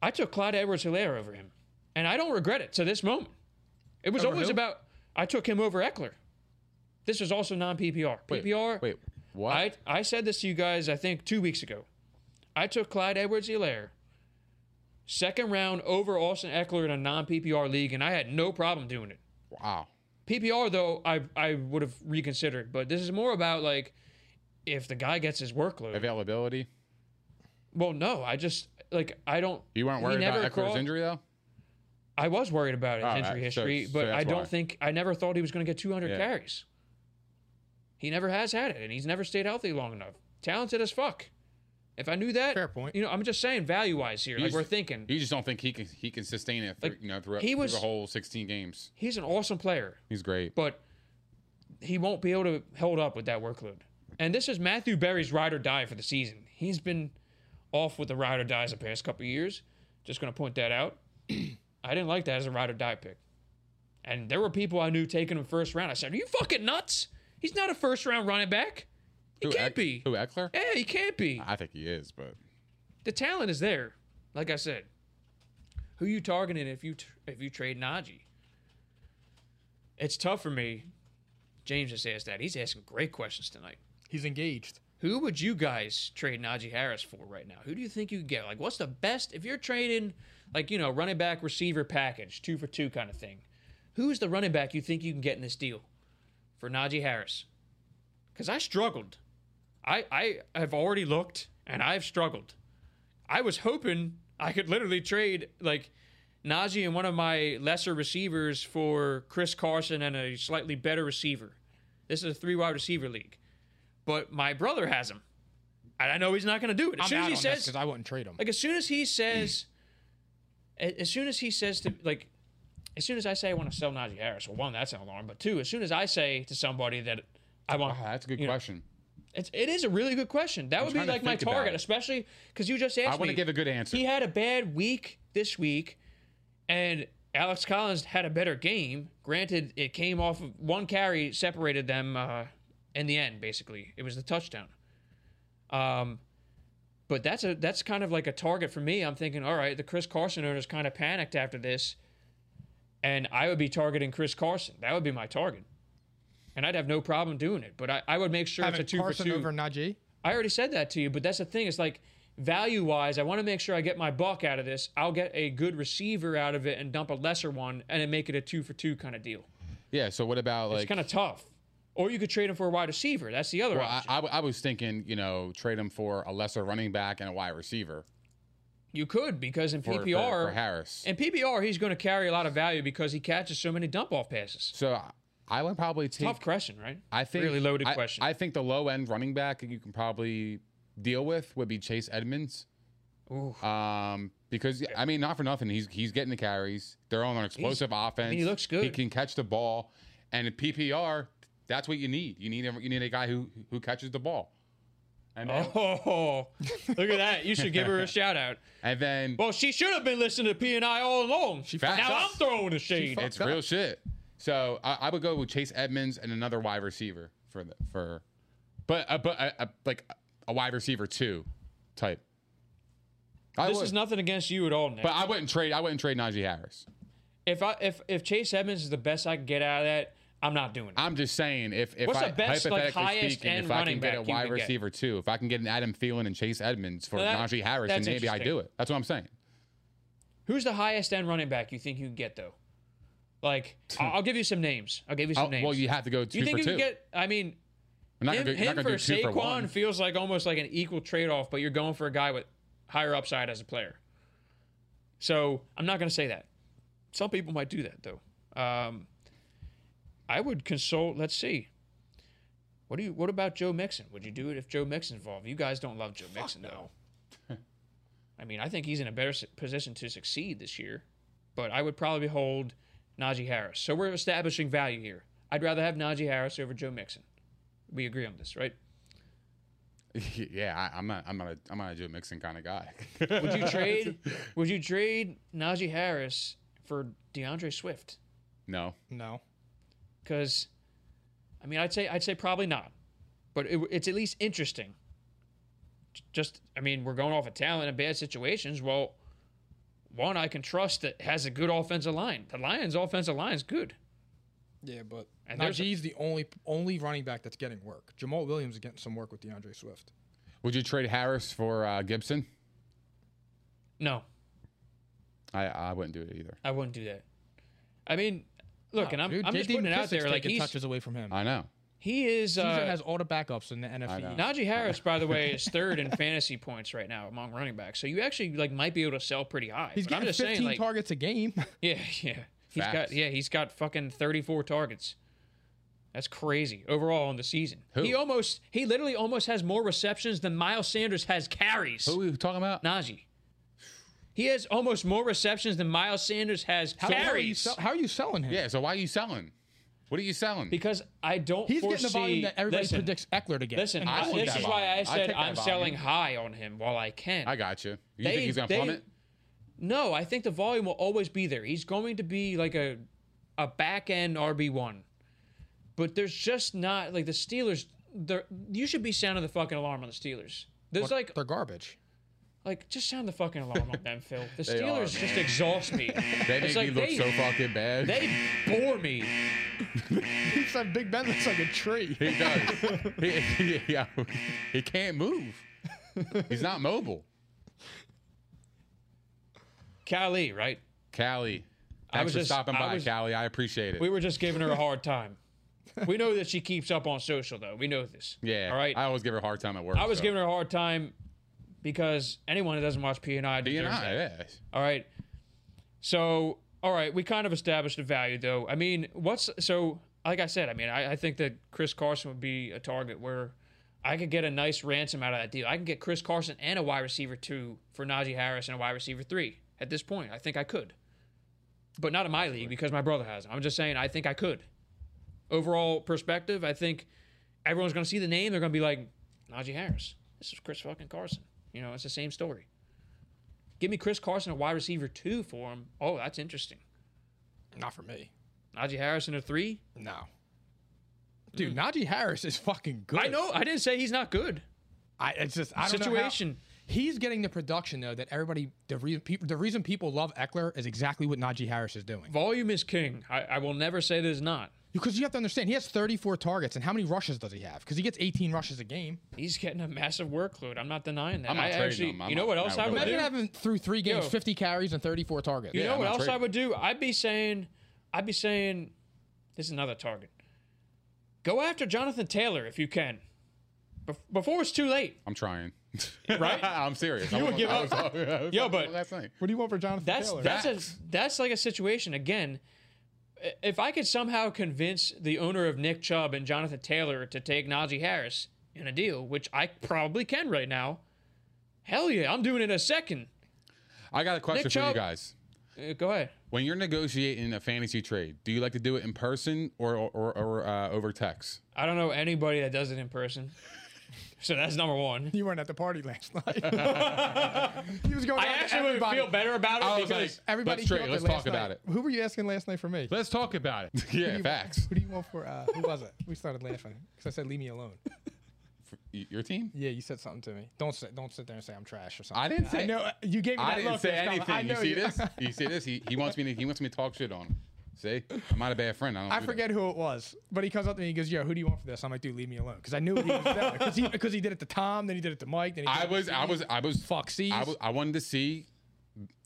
Speaker 2: I took Clyde edwards hilaire over him, and I don't regret it to this moment. It was
Speaker 3: Over
Speaker 2: always
Speaker 3: who?
Speaker 2: about I took him over Eckler. This was also non PPR.
Speaker 3: Wait,
Speaker 2: PPR.
Speaker 3: Wait, what?
Speaker 2: I, I said this to you guys, I think, two weeks ago. I took Clyde Edwards Elaire, second round over Austin Eckler in a non PPR league, and I had no problem doing it.
Speaker 3: wow.
Speaker 2: PPR, though, I, I would have reconsidered, but this is more about like if the guy gets his workload.
Speaker 3: Availability.
Speaker 2: well, no, I just, like, I don't.
Speaker 3: You weren't
Speaker 2: he
Speaker 3: worried about
Speaker 2: never
Speaker 3: Eckler's
Speaker 2: crawled-
Speaker 3: injury though.
Speaker 2: I was worried about his
Speaker 3: All right,
Speaker 2: injury
Speaker 3: so-
Speaker 2: history,
Speaker 3: so
Speaker 2: but I
Speaker 3: Oh, that's
Speaker 2: don't
Speaker 3: why.
Speaker 2: think I never thought he was going to get 200
Speaker 3: Yeah.
Speaker 2: carries. He never has had it, and he's never stayed healthy long enough. Talented as fuck. If I knew that,
Speaker 1: Fair point.
Speaker 2: You know, I'm just saying value wise here.
Speaker 3: You
Speaker 2: like
Speaker 3: just-
Speaker 2: we're thinking,
Speaker 3: You just don't think he can he can sustain it, through,
Speaker 2: Like,
Speaker 3: you know, throughout
Speaker 2: he
Speaker 3: through
Speaker 2: was-
Speaker 3: the whole 16 games.
Speaker 2: he's an awesome player,
Speaker 3: He's great.
Speaker 2: but he won't be able to hold up with that workload. And this is Matthew Berry's ride or die for the season. He's been off with the ride or dies the past couple of years. Just going to point that out. I didn't like that as a ride or die pick. And there were people I knew taking him first round. I said, Are you fucking nuts? He's not a first round running back. He
Speaker 3: Who,
Speaker 2: can't
Speaker 3: Eck-
Speaker 2: be.
Speaker 3: Who Eckler?
Speaker 2: Yeah, he can't be.
Speaker 3: I think he is, but
Speaker 2: The talent is there. Like I said, who you targeting if you tr- if you trade Najee? It's tough for me. James just asked that. He's asking great questions tonight.
Speaker 1: He's engaged.
Speaker 2: Who would you guys trade Najee Harris for right now? Who do you think you could get? Like, what's the best if you're trading, like you know, running back receiver package, two for two kind of thing? Who's the running back you think you can get in this deal for Najee Harris? Because I struggled. I I have already looked and I've struggled. I was hoping I could literally trade like Najee and one of my lesser receivers for Chris Carson and a slightly better receiver. This is a three wide receiver league, but my brother has him, and I know he's not going to do it. As
Speaker 1: I'm
Speaker 2: soon as
Speaker 1: out on
Speaker 2: he
Speaker 1: this
Speaker 2: says,
Speaker 1: because I wouldn't trade him.
Speaker 2: like as soon as he says, a- as soon as he says to like, as soon as I say I want to sell Najee Harris, well, one that's an alarm, but two, as soon as I say to somebody that I want,
Speaker 3: Wow, ah, that's a good
Speaker 2: Uh, you know,
Speaker 3: question.
Speaker 2: it's, it is a really good question. That would be
Speaker 3: trying to
Speaker 2: like my
Speaker 3: think about
Speaker 2: target,
Speaker 3: it.
Speaker 2: especially because you just asked
Speaker 3: I wanna
Speaker 2: me-
Speaker 3: give a good answer.
Speaker 2: He had a bad week this week, and Alex Collins had a better game. Granted, it came off of one carry separated them uh, in the end. Basically, it was the touchdown. Um, but that's a that's kind of like a target for me. I'm thinking, all right, the Chris Carson owners kind of panicked after this, and I would be targeting Chris Carson. That would be my target. And I'd have no problem doing it, but I, I would make sure
Speaker 1: Having
Speaker 2: it's a two
Speaker 1: Carson
Speaker 2: for two.
Speaker 1: over Najee.
Speaker 2: I already said that to you, but that's the thing. It's like value wise, I want to make sure I get my buck out of this. I'll get a good receiver out of it and dump a lesser one and then make it a two for two kind of deal.
Speaker 3: Yeah. So what about like?
Speaker 2: it's kind of tough. Or you could trade him for a wide receiver. That's the other
Speaker 3: well, I,
Speaker 2: option.
Speaker 3: I, w- I was thinking, you know, trade him for a lesser running back and a wide receiver
Speaker 2: you could because in
Speaker 3: for, for-
Speaker 2: PPR,
Speaker 3: for Harris.
Speaker 2: in PPR, he's going to carry a lot of value because he catches so many dump off passes.
Speaker 3: so I- I would probably take.
Speaker 2: Tough question, right?
Speaker 3: I think
Speaker 2: really loaded
Speaker 3: I-
Speaker 2: question.
Speaker 3: I think the low end running back you can probably deal with would be Chase Edmonds.
Speaker 2: Ooh.
Speaker 3: Um, because I mean, not for nothing, he's he's getting the carries. They're on an explosive offense.
Speaker 2: he looks good.
Speaker 3: He can catch the ball, and in PPR, that's what you need. You need a, you need a guy who who catches the ball. And then,
Speaker 2: Oh, look at that! You should give her a shout out.
Speaker 3: and then
Speaker 2: Well, she should have been listening to P and I all along.
Speaker 3: fucked
Speaker 2: now
Speaker 3: up.
Speaker 2: I'm throwing a shade.
Speaker 3: it's real shit. So I, I would go with Chase Edmonds and another wide receiver for the for, but uh, but uh, uh, like a wide receiver two, type. I
Speaker 2: This
Speaker 3: would.
Speaker 2: is nothing against you at all, Nick.
Speaker 3: But I wouldn't trade. I wouldn't trade Najee Harris.
Speaker 2: if I if if Chase Edmonds is the best I can get out of that, I'm not doing it.
Speaker 3: I'm just saying if if
Speaker 2: What's
Speaker 3: I,
Speaker 2: the best, like,
Speaker 3: hypothetically
Speaker 2: highest
Speaker 3: speaking,
Speaker 2: end
Speaker 3: if I can
Speaker 2: running
Speaker 3: get a
Speaker 2: back you
Speaker 3: wide
Speaker 2: could get?
Speaker 3: receiver too, if I can get an Adam Thielen and Chase Edmonds for
Speaker 2: Well, that-
Speaker 3: Najee Harris, then
Speaker 2: that's
Speaker 3: maybe I
Speaker 2: interesting.
Speaker 3: do it. That's what I'm saying.
Speaker 2: Who's the highest end running back you think you can get though? Like I- I'll, give you some names. I'll give you some
Speaker 3: I'll-
Speaker 2: names.
Speaker 3: Oh, well, you have to go two
Speaker 2: you
Speaker 3: for
Speaker 2: think you
Speaker 3: two.
Speaker 2: can get? I mean,
Speaker 3: I'm not
Speaker 2: him,
Speaker 3: gonna, go-
Speaker 2: him
Speaker 3: not
Speaker 2: for
Speaker 3: gonna do two for
Speaker 2: Saquon
Speaker 3: one.
Speaker 2: feels like almost like an equal trade off, but you're going for a guy with higher upside as a player. So I'm not going to say that. Some people might do that though. Um, I would consult. Let's see. What do you? What about Joe Mixon? Would you do it if Joe Mixon's involved? You guys don't love Joe Mixon though. I mean, I think he's in a better s- position to succeed this year, but I would probably hold Najee Harris. So we're establishing value here. I'd rather have Najee Harris over Joe Mixon. We agree on this, right?
Speaker 3: yeah, I, I'm not. I'm not. A, I'm not a Joe Mixon kind of guy.
Speaker 2: Would you trade? would you trade Najee Harris for DeAndre Swift?
Speaker 3: no.
Speaker 1: No.
Speaker 2: Because, I mean, I'd say I'd say probably not, but it, it's at least interesting. J- Just, I mean, we're going off of talent in bad situations. Well, one I can trust that has a good offensive line. The Lions' offensive line is good.
Speaker 1: Yeah, but
Speaker 2: And there's a-
Speaker 1: Najee's the only only running back that's getting work. Jamal Williams is getting some work with DeAndre Swift.
Speaker 3: Would you trade Harris for uh, Gibson?
Speaker 2: No,
Speaker 3: I I wouldn't do it either.
Speaker 2: I wouldn't do that. I mean, look, and I'm,
Speaker 1: Dude,
Speaker 2: I'm just
Speaker 1: J.D.
Speaker 2: putting it out
Speaker 1: McKissick's
Speaker 2: there. Like
Speaker 1: taking
Speaker 2: he's,
Speaker 1: touches away from him.
Speaker 3: I know.
Speaker 2: he is. Uh,
Speaker 1: Caesar has all the backups in the
Speaker 3: know.
Speaker 1: NFL.
Speaker 2: Najee Harris, by the way, is third in fantasy points right now among running backs. So you actually like might be able to sell pretty high.
Speaker 1: He's
Speaker 2: But I'm
Speaker 1: getting
Speaker 2: just
Speaker 1: 15
Speaker 2: saying, like,
Speaker 1: targets a game.
Speaker 2: yeah, yeah, he's got
Speaker 3: Facts.
Speaker 2: yeah, he's got fucking 34 targets. That's crazy overall on the season.
Speaker 3: Who?
Speaker 2: He almost, he literally almost has more receptions than Miles Sanders has carries.
Speaker 3: Who are we talking about?
Speaker 2: Najee, he has almost more receptions than Miles Sanders has
Speaker 1: How, how, are you
Speaker 2: carries.
Speaker 1: sell, how are you selling him?
Speaker 3: Yeah. So why are you selling? What are you selling?
Speaker 2: Because I don't
Speaker 1: He's
Speaker 2: foresee.
Speaker 1: getting the volume that everybody
Speaker 2: listen,
Speaker 1: predicts Eckler to get.
Speaker 2: Listen,
Speaker 1: And
Speaker 2: I-
Speaker 1: that's
Speaker 3: want
Speaker 2: this
Speaker 3: that
Speaker 2: is
Speaker 3: volume.
Speaker 2: why I
Speaker 3: I
Speaker 2: said
Speaker 3: take that
Speaker 2: I'm
Speaker 3: volume.
Speaker 2: selling high on him while I can.
Speaker 3: I got you. You
Speaker 2: They-
Speaker 3: think he's gonna
Speaker 2: they-
Speaker 3: plummet?
Speaker 2: No, I think the volume will always be there. He's going to be like a a back end RB one, but there's just not like the Steelers. They're, you should be sounding the fucking alarm on the Steelers. There's like
Speaker 1: they're garbage.
Speaker 2: like just sound the fucking alarm on them, Phil. The
Speaker 3: They are,
Speaker 2: Steelers just
Speaker 3: man.
Speaker 2: exhaust me.
Speaker 3: They make me
Speaker 2: It's like
Speaker 3: look
Speaker 2: they,
Speaker 3: so fucking bad.
Speaker 2: they bore me.
Speaker 1: He said Big Ben looks like a tree.
Speaker 3: he does. he, he- yeah, he can't move. He's not mobile.
Speaker 2: Cali, right?
Speaker 3: Callie, thanks
Speaker 2: was
Speaker 3: for
Speaker 2: just-
Speaker 3: stopping
Speaker 2: I
Speaker 3: by,
Speaker 2: was-
Speaker 3: Callie. I appreciate it.
Speaker 2: We were just giving her a hard time. We know that she keeps up on social though. We know this.
Speaker 3: yeah.
Speaker 2: All right.
Speaker 3: I always give her a hard time at work.
Speaker 2: I was
Speaker 3: so.
Speaker 2: giving her a hard time because anyone who doesn't watch P and I
Speaker 3: He and
Speaker 2: deserves
Speaker 3: I,
Speaker 2: that.
Speaker 3: yeah.
Speaker 2: All right. So, all right, we kind of established the value though. I mean, what's so? Like I said, I mean, I, I think that Chris Carson would be a target where I could get a nice ransom out of that deal. I can get Chris Carson and a wide receiver two for Najee Harris and a wide receiver three. At this point, I think I could, but not in my league because my brother has. 'em. I'm just saying, I think I could. Overall perspective, I think everyone's going to see the name. They're going to be like, Najee Harris. This is Chris fucking Carson. You know, it's the same story. Give me Chris Carson a wide receiver two for him. Oh, that's interesting.
Speaker 1: Not for me.
Speaker 2: Najee Harrison a three.
Speaker 1: No. Dude, Najee Harris is fucking good.
Speaker 2: I know. I didn't say he's not good.
Speaker 1: I, it's just I don't know how-
Speaker 2: Situation.
Speaker 1: he's getting the production though that everybody the reason people the reason people love Eckler is exactly what Najee Harris is doing.
Speaker 2: Volume is king. I, I will never say there's not.
Speaker 1: Because you have to understand he has 34 targets and how many rushes does he have? Because he gets 18 rushes a game.
Speaker 2: He's getting a massive workload. I'm not denying that.
Speaker 3: I'm not
Speaker 2: I
Speaker 3: trading
Speaker 2: actually,
Speaker 3: him. I'm
Speaker 2: you know
Speaker 3: not-
Speaker 2: what else
Speaker 3: not
Speaker 2: I would
Speaker 3: going.
Speaker 2: do?
Speaker 1: Imagine having through three games,
Speaker 2: Yo.
Speaker 1: 50 carries and 34 targets.
Speaker 2: You know
Speaker 3: I'm
Speaker 2: what
Speaker 3: not
Speaker 2: else I
Speaker 3: trading.
Speaker 2: would do? I'd be saying, I'd be saying, this is another target. Go after Jonathan Taylor if you can, Bef- before it's too late.
Speaker 3: I'm trying.
Speaker 2: Right?
Speaker 3: I'm serious. You
Speaker 2: would give up. Yo, but-
Speaker 3: last night.
Speaker 1: What do you want for Jonathan
Speaker 2: That's
Speaker 1: Taylor?
Speaker 2: that's a
Speaker 3: Facts.
Speaker 2: that's like a situation again. i- If I could somehow convince the owner of Nick Chubb and Jonathan Taylor to take Najee Harris in a deal, which I probably can right now, hell yeah, I'm doing it in a second.
Speaker 3: I got a question for you
Speaker 2: Chubb-
Speaker 3: guys.
Speaker 2: Uh, go ahead.
Speaker 3: When you're negotiating a fantasy trade, do you like to do it in person or or, or uh, over text?
Speaker 2: I don't know anybody that does it in person, so that's number one.
Speaker 1: you weren't at the party last night. he was going.
Speaker 2: I
Speaker 1: out to
Speaker 2: actually would
Speaker 1: everybody.
Speaker 2: feel better about it
Speaker 3: I was
Speaker 2: because
Speaker 3: like-
Speaker 1: Everybody
Speaker 3: Let's trade.
Speaker 1: killed
Speaker 3: Let's
Speaker 1: it last
Speaker 3: talk about
Speaker 1: night.
Speaker 3: it.
Speaker 1: Who were you asking last night for me?
Speaker 3: Let's talk about it. yeah, facts.
Speaker 1: Who do you want for? Uh, who was it? We started laughing because I said, "Leave me alone."
Speaker 3: Y- Your team?
Speaker 1: Yeah, you said something to me. Don't sit, don't sit there and say I'm trash or something.
Speaker 3: I didn't say.
Speaker 1: I know uh, you gave me. That
Speaker 3: I didn't
Speaker 1: look
Speaker 3: say
Speaker 1: last time. I
Speaker 3: anything. You
Speaker 1: know
Speaker 3: see this? You see this? He, he wants me to he wants me to talk shit on him. See, I'm not a bad friend. I don't.
Speaker 1: I
Speaker 3: do that.
Speaker 1: forget who it was, but he comes up to me. and He goes, "Yo, who do you want for this?" I'm like, "Dude, leave me alone," because I knew what he was doing. Because he, 'cause he did it to Tom, then he did it to Mike. Then he did
Speaker 3: I
Speaker 1: it to
Speaker 3: was I
Speaker 1: Steve.
Speaker 3: was I was
Speaker 1: Fuck, sees.
Speaker 3: I was I wanted to see,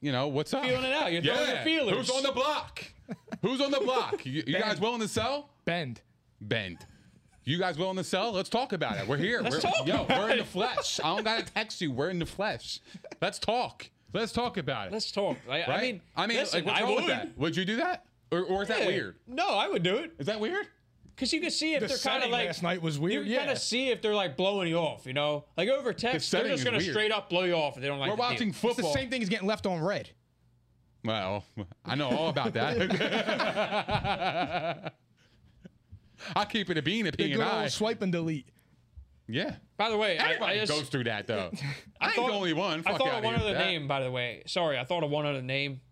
Speaker 3: you know, what's up.
Speaker 2: Feeling it out. You're throwing your feelers.
Speaker 3: Who's on the block? Who's on the block? You, you guys willing to sell?
Speaker 1: bend.
Speaker 3: Bend. You guys willing to sell? Let's talk about it. We're here. we're,
Speaker 2: talk
Speaker 3: yo,
Speaker 2: about
Speaker 3: we're in the flesh. I don't gotta text you. We're in the flesh. Let's talk. Let's talk about it.
Speaker 2: Let's talk. I, I
Speaker 3: right?
Speaker 2: mean,
Speaker 3: I mean,
Speaker 2: listen,
Speaker 3: like, what's
Speaker 2: I
Speaker 3: wrong
Speaker 2: would.
Speaker 3: with that? Would you do that, or, or is that
Speaker 2: Yeah.
Speaker 3: weird?
Speaker 2: No, I would do it
Speaker 3: Is that weird?
Speaker 2: because you can see if
Speaker 1: The
Speaker 2: they're kind
Speaker 1: setting
Speaker 2: of like
Speaker 1: last night was weird,
Speaker 2: You kind
Speaker 1: yeah.
Speaker 2: of see if they're like blowing you off. You know, like over text, they're
Speaker 3: setting
Speaker 2: just
Speaker 3: is
Speaker 2: gonna
Speaker 3: weird.
Speaker 2: straight up blow you off if they don't like.
Speaker 3: We're
Speaker 2: the deal.
Speaker 3: watching
Speaker 1: It's
Speaker 3: football.
Speaker 1: the same thing as getting left on red.
Speaker 3: Well, I know all about that. I keep it a bean, a
Speaker 1: The
Speaker 3: ping,
Speaker 1: good
Speaker 3: and I.
Speaker 1: old swipe and delete.
Speaker 3: yeah.
Speaker 2: By the way, I,
Speaker 3: Everybody
Speaker 2: I just,
Speaker 3: goes through that though. I, ain't
Speaker 2: thought-
Speaker 3: the only one. Fuck
Speaker 2: I thought
Speaker 3: outta
Speaker 2: of one
Speaker 3: here
Speaker 2: other
Speaker 3: with that.
Speaker 2: name, by the way. Sorry, I thought of one other name.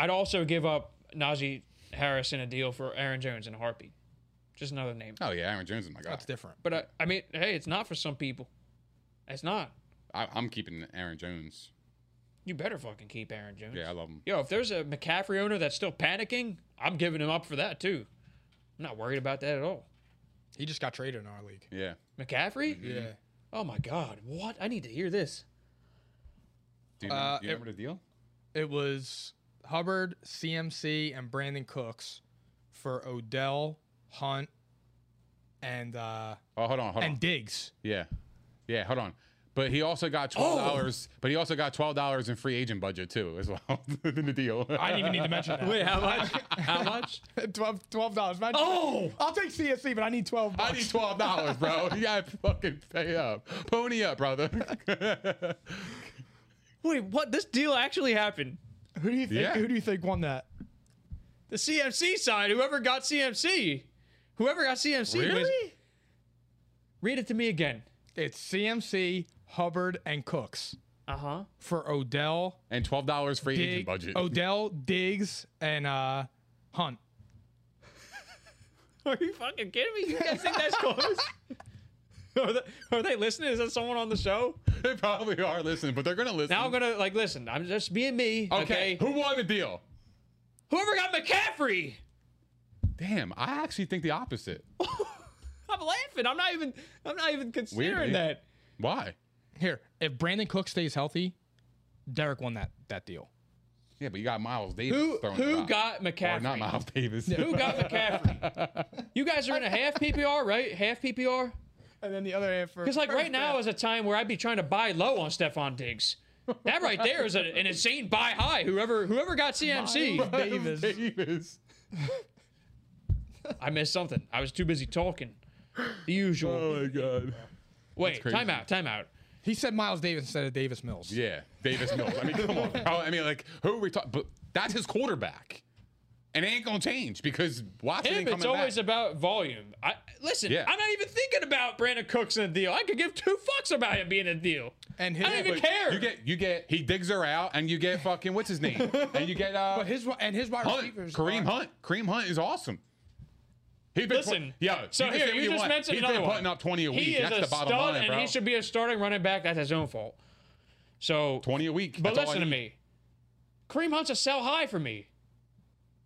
Speaker 2: I'd also give up Najee Harrison a deal for Aaron Jones and Harpy. Just another name.
Speaker 3: Oh yeah, Aaron Jones is my guy.
Speaker 1: That's different.
Speaker 2: But I, I mean, hey, it's not for some people. It's not.
Speaker 3: I, I'm keeping Aaron Jones.
Speaker 2: You better fucking keep Aaron Jones.
Speaker 3: Yeah, I love him.
Speaker 2: Yo, if there's a McCaffrey owner that's still panicking, I'm giving him up for that too. I'm not worried about that at all.
Speaker 1: He just got traded in our league.
Speaker 3: Yeah.
Speaker 2: McCaffrey?
Speaker 1: Yeah.
Speaker 2: Oh my God. What? I need to hear this.
Speaker 3: Do you, remember,
Speaker 1: Uh,
Speaker 3: do you
Speaker 1: it-
Speaker 3: remember the deal?
Speaker 1: It was Hubbard, CMC, and Brandon Cooks for Odell, Hunt, and uh,
Speaker 3: Oh, hold on, hold on.
Speaker 1: and Diggs.
Speaker 3: Yeah. Yeah, hold on. But he also got twelve dollars. But he also got twelve dollars in free agent budget too, as well. in the deal.
Speaker 1: I didn't even need to mention that.
Speaker 2: how much? how much?
Speaker 1: Twelve twelve dollars.
Speaker 2: Oh!
Speaker 1: I'll take CSC, but I need twelve.
Speaker 3: I need twelve dollars, bro. You gotta fucking pay up, pony up, brother.
Speaker 2: Wait, what? This deal actually happened.
Speaker 1: Who do you think?
Speaker 3: Yeah.
Speaker 1: Who do you think won that?
Speaker 2: The CMC side, whoever got CMC, whoever got CMC was.
Speaker 3: Really?
Speaker 2: Read it to me again.
Speaker 1: It's CMC, Hubbard, and Cooks
Speaker 2: Uh huh.
Speaker 1: for Odell,
Speaker 3: and twelve dollars free agent
Speaker 1: Dig,
Speaker 3: budget.
Speaker 1: Odell, Diggs, and uh, Hunt.
Speaker 2: Are you fucking kidding me? You guys think that's close? Are they, are they listening? Is that someone on the show?
Speaker 3: they probably are listening, but they're gonna listen.
Speaker 2: Now I'm gonna like listen. I'm just being me.
Speaker 3: okay.
Speaker 2: Okay.
Speaker 3: Who won the deal?
Speaker 2: Whoever got McCaffrey,
Speaker 3: Damn, I actually think the opposite.
Speaker 2: I'm laughing. I'm not even. I'm not even considering
Speaker 3: eh?
Speaker 2: that.
Speaker 3: Why?
Speaker 1: Here, if Brandon Cook stays healthy, Derek won that that deal.
Speaker 3: Yeah, but you got Miles Davis.
Speaker 2: Who
Speaker 3: throwing the
Speaker 2: who
Speaker 3: rock.
Speaker 2: got McCaffrey?
Speaker 3: Or not Miles Davis.
Speaker 2: Who got McCaffrey? You guys are in a half PPR, right? Half PPR.
Speaker 1: And then the other half for
Speaker 2: Because like right now is a time where I'd be trying to buy low on Stefan Diggs. That right there is a, an insane buy high. Whoever whoever got CMC,
Speaker 3: Davis. Davis.
Speaker 2: I missed something. I was too busy talking. The usual.
Speaker 3: Oh my god.
Speaker 2: Wait,
Speaker 3: crazy.
Speaker 2: time out, time out.
Speaker 1: he said Miles Davis instead of Davis Mills.
Speaker 3: Yeah, Davis Mills. I mean, come on. bro. I mean, like, who are we talking? But that's his quarterback, and it ain't gonna change because Watson
Speaker 2: Him,
Speaker 3: ain't coming
Speaker 2: it's always
Speaker 3: back.
Speaker 2: about volume. I listen.
Speaker 3: Yeah.
Speaker 2: I'm not even thinking about Brandon Cooks in a deal. I could give two fucks about him being in a deal.
Speaker 1: And his,
Speaker 2: I don't even
Speaker 3: But
Speaker 2: care.
Speaker 3: You get, you get. He digs her out, and you get fucking what's his name, and you get uh
Speaker 1: but his and his wide
Speaker 3: Hunt,
Speaker 1: receivers.
Speaker 3: Kareem
Speaker 1: are-
Speaker 3: Hunt. Kareem Hunt is awesome. He been
Speaker 2: Listen,
Speaker 3: yeah.
Speaker 2: So here you, just mentioned
Speaker 3: he's
Speaker 2: another
Speaker 3: been
Speaker 2: one.
Speaker 3: putting up twenty a week.
Speaker 2: He is
Speaker 3: That's
Speaker 2: a
Speaker 3: the bottom
Speaker 2: stud,
Speaker 3: line,
Speaker 2: and
Speaker 3: bro.
Speaker 2: he should be a starting running back. That's his own fault. So
Speaker 3: twenty a week.
Speaker 2: But
Speaker 3: That's all I
Speaker 2: listen to
Speaker 3: need.
Speaker 2: me. Kareem Hunt's a sell high for me.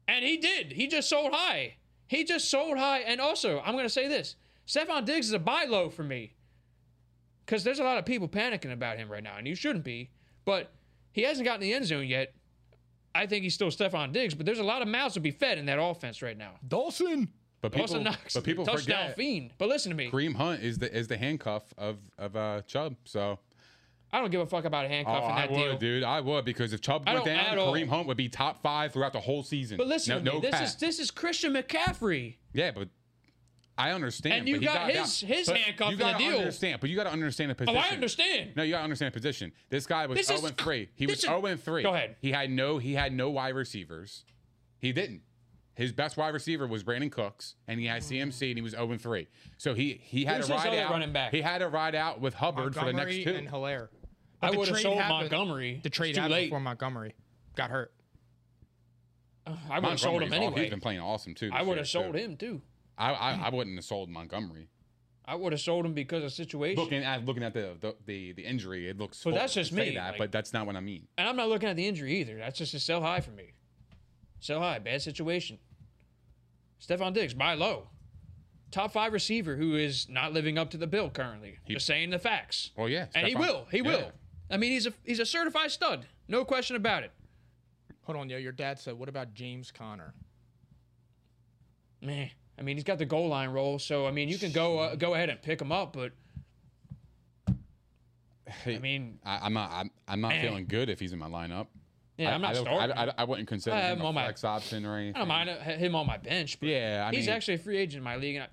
Speaker 2: And he did. He just sold high. He just sold high. And also, I'm going to say this Stephon Diggs is a buy low for me. Because there's a lot of people panicking about him right now, and you shouldn't be. But he hasn't gotten the end zone yet. I think he's still Stephon Diggs, but there's a lot of mouths to be fed in that offense right now.
Speaker 1: Dawson.
Speaker 3: But people,
Speaker 2: Dawson Knox,
Speaker 3: but people
Speaker 2: touchdown
Speaker 3: forget
Speaker 2: fiend. But listen to me.
Speaker 3: Kareem Hunt is the is the handcuff of of uh, Chubb. So
Speaker 2: I don't give a fuck about
Speaker 3: oh,
Speaker 2: handcuffing
Speaker 3: I
Speaker 2: that
Speaker 3: would,
Speaker 2: deal.
Speaker 3: dude. I would because if Chubb
Speaker 2: I
Speaker 3: went
Speaker 2: don't
Speaker 3: down,
Speaker 2: at all.
Speaker 3: Kareem Hunt would be top five throughout the whole season.
Speaker 2: But listen
Speaker 3: no,
Speaker 2: to me.
Speaker 3: no
Speaker 2: this
Speaker 3: cap.
Speaker 2: is this is Christian McCaffrey.
Speaker 3: yeah, but. I understand,
Speaker 2: And you
Speaker 3: but he
Speaker 2: got
Speaker 3: got down-
Speaker 2: his- his
Speaker 3: but
Speaker 2: handcuff
Speaker 3: You
Speaker 2: in the
Speaker 3: gotta
Speaker 2: deal.
Speaker 3: understand, but you got to understand the
Speaker 2: Oh,
Speaker 3: position.
Speaker 2: I understand.
Speaker 3: No, you gotta understand the position. This guy was
Speaker 2: This is-
Speaker 3: 0 and 3. He was
Speaker 2: this is-
Speaker 3: 0 and 3.
Speaker 2: Go ahead.
Speaker 3: He had no he had no wide receivers. He didn't. His best wide receiver was Brandon Cooks, and he had CMC, and he was 0 and 3. So he he had
Speaker 2: Who's
Speaker 3: a
Speaker 2: his
Speaker 3: ride
Speaker 2: other
Speaker 3: out.
Speaker 2: running back?
Speaker 3: He had a ride out with Hubbard
Speaker 1: Montgomery
Speaker 3: for the next two.
Speaker 1: and Hilaire.
Speaker 2: I
Speaker 1: the
Speaker 2: would have
Speaker 1: trade
Speaker 2: sold
Speaker 1: happened-
Speaker 2: Montgomery.
Speaker 1: The trade
Speaker 2: it's too
Speaker 1: happened
Speaker 2: late.
Speaker 1: before Montgomery got hurt.
Speaker 2: I would have sold him
Speaker 3: Montgomery's all-
Speaker 2: anyway.
Speaker 3: oh, He's been playing awesome too.
Speaker 2: I
Speaker 3: this
Speaker 2: would
Speaker 3: year,
Speaker 2: have sold
Speaker 3: too.
Speaker 2: him too.
Speaker 3: I, I I wouldn't have sold Montgomery.
Speaker 2: I would have sold him because of situation.
Speaker 3: Looking at looking at the the, the, the injury, it looks.
Speaker 2: But
Speaker 3: full
Speaker 2: that's
Speaker 3: to
Speaker 2: just
Speaker 3: say
Speaker 2: me,
Speaker 3: That,
Speaker 2: like-
Speaker 3: but that's not what I mean.
Speaker 2: and I'm not looking at the injury either. That's just a sell high for me. Sell high, bad situation. Stephon Diggs, buy low. Top five receiver who is not living up to the bill currently. just saying the facts.
Speaker 3: Well, yeah,
Speaker 2: and he
Speaker 3: Stephon-
Speaker 2: will. He
Speaker 3: yeah.
Speaker 2: will. I mean, he's a he's a certified stud. No question about it.
Speaker 1: Hold on, yo. Your dad said, "What about James Conner?"
Speaker 2: Meh. I mean, he's got the goal line role, so I mean, you can go uh, go ahead and pick him up, but I mean,
Speaker 3: I, I'm not. I'm, I'm not
Speaker 2: Eh.
Speaker 3: feeling good if he's in my lineup.
Speaker 2: yeah, I,
Speaker 3: I,
Speaker 2: am not
Speaker 3: I don't-
Speaker 2: starting.
Speaker 3: I, I, I wouldn't consider
Speaker 2: I have
Speaker 3: him
Speaker 2: him
Speaker 3: a
Speaker 2: on my-
Speaker 3: flex option or anything.
Speaker 2: I don't mind him on my bench. But
Speaker 3: Yeah, I
Speaker 2: he's
Speaker 3: mean-
Speaker 2: actually a free agent in my league, and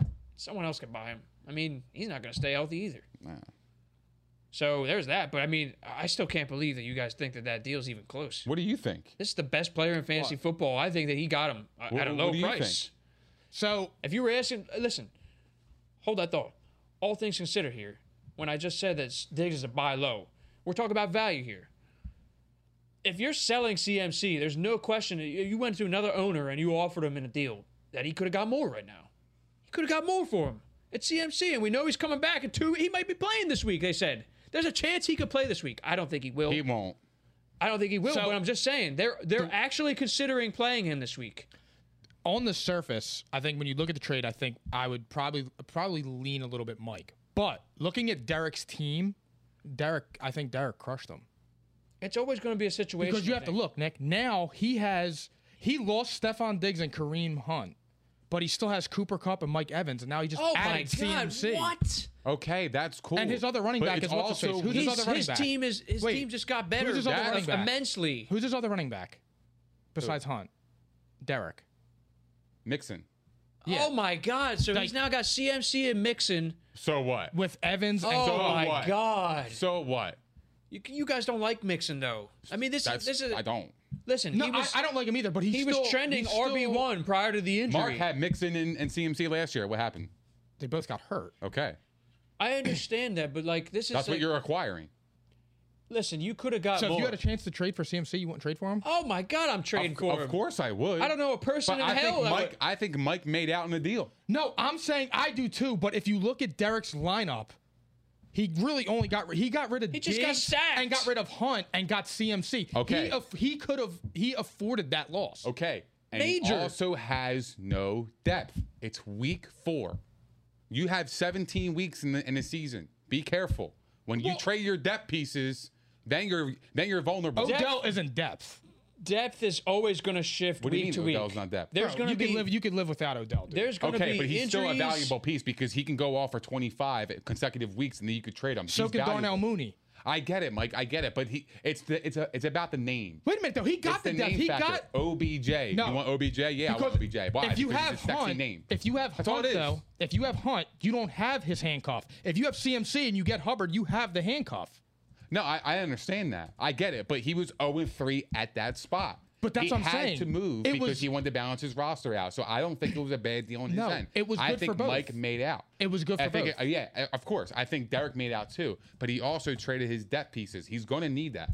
Speaker 2: I, someone else could buy him. I mean, he's not going to stay healthy either.
Speaker 3: Nah.
Speaker 2: So there's that. But I mean, I still can't believe that you guys think that that deal's even close.
Speaker 3: What do you think?
Speaker 2: This is the best player in fantasy football. I think that he got him uh,
Speaker 3: What-
Speaker 2: at a
Speaker 3: what
Speaker 2: low
Speaker 3: do you
Speaker 2: price.
Speaker 3: think?
Speaker 1: So
Speaker 2: If you were asking, uh, listen, hold that thought. All things considered here, when I just said that s- Diggs is a buy low, we're talking about value here. If you're selling CMC, there's no question that you you went to another owner and you offered him in a deal that he could have got more right now. He could have got more for him. It's CMC, and we know he's coming back in two. He might be playing this week. They said there's a chance he could play this week. I don't think he will.
Speaker 3: He won't.
Speaker 2: I don't think he will.
Speaker 1: So-
Speaker 2: but I'm just saying they're they're actually considering playing him this week.
Speaker 1: on the surface, I think when you look at the trade, I think I would probably probably lean a little bit Mike. But looking at Derek's team, Derek, I think Derek crushed them.
Speaker 2: It's always going to be a situation
Speaker 1: Because you
Speaker 2: I
Speaker 1: have to
Speaker 2: think.
Speaker 1: look, Nick. Now he has he lost Stefan Diggs and Kareem Hunt, but he still has Cooper Cup and Mike Evans, and now he just
Speaker 2: Oh my
Speaker 1: added
Speaker 2: God!
Speaker 1: CMC.
Speaker 2: What?
Speaker 3: Okay, that's cool.
Speaker 1: And his other running
Speaker 3: But
Speaker 1: back
Speaker 3: it's
Speaker 1: is what's his face? Who's his
Speaker 2: He's-
Speaker 1: other running
Speaker 2: his
Speaker 1: back?
Speaker 2: team is his
Speaker 1: Wait,
Speaker 2: team just got better
Speaker 1: who's his other
Speaker 3: That's
Speaker 1: running back?
Speaker 2: immensely.
Speaker 1: Who's his other running back besides Hunt? Derek.
Speaker 3: Nixon.
Speaker 2: Oh my God! So
Speaker 1: Like-
Speaker 2: he's now got CMC and Mixon.
Speaker 3: So what?
Speaker 1: With Evans and
Speaker 2: Oh
Speaker 3: so
Speaker 2: my
Speaker 3: what?
Speaker 2: God!
Speaker 3: So what?
Speaker 2: You, you guys don't like Mixon though. I mean, this is
Speaker 3: That's,
Speaker 2: this is
Speaker 3: I don't.
Speaker 2: listen.
Speaker 1: No,
Speaker 2: he was
Speaker 1: I, I don't like him either, but he's
Speaker 2: he was
Speaker 1: still-
Speaker 2: trending
Speaker 1: he's still-
Speaker 2: RB one prior to the injury.
Speaker 3: Mark had Mixon and, and CMC last year. What happened?
Speaker 1: They both got hurt.
Speaker 3: Okay,
Speaker 2: I understand that, but like this is
Speaker 3: that's what
Speaker 2: like-
Speaker 3: you're acquiring.
Speaker 2: Listen, you could have got
Speaker 1: So if
Speaker 2: more.
Speaker 1: you had a chance to trade for CMC, you wouldn't trade for him?
Speaker 2: oh my God! I'm trading
Speaker 3: Of,
Speaker 2: for
Speaker 3: of
Speaker 2: him.
Speaker 3: course, I would.
Speaker 2: I don't know a person
Speaker 3: But
Speaker 2: in
Speaker 3: I
Speaker 2: hell.
Speaker 3: think
Speaker 2: that
Speaker 3: Mike.
Speaker 2: would-
Speaker 3: I think Mike made out in the deal.
Speaker 1: No, I'm saying I do too. But if you look at Derek's lineup, he really only got ri- he got rid of
Speaker 2: He just got
Speaker 1: Diggs
Speaker 2: sacked.
Speaker 1: and got rid of Hunt and got CMC.
Speaker 3: Okay.
Speaker 1: he, aff- he could have he afforded that loss.
Speaker 3: Okay. And He
Speaker 2: Major.
Speaker 3: also has no depth. It's week four. You have 17 weeks in the in the season. Be careful when you trade your depth pieces. Then you're then you're vulnerable.
Speaker 1: Odell is in depth.
Speaker 2: depth is always going to shift
Speaker 3: What do you
Speaker 2: week
Speaker 3: mean
Speaker 2: to
Speaker 3: Odell's
Speaker 2: week.
Speaker 3: not depth?
Speaker 1: Bro,
Speaker 2: There's going to
Speaker 1: you
Speaker 2: be
Speaker 1: could live you could live without Odell. Dude.
Speaker 2: there's going to
Speaker 3: Okay,
Speaker 2: be
Speaker 3: but he's still a
Speaker 2: injuries.
Speaker 3: valuable piece because he can go off for 25 consecutive weeks, and then you could trade him.
Speaker 1: So
Speaker 3: He's
Speaker 1: could Darnell
Speaker 3: valuable.
Speaker 1: Mooney.
Speaker 3: I get it, Mike. I get it, but he it's the, it's a, it's about the name.
Speaker 1: Wait a minute though. He got
Speaker 3: It's
Speaker 1: the, depth.
Speaker 3: name
Speaker 1: He
Speaker 3: factor.
Speaker 1: got
Speaker 3: OBJ.
Speaker 1: No.
Speaker 3: You want OBJ? Yeah, I want
Speaker 1: Because
Speaker 3: OBJ. Why?
Speaker 1: If you
Speaker 3: Because
Speaker 1: have
Speaker 3: it's a sexy
Speaker 1: Hunt,
Speaker 3: name.
Speaker 1: if you have
Speaker 3: That's all
Speaker 1: Hunt
Speaker 3: it is.
Speaker 1: though, if you have Hunt, you don't have his handcuff. If you have CMC and you get Hubbard, you have the handcuff.
Speaker 3: No, I, I understand that. I get it, but he was 0 3 at that spot.
Speaker 1: But that's
Speaker 3: he
Speaker 1: what I'm
Speaker 3: had
Speaker 1: saying.
Speaker 3: to move
Speaker 1: It
Speaker 3: because
Speaker 1: was-
Speaker 3: he wanted to balance his roster out. So I don't think it was a bad deal on
Speaker 1: No,
Speaker 3: his end.
Speaker 1: it was
Speaker 3: I
Speaker 1: good
Speaker 3: think
Speaker 1: for both.
Speaker 3: Mike made out.
Speaker 1: It was good
Speaker 3: I
Speaker 1: for
Speaker 3: think
Speaker 1: both.
Speaker 3: uh, yeah, uh, of course. I think Derek made out too, but he also traded his depth pieces. He's going to need that.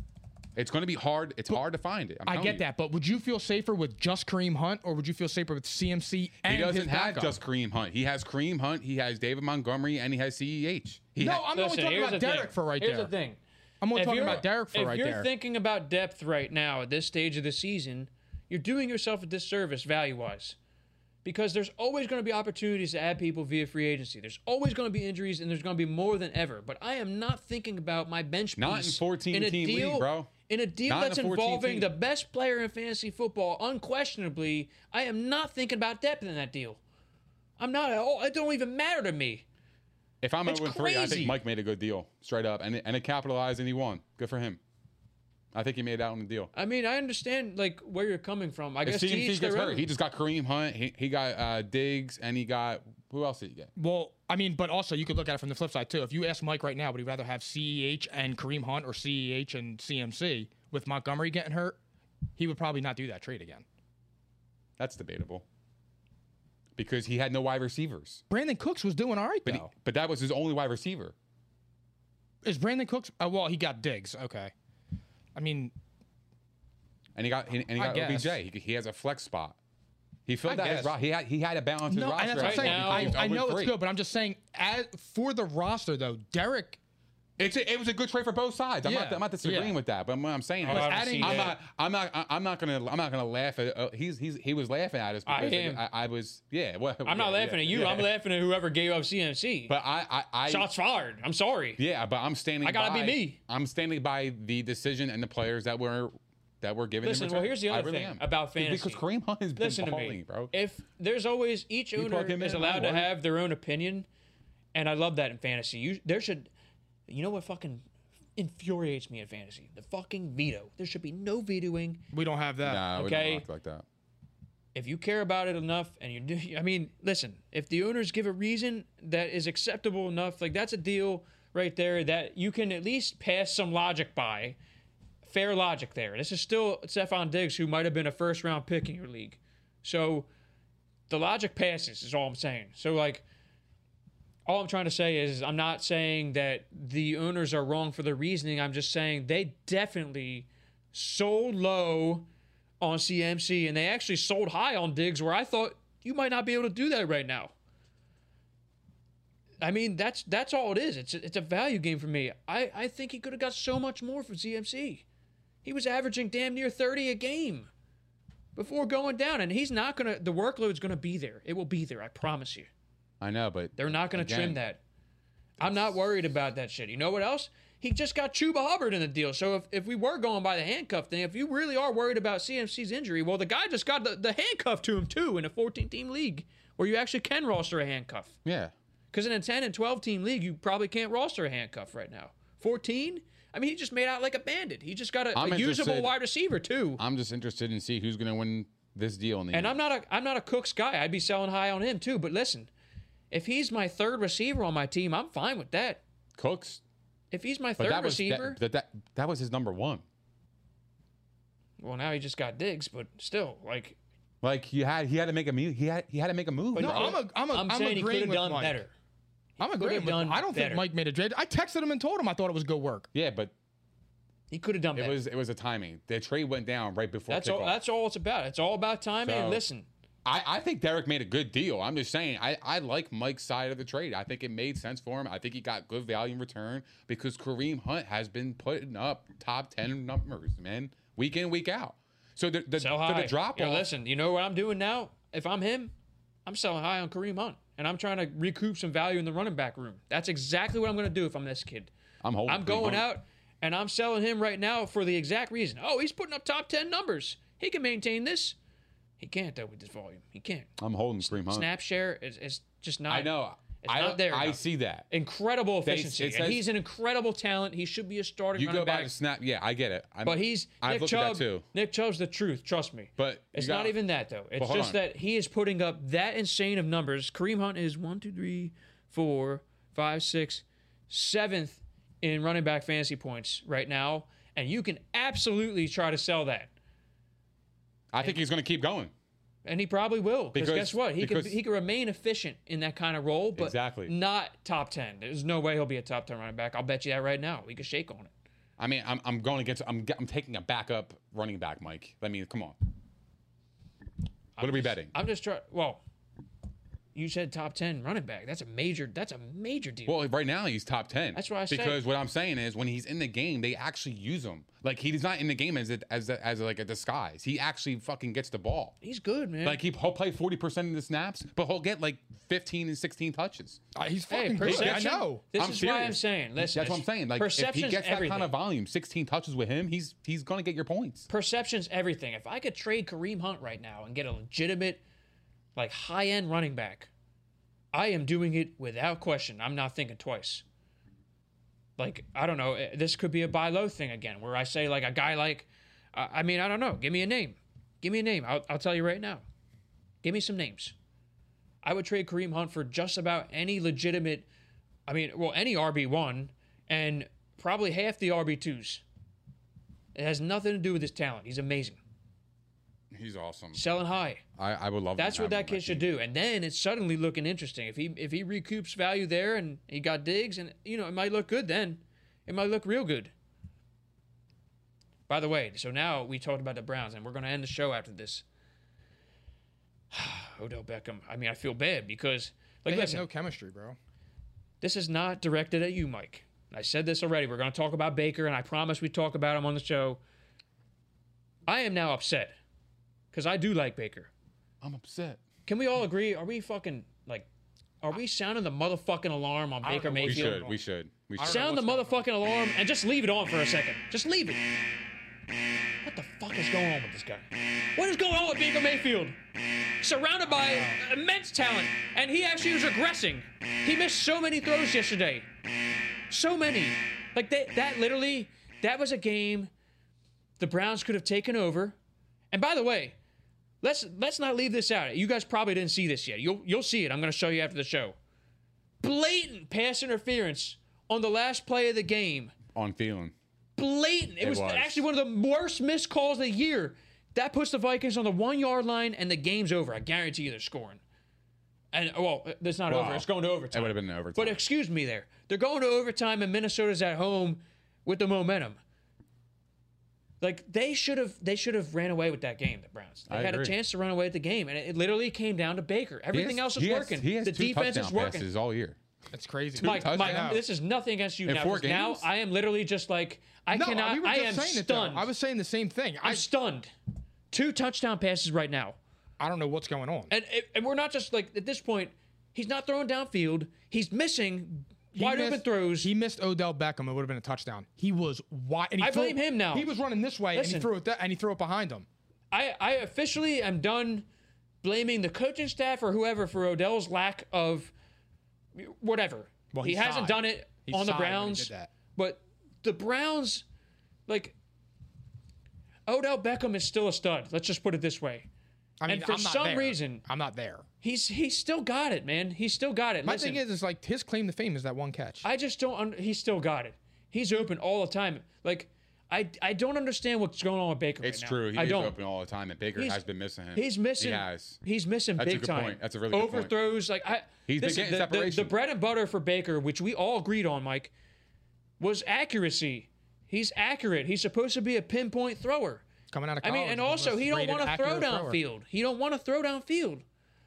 Speaker 3: It's going to be hard. It's hard to find it. I'm
Speaker 1: I
Speaker 3: telling
Speaker 1: get
Speaker 3: you.
Speaker 1: that, but would you feel safer with just Kareem Hunt, or would you feel safer with CMC and
Speaker 3: He
Speaker 1: his
Speaker 3: doesn't have
Speaker 1: backup?
Speaker 3: just Kareem Hunt. He has Kareem Hunt. He has David Montgomery, and he has Ceh. He
Speaker 1: no,
Speaker 3: ha-
Speaker 1: I'm only
Speaker 2: Listen, here's
Speaker 1: talking about
Speaker 2: the
Speaker 1: Derek
Speaker 2: thing.
Speaker 1: for right
Speaker 2: here's
Speaker 1: there.
Speaker 2: the thing.
Speaker 1: I'm only
Speaker 2: If
Speaker 1: talking
Speaker 2: you're-
Speaker 1: about Derek for
Speaker 2: if
Speaker 1: right
Speaker 2: you're
Speaker 1: there.
Speaker 2: thinking about depth right now at this stage of the season, you're doing yourself a disservice value wise. Because there's always going to be opportunities to add people via free agency. There's always going to be injuries, and there's going to be more than ever. But I am not thinking about my bench
Speaker 3: Not in
Speaker 2: piece
Speaker 3: 14
Speaker 2: in a
Speaker 3: team league,
Speaker 2: deal,
Speaker 3: bro.
Speaker 2: In a deal
Speaker 3: Not in a
Speaker 2: that's
Speaker 3: 14
Speaker 2: involving
Speaker 3: team.
Speaker 2: the best player in fantasy football, unquestionably, I am not thinking about depth in that deal. I'm not at all. It don't even matter to me.
Speaker 3: if I'm
Speaker 2: It's
Speaker 3: 0 3, I think
Speaker 2: crazy.
Speaker 3: Mike made a good deal straight up, and and it capitalized and he won. Good for him. I think he made out on the deal.
Speaker 2: I mean, I understand like where you're coming from. I
Speaker 3: If
Speaker 2: guess to
Speaker 3: CMC
Speaker 2: each their
Speaker 3: gets hurt,
Speaker 2: own.
Speaker 3: he just got Kareem Hunt. He, he got uh, Diggs, and he got who else did he get?
Speaker 1: well, I mean, but also you could look at it from the flip side too. If you ask Mike right now, would he rather have Ceh and Kareem Hunt or Ceh and CMC with Montgomery getting hurt? He would probably not do that trade again.
Speaker 3: That's debatable because he had no wide receivers.
Speaker 1: Brandon Cooks was doing all right
Speaker 3: But he-
Speaker 1: though.
Speaker 3: but that was his only wide receiver.
Speaker 1: Is Brandon Cooks? Oh well, he got digs. Okay, I mean,
Speaker 3: and he got and he
Speaker 1: I
Speaker 3: got
Speaker 1: guess.
Speaker 3: OBJ. He, he has a flex spot. He filled
Speaker 1: I
Speaker 3: out his
Speaker 1: guess.
Speaker 3: ro- he had he had a balance his
Speaker 1: No,
Speaker 3: roster.
Speaker 1: and that's what I'm
Speaker 3: out
Speaker 1: saying.
Speaker 3: now
Speaker 1: I,
Speaker 3: because
Speaker 1: I
Speaker 3: went
Speaker 1: know it's
Speaker 3: free.
Speaker 1: good, but I'm just saying as, for the roster though, Derek.
Speaker 3: It's a, it was a good trade for both sides. I'm, not,
Speaker 1: Yeah,
Speaker 3: I'm not disagreeing
Speaker 1: yeah.
Speaker 3: with that, but I'm, I'm saying
Speaker 2: Oh, I
Speaker 3: is,
Speaker 2: haven't
Speaker 3: I'm,
Speaker 2: seen that.
Speaker 3: not I'm not I- I'm not gonna I'm not gonna laugh at uh, he's he's he was laughing at us.
Speaker 2: I
Speaker 3: because
Speaker 2: am.
Speaker 3: I, I was yeah. Well,
Speaker 2: I'm not laughing at you. I'm laughing at whoever gave up CMC.
Speaker 3: But I I, I
Speaker 2: Shots fired. I'm sorry.
Speaker 3: yeah. But I'm standing.
Speaker 2: I gotta be
Speaker 3: by-
Speaker 2: me.
Speaker 3: I'm standing by the decision and the players that were that were given.
Speaker 2: Listen, well, here's the
Speaker 3: I
Speaker 2: other
Speaker 3: really
Speaker 2: thing
Speaker 3: am.
Speaker 2: about
Speaker 3: Dude,
Speaker 2: fantasy.
Speaker 3: Because Kareem Hunt has been
Speaker 2: Listen to
Speaker 3: balling,
Speaker 2: me,
Speaker 3: bro.
Speaker 2: If there's always each owner
Speaker 3: plug him
Speaker 2: is
Speaker 3: in, I
Speaker 2: allowed to
Speaker 3: worry.
Speaker 2: have their own opinion, and I love that in fantasy. You there should You know what fucking infuriates me in fantasy? The fucking veto. There should be no vetoing.
Speaker 1: We don't have that.
Speaker 3: Nah, we
Speaker 2: Okay.
Speaker 3: don't act like that.
Speaker 2: if you care about it enough and you do i mean listen if the owners give a reason that is acceptable enough like that's a deal right there that you can at least pass some logic by fair logic there this is still Stephon diggs who might have been a first round pick in your league so the logic passes is all i'm saying so like all i'm trying to say is i'm not saying that the owners are wrong for their reasoning i'm just saying they definitely so low on CMC, and they actually sold high on Diggs, where I thought you might not be able to do that right now. I mean, that's that's all it is. It's a, it's a value game for me. I, I think he could have got so much more for CMC. He was averaging damn near 30 a game before going down, and he's not gonna. The workload's gonna be there. It will be there. I promise you.
Speaker 3: I know, but
Speaker 2: They're not gonna trim
Speaker 3: Again.
Speaker 2: that. I'm not worried about that shit. You know what else? He just got Chuba Hubbard in the deal. So if, if we were going by the handcuff thing, if you really are worried about CMC's injury, well, the guy just got the, the handcuff to him too in a 14 team league where you actually can roster a handcuff.
Speaker 3: yeah,
Speaker 2: Because in a 10 and 12 team league, you probably can't roster a handcuff right now. 14? I mean, he just made out like a bandit. He just got a,
Speaker 3: I'm
Speaker 2: a usable
Speaker 3: interested-
Speaker 2: wide receiver too.
Speaker 3: I'm just interested in see who's gonna win this deal in the
Speaker 2: And
Speaker 3: year.
Speaker 2: I'm not a I'm not a Cooks guy. I'd be selling high on him too. But listen, if he's my third receiver on my team, I'm fine with that.
Speaker 3: Cooks,
Speaker 2: If he's my
Speaker 3: but
Speaker 2: third
Speaker 3: that was
Speaker 2: receiver,
Speaker 3: that, that, that that was his number one.
Speaker 2: well, now he just got digs, but still, like,
Speaker 3: Like he had he had to make a move. He had he had to make a move.
Speaker 2: but
Speaker 1: No,
Speaker 3: bro.
Speaker 1: I'm a- I'm a- I'm
Speaker 2: saying he
Speaker 1: agreeing
Speaker 2: could have
Speaker 1: with
Speaker 2: done
Speaker 1: Mike.
Speaker 2: better.
Speaker 1: I'm agreeing. With,
Speaker 2: done
Speaker 1: I don't
Speaker 2: better.
Speaker 1: think Mike made a trade. I texted him and told him I thought it was good work.
Speaker 3: yeah, but
Speaker 2: He could have done
Speaker 3: it
Speaker 2: better.
Speaker 3: was it was a timing. The trade went down right before
Speaker 2: that's
Speaker 3: kickoff.
Speaker 2: all. That's all it's about. It's all about timing.
Speaker 3: So-
Speaker 2: and listen,
Speaker 3: I, I think Derek made a good deal. I'm just saying, I, I like Mike's side of the trade. I think it made sense for him. I think he got good value in return because Kareem Hunt has been putting up top 10 numbers, man, week in, week out. So the, the,
Speaker 2: sell
Speaker 3: so the
Speaker 2: high.
Speaker 3: drop
Speaker 2: Yo,
Speaker 3: off.
Speaker 2: listen, you know what I'm doing now? If I'm him, I'm selling high on Kareem Hunt, and I'm trying to recoup some value in the running back room. That's exactly what I'm going to do if I'm this kid.
Speaker 3: I'm holding.
Speaker 2: I'm
Speaker 3: Kareem
Speaker 2: going
Speaker 3: Hunt.
Speaker 2: out and I'm selling him right now for the exact reason. Oh, he's putting up top 10 numbers. He can maintain this. He can't, though, with this volume. He can't.
Speaker 3: I'm holding Kareem Hunt.
Speaker 2: Snap share is, is just not.
Speaker 3: I know.
Speaker 2: It's
Speaker 3: I,
Speaker 2: not there.
Speaker 3: I
Speaker 2: enough.
Speaker 3: see that.
Speaker 2: Incredible
Speaker 3: They-
Speaker 2: efficiency.
Speaker 3: it
Speaker 2: and
Speaker 3: says-
Speaker 2: he's an incredible talent. He should be a starting
Speaker 3: You
Speaker 2: running
Speaker 3: go by
Speaker 2: back.
Speaker 3: the snap. Yeah, I get it. I'm,
Speaker 2: But he's
Speaker 3: I've
Speaker 2: Nick
Speaker 3: looked
Speaker 2: Chubb.
Speaker 3: at that too.
Speaker 2: Nick Chubb's the truth. Trust me.
Speaker 3: But you
Speaker 2: it's
Speaker 3: got-
Speaker 2: not even that though. It's
Speaker 3: hold
Speaker 2: just
Speaker 3: on.
Speaker 2: that he is putting up that insane of numbers. Kareem Hunt is one, two, three, four, five, six, seventh in running back fantasy points right now, and you can absolutely try to sell that,
Speaker 3: I think he's going to keep going.
Speaker 2: and he probably will. Because
Speaker 3: Because-
Speaker 2: guess what? He could
Speaker 3: because-
Speaker 2: he could remain efficient in that kind of role, but
Speaker 3: Exactly.
Speaker 2: not top ten. There's no way he'll be a top ten running back. I'll bet you that right now. We could shake on it.
Speaker 3: I mean, I'm, I'm going against. I'm, I'm taking a backup running back, Mike. I mean, come on. What are we betting?
Speaker 2: I'm just trying. Well, you said top ten running back. That's a major. That's a major deal.
Speaker 3: Well, right now he's top ten.
Speaker 2: That's what I say.
Speaker 3: Because what I'm saying is, when he's in the game, they actually use him. Like he's not in the game as a, as a, as like a disguise. He actually fucking gets the ball.
Speaker 2: He's good, man.
Speaker 3: Like he, he'll play forty percent of the snaps, but he'll get like fifteen and sixteen touches.
Speaker 1: Uh, he's
Speaker 2: hey,
Speaker 1: fucking good. I
Speaker 2: perception.
Speaker 1: know.
Speaker 2: This
Speaker 3: Oh, I'm
Speaker 2: is
Speaker 3: serious.
Speaker 2: why I'm saying. Listen,
Speaker 3: That's what I'm
Speaker 2: it's-
Speaker 3: saying. Like if he
Speaker 2: perception's
Speaker 3: gets that
Speaker 2: everything.
Speaker 3: kind of volume, sixteen touches with him, he's he's gonna get your points.
Speaker 2: perception's everything. If I could trade Kareem Hunt right now and get a legitimate, like high end running back, I am doing it without question. I'm not thinking twice. Like I don't know. eh, This could be a buy low thing again, where I say like a guy like, I I mean I don't know. Give me a name. Give me a name. I'll, I'll tell you right now. Give me some names. I would trade Kareem Hunt for just about any legitimate. I mean, well, any RB one and probably half the RB twos. It has nothing to do with his talent. He's amazing.
Speaker 3: He's awesome.
Speaker 2: Selling high.
Speaker 3: I, I would love.
Speaker 2: That's
Speaker 3: to
Speaker 2: what
Speaker 3: have him
Speaker 2: that
Speaker 3: on my
Speaker 2: kid should
Speaker 3: team.
Speaker 2: do. And then it's suddenly looking interesting. If he if he recoups value there and he got digs and you know, it might look good then. It might look real good. By the way, so now we talked about the Browns and we're gonna end the show after this. Odell Beckham. I mean, I feel bad because like
Speaker 1: They have
Speaker 2: listen,
Speaker 1: no chemistry, bro.
Speaker 2: this is not directed at you, Mike. And I said this already. We're going to talk about Baker, and I promise we talk about him on the show. I am now upset because I do like Baker.
Speaker 3: I'm upset.
Speaker 2: Can we all agree? Are we fucking like, are we sounding the motherfucking alarm on Baker
Speaker 3: We
Speaker 2: Mayfield?
Speaker 3: should. We should. We should.
Speaker 2: Sound the motherfucking alarm and just leave it on for a second. Just leave it. What the fuck is going on with this guy? What is going on with Baker Mayfield? Surrounded by immense talent, and he actually was regressing. He missed so many throws yesterday. So many. Like that that literally that was a game the Browns could have taken over. And by the way, let's let's not leave this out. You guys probably didn't see this yet. You'll you'll see it. I'm going to show you after the show. Blatant pass interference on the last play of the game.
Speaker 3: on Thielen.
Speaker 2: Blatant. It,
Speaker 3: It
Speaker 2: was,
Speaker 3: was.
Speaker 2: actually one of the worst missed calls of the year. That puts the Vikings on the one yard line, and the game's over. I guarantee you they're scoring. And uh, well, it's not
Speaker 3: Wow.
Speaker 2: over. It's going to overtime.
Speaker 3: That would have been overtime.
Speaker 2: But excuse me, there they're going to overtime, and Minnesota's at home with the momentum. Like they should have, they should have ran away with that game. The Browns. They
Speaker 3: I
Speaker 2: had
Speaker 3: agree.
Speaker 2: a chance to run away with the game, and it, it literally came down to Baker.
Speaker 3: He
Speaker 2: Everything
Speaker 3: has-
Speaker 2: else is
Speaker 3: he has-
Speaker 2: working.
Speaker 3: he has
Speaker 2: the
Speaker 3: two
Speaker 2: defense is
Speaker 3: touchdown
Speaker 2: working.
Speaker 3: passes all year.
Speaker 1: That's crazy.
Speaker 2: Mike,
Speaker 3: touchdowns.
Speaker 2: Mike, this is nothing against you
Speaker 3: In
Speaker 2: now.
Speaker 3: four
Speaker 2: 'cause Now
Speaker 3: games?
Speaker 2: I am literally just like I
Speaker 1: no,
Speaker 2: cannot.
Speaker 1: we were
Speaker 2: I
Speaker 1: just
Speaker 2: am
Speaker 1: saying it, though.
Speaker 2: stunned.
Speaker 1: I was saying the same thing.
Speaker 2: I'm
Speaker 1: I,
Speaker 2: stunned. Two touchdown passes right now.
Speaker 1: I don't know what's going on.
Speaker 2: And and we're not just like at this point, he's not throwing downfield. He's missing
Speaker 1: He
Speaker 2: wide open
Speaker 1: missed-
Speaker 2: throws.
Speaker 1: He missed Odell Beckham. It would have been a touchdown. He was wide. And he
Speaker 2: I
Speaker 1: threw-
Speaker 2: blame him now.
Speaker 1: He was running this way and
Speaker 2: Listen.
Speaker 1: he threw it that, and he threw it behind him.
Speaker 2: I, I officially am done blaming the coaching staff or whoever for Odell's lack of whatever.
Speaker 1: Well,
Speaker 2: he
Speaker 1: he sighed.
Speaker 2: hasn't done it
Speaker 1: He
Speaker 2: on the
Speaker 1: sighed when he
Speaker 2: Browns.
Speaker 1: did that.
Speaker 2: But the Browns, like Odell Beckham is still a stud. Let's just put it this way.
Speaker 1: I mean,
Speaker 2: And for
Speaker 1: I'm not
Speaker 2: some
Speaker 1: there.
Speaker 2: reason-
Speaker 1: I'm not there.
Speaker 2: He's he's still got it, man. He's still got it.
Speaker 1: My
Speaker 2: Listen,
Speaker 1: thing is, is like his claim to fame is that one catch.
Speaker 2: I just don't. Un- he's still got it. He's open all the time. Like I, I don't understand what's going on with Baker.
Speaker 3: It's
Speaker 2: right now.
Speaker 3: true. He
Speaker 2: I
Speaker 3: is
Speaker 2: don't.
Speaker 3: open all the time, and Baker
Speaker 2: He's-
Speaker 3: has been missing him.
Speaker 2: He's missing.
Speaker 3: He has.
Speaker 2: He's missing
Speaker 3: That's a
Speaker 2: big
Speaker 3: good
Speaker 2: time.
Speaker 3: point. That's a really good point.
Speaker 2: overthrows. Like I,
Speaker 3: He's been
Speaker 2: listen,
Speaker 3: getting
Speaker 2: the- the- The,
Speaker 3: separation.
Speaker 2: bread and butter for Baker, which we all agreed on, Mike, was accuracy. He's accurate. He's supposed to be a pinpoint thrower.
Speaker 1: Coming out of
Speaker 2: I
Speaker 1: college,
Speaker 2: mean, and
Speaker 1: he was
Speaker 2: also he don't
Speaker 1: rated
Speaker 2: want to throw
Speaker 1: accurate thrower.
Speaker 2: downfield. He don't want to throw downfield.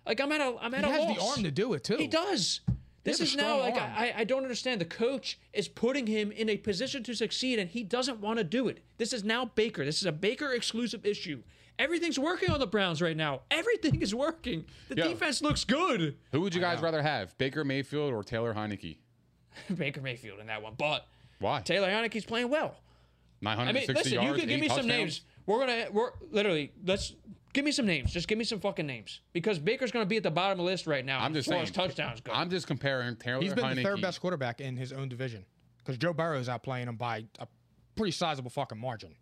Speaker 2: Like I'm at a, I'm at
Speaker 1: He
Speaker 2: a
Speaker 1: has
Speaker 2: loss.
Speaker 1: the arm to do it too.
Speaker 2: He does. This
Speaker 1: has a
Speaker 2: is now
Speaker 1: strong
Speaker 2: like
Speaker 1: arm.
Speaker 2: I, I don't understand. The coach is putting him in a position to succeed, and he doesn't want to do it. This is now Baker. This is a Baker exclusive issue. Everything's working on the Browns right now. Everything is working. The
Speaker 3: Yeah.
Speaker 2: defense looks good.
Speaker 3: Who would you guys rather have, Baker Mayfield or Taylor Heineke?
Speaker 2: Baker Mayfield in that one, but
Speaker 3: Why?
Speaker 2: Taylor Heineke's playing well. I mean,
Speaker 3: 960
Speaker 2: listen, you
Speaker 3: yards.
Speaker 2: can give
Speaker 3: eight
Speaker 2: me some
Speaker 3: touchdowns?
Speaker 2: names. We're gonna we're literally let's give me some names. Just give me some fucking names because Baker's gonna be at the bottom of the list right now.
Speaker 3: I'm
Speaker 2: as
Speaker 3: just
Speaker 2: far
Speaker 3: saying.
Speaker 2: as touchdowns go.
Speaker 3: I'm just comparing Taylor
Speaker 1: He's been
Speaker 3: Heineke.
Speaker 1: the third best quarterback in his own division because Joe Burrow's outplaying him by a pretty sizable fucking margin.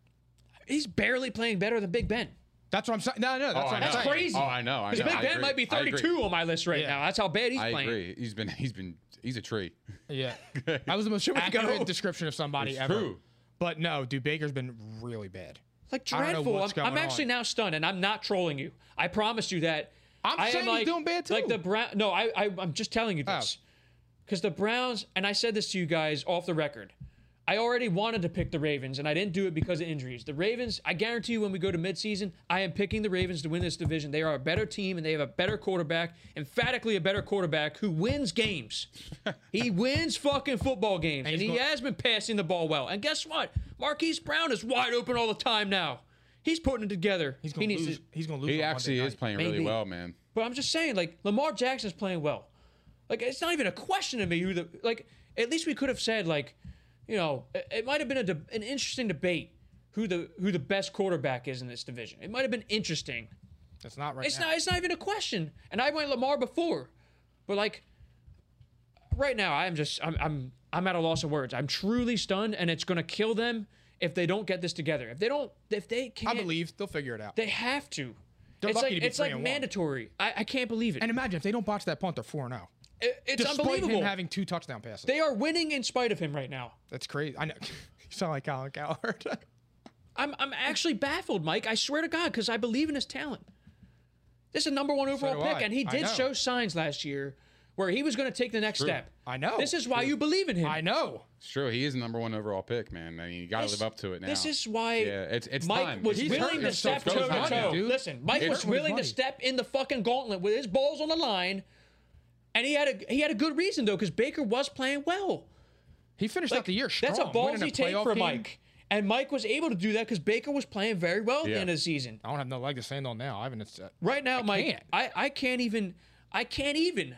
Speaker 2: He's barely playing better than Big Ben.
Speaker 1: That's what I'm saying. No, no, that's
Speaker 3: Oh,
Speaker 1: what
Speaker 3: I
Speaker 1: I'm
Speaker 3: know.
Speaker 2: That's
Speaker 1: saying.
Speaker 2: crazy.
Speaker 3: Oh, I know, I
Speaker 2: Because
Speaker 3: know,
Speaker 2: Big
Speaker 3: I
Speaker 2: Ben
Speaker 3: agree,
Speaker 2: might be
Speaker 3: I agree.
Speaker 2: 32 on my list right
Speaker 1: Yeah.
Speaker 2: now. That's how bad he's
Speaker 3: I
Speaker 2: playing.
Speaker 3: agree. He's been he's been he's a tree.
Speaker 1: Yeah, that was the most accurate
Speaker 2: go.
Speaker 1: description of somebody
Speaker 3: It's
Speaker 1: ever.
Speaker 3: true.
Speaker 1: But no, dude, Baker's been really bad.
Speaker 2: Like
Speaker 1: I don't know
Speaker 2: dreadful. I'm,
Speaker 1: what's
Speaker 2: I'm
Speaker 1: going
Speaker 2: actually
Speaker 1: on.
Speaker 2: now stunned, and I'm not trolling you. I promise you that.
Speaker 1: I'm
Speaker 2: I am,
Speaker 1: saying he's
Speaker 2: like-
Speaker 1: doing bad,
Speaker 2: Like
Speaker 1: too. Oh.
Speaker 2: the Brown. No, I, I I'm just telling you this because the Browns and I said this to you guys off the record. I already wanted to pick the Ravens, and I didn't do it because of injuries. The Ravens, I guarantee you, when we go to midseason, I am picking the Ravens to win this division. They are a better team, and they have a better quarterback, emphatically a better quarterback who wins games. he wins fucking football games, and,
Speaker 1: he's
Speaker 2: he
Speaker 1: go-
Speaker 2: has been passing the ball well. And guess what? Marquise Brown is wide open all the time now. He's putting it together.
Speaker 1: He's
Speaker 2: he
Speaker 1: gonna
Speaker 2: needs
Speaker 1: lose.
Speaker 2: to-
Speaker 1: he's gonna lose.
Speaker 3: He
Speaker 1: on
Speaker 3: actually
Speaker 1: Monday
Speaker 3: is
Speaker 1: night.
Speaker 3: playing really
Speaker 2: Maybe.
Speaker 3: well, man.
Speaker 2: But I'm just saying, like Lamar Jackson's playing well. Like it's not even a question to me who the like. At least we could have said like, you know, it, it might have been a deb an interesting debate who the who the best quarterback is in this division. It might have been interesting.
Speaker 1: It's not right.
Speaker 2: It's
Speaker 1: now.
Speaker 2: not. It's not even a question. And I went Lamar before, but like, right now I'm just I'm I'm I'm at a loss of words. I'm truly stunned, and it's gonna kill them if they don't get this together. If they don't, if they
Speaker 1: I
Speaker 2: can't,
Speaker 1: believe they'll figure it out.
Speaker 2: they have to.
Speaker 1: They're
Speaker 2: it's
Speaker 1: lucky
Speaker 2: like
Speaker 1: to be
Speaker 2: it's like
Speaker 1: three and one.
Speaker 2: mandatory. I, I can't believe it.
Speaker 1: and imagine if they don't botch that punt, they're four and zero.
Speaker 2: It- it's
Speaker 1: Despite
Speaker 2: unbelievable.
Speaker 1: him having two touchdown passes.
Speaker 2: they are winning in spite of him right now.
Speaker 1: That's crazy. I know. you sound like Colin Cowherd.
Speaker 2: I'm I'm actually baffled, Mike. I swear to God, because I believe in his talent. This is a number one overall
Speaker 1: do
Speaker 2: pick,
Speaker 1: I.
Speaker 2: and he
Speaker 1: I
Speaker 2: did
Speaker 1: know.
Speaker 2: show signs last year where he was going to take the next step.
Speaker 1: I know.
Speaker 2: This is why you believe in him.
Speaker 1: I know.
Speaker 3: It's true. He is the number one overall pick, man. I mean, you got to
Speaker 2: This-
Speaker 3: live up to it now.
Speaker 2: This is why
Speaker 3: Yeah, it's it's
Speaker 2: Mike
Speaker 3: time.
Speaker 2: was
Speaker 3: It's
Speaker 2: willing
Speaker 1: hurting
Speaker 2: to
Speaker 1: himself.
Speaker 2: step
Speaker 3: It's
Speaker 2: toe
Speaker 1: Goes
Speaker 2: to
Speaker 3: time,
Speaker 2: toe.
Speaker 1: dude.
Speaker 2: Listen, Mike
Speaker 1: It's
Speaker 2: was
Speaker 1: hurting his
Speaker 2: willing to
Speaker 1: money.
Speaker 2: step in the fucking gauntlet with his balls on the line, and he had a he had a good reason though because Baker was playing well.
Speaker 1: He finished out the year strong.
Speaker 2: That's a
Speaker 1: winning
Speaker 2: ballsy take
Speaker 1: playoff
Speaker 2: for
Speaker 1: game.
Speaker 2: Mike. And Mike was able to do that because Baker was playing very well at the
Speaker 3: Yeah.
Speaker 2: end of the season.
Speaker 1: I don't have no leg to stand on now. Oh, I haven't. It's, uh,
Speaker 2: Right now, Mike,
Speaker 1: can't.
Speaker 2: I, I can't even. I can't even.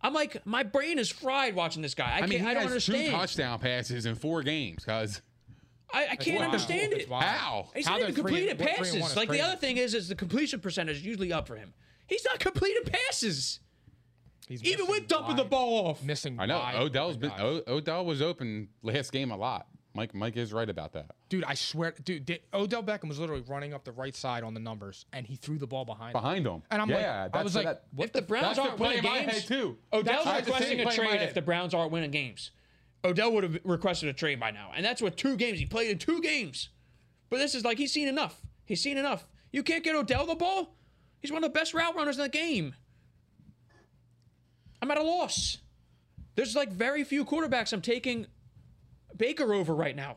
Speaker 2: I'm like, my brain is fried watching this guy. I,
Speaker 3: I mean,
Speaker 2: can't,
Speaker 3: he
Speaker 2: I don't
Speaker 3: has two
Speaker 2: understand.
Speaker 3: touchdown passes in four games, cuz.
Speaker 2: I, I can't
Speaker 3: wild.
Speaker 2: understand
Speaker 1: It's
Speaker 2: it.
Speaker 1: wild.
Speaker 3: How?
Speaker 2: He's
Speaker 1: How
Speaker 2: not even
Speaker 1: they're three and-
Speaker 2: completing
Speaker 1: what, three and one
Speaker 2: passes.
Speaker 1: is
Speaker 2: Like the
Speaker 1: crazy.
Speaker 2: other thing is, is the completion percentage is usually up for him. He's not completing passes.
Speaker 1: He's
Speaker 2: Even
Speaker 1: missing
Speaker 2: with dumping the
Speaker 1: wide-
Speaker 2: ball off.
Speaker 1: missing.
Speaker 3: I know
Speaker 1: wide
Speaker 3: Odell's
Speaker 2: Oh
Speaker 1: open
Speaker 3: been
Speaker 1: guys.
Speaker 3: o- Odell was open last game a lot. Mike Mike is right about that.
Speaker 1: dude. I swear, dude. Did, Odell Beckham was literally running up the right side on the numbers, and he threw the ball behind. him.
Speaker 3: Behind him.
Speaker 1: And I'm like-
Speaker 3: yeah,
Speaker 1: I
Speaker 3: that's
Speaker 1: was like,
Speaker 3: that-
Speaker 2: If the Browns
Speaker 3: that's the
Speaker 2: aren't
Speaker 3: play
Speaker 2: winning
Speaker 3: in my head,
Speaker 2: games,
Speaker 3: too.
Speaker 2: Odell's
Speaker 3: That's the
Speaker 2: requesting
Speaker 3: same
Speaker 2: a
Speaker 3: play in my
Speaker 2: trade if
Speaker 3: head.
Speaker 2: the Browns aren't winning games. Odell would have requested a trade by now, and that's with two games. He played in two games, but this is like he's seen enough. He's seen enough. You can't get Odell the ball. He's one of the best route runners in the game. I'm at a loss. There's like very few quarterbacks I'm taking Baker over right now.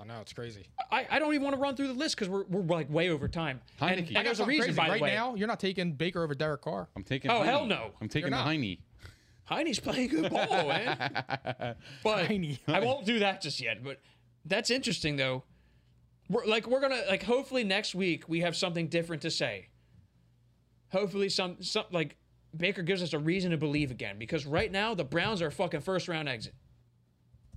Speaker 1: I know it's crazy.
Speaker 2: I, I don't even want to run through the list because we're, we're like way over time. And,
Speaker 3: Heineke.
Speaker 2: and
Speaker 3: I got
Speaker 2: there's a
Speaker 1: Something
Speaker 2: reason,
Speaker 1: crazy.
Speaker 2: by
Speaker 1: right
Speaker 2: the way.
Speaker 1: now, you're not taking Baker over Derek Carr.
Speaker 3: I'm taking.
Speaker 2: Oh,
Speaker 3: Heine.
Speaker 2: hell no.
Speaker 3: I'm taking
Speaker 1: You're not.
Speaker 3: Heine.
Speaker 2: Heine's playing good ball, man. But
Speaker 1: Heine.
Speaker 2: I won't do that just yet. But that's interesting, though. We're like we're gonna like hopefully next week we have something different to say. Hopefully some some like Baker gives us a reason to believe again because right now the Browns are a fucking first round exit.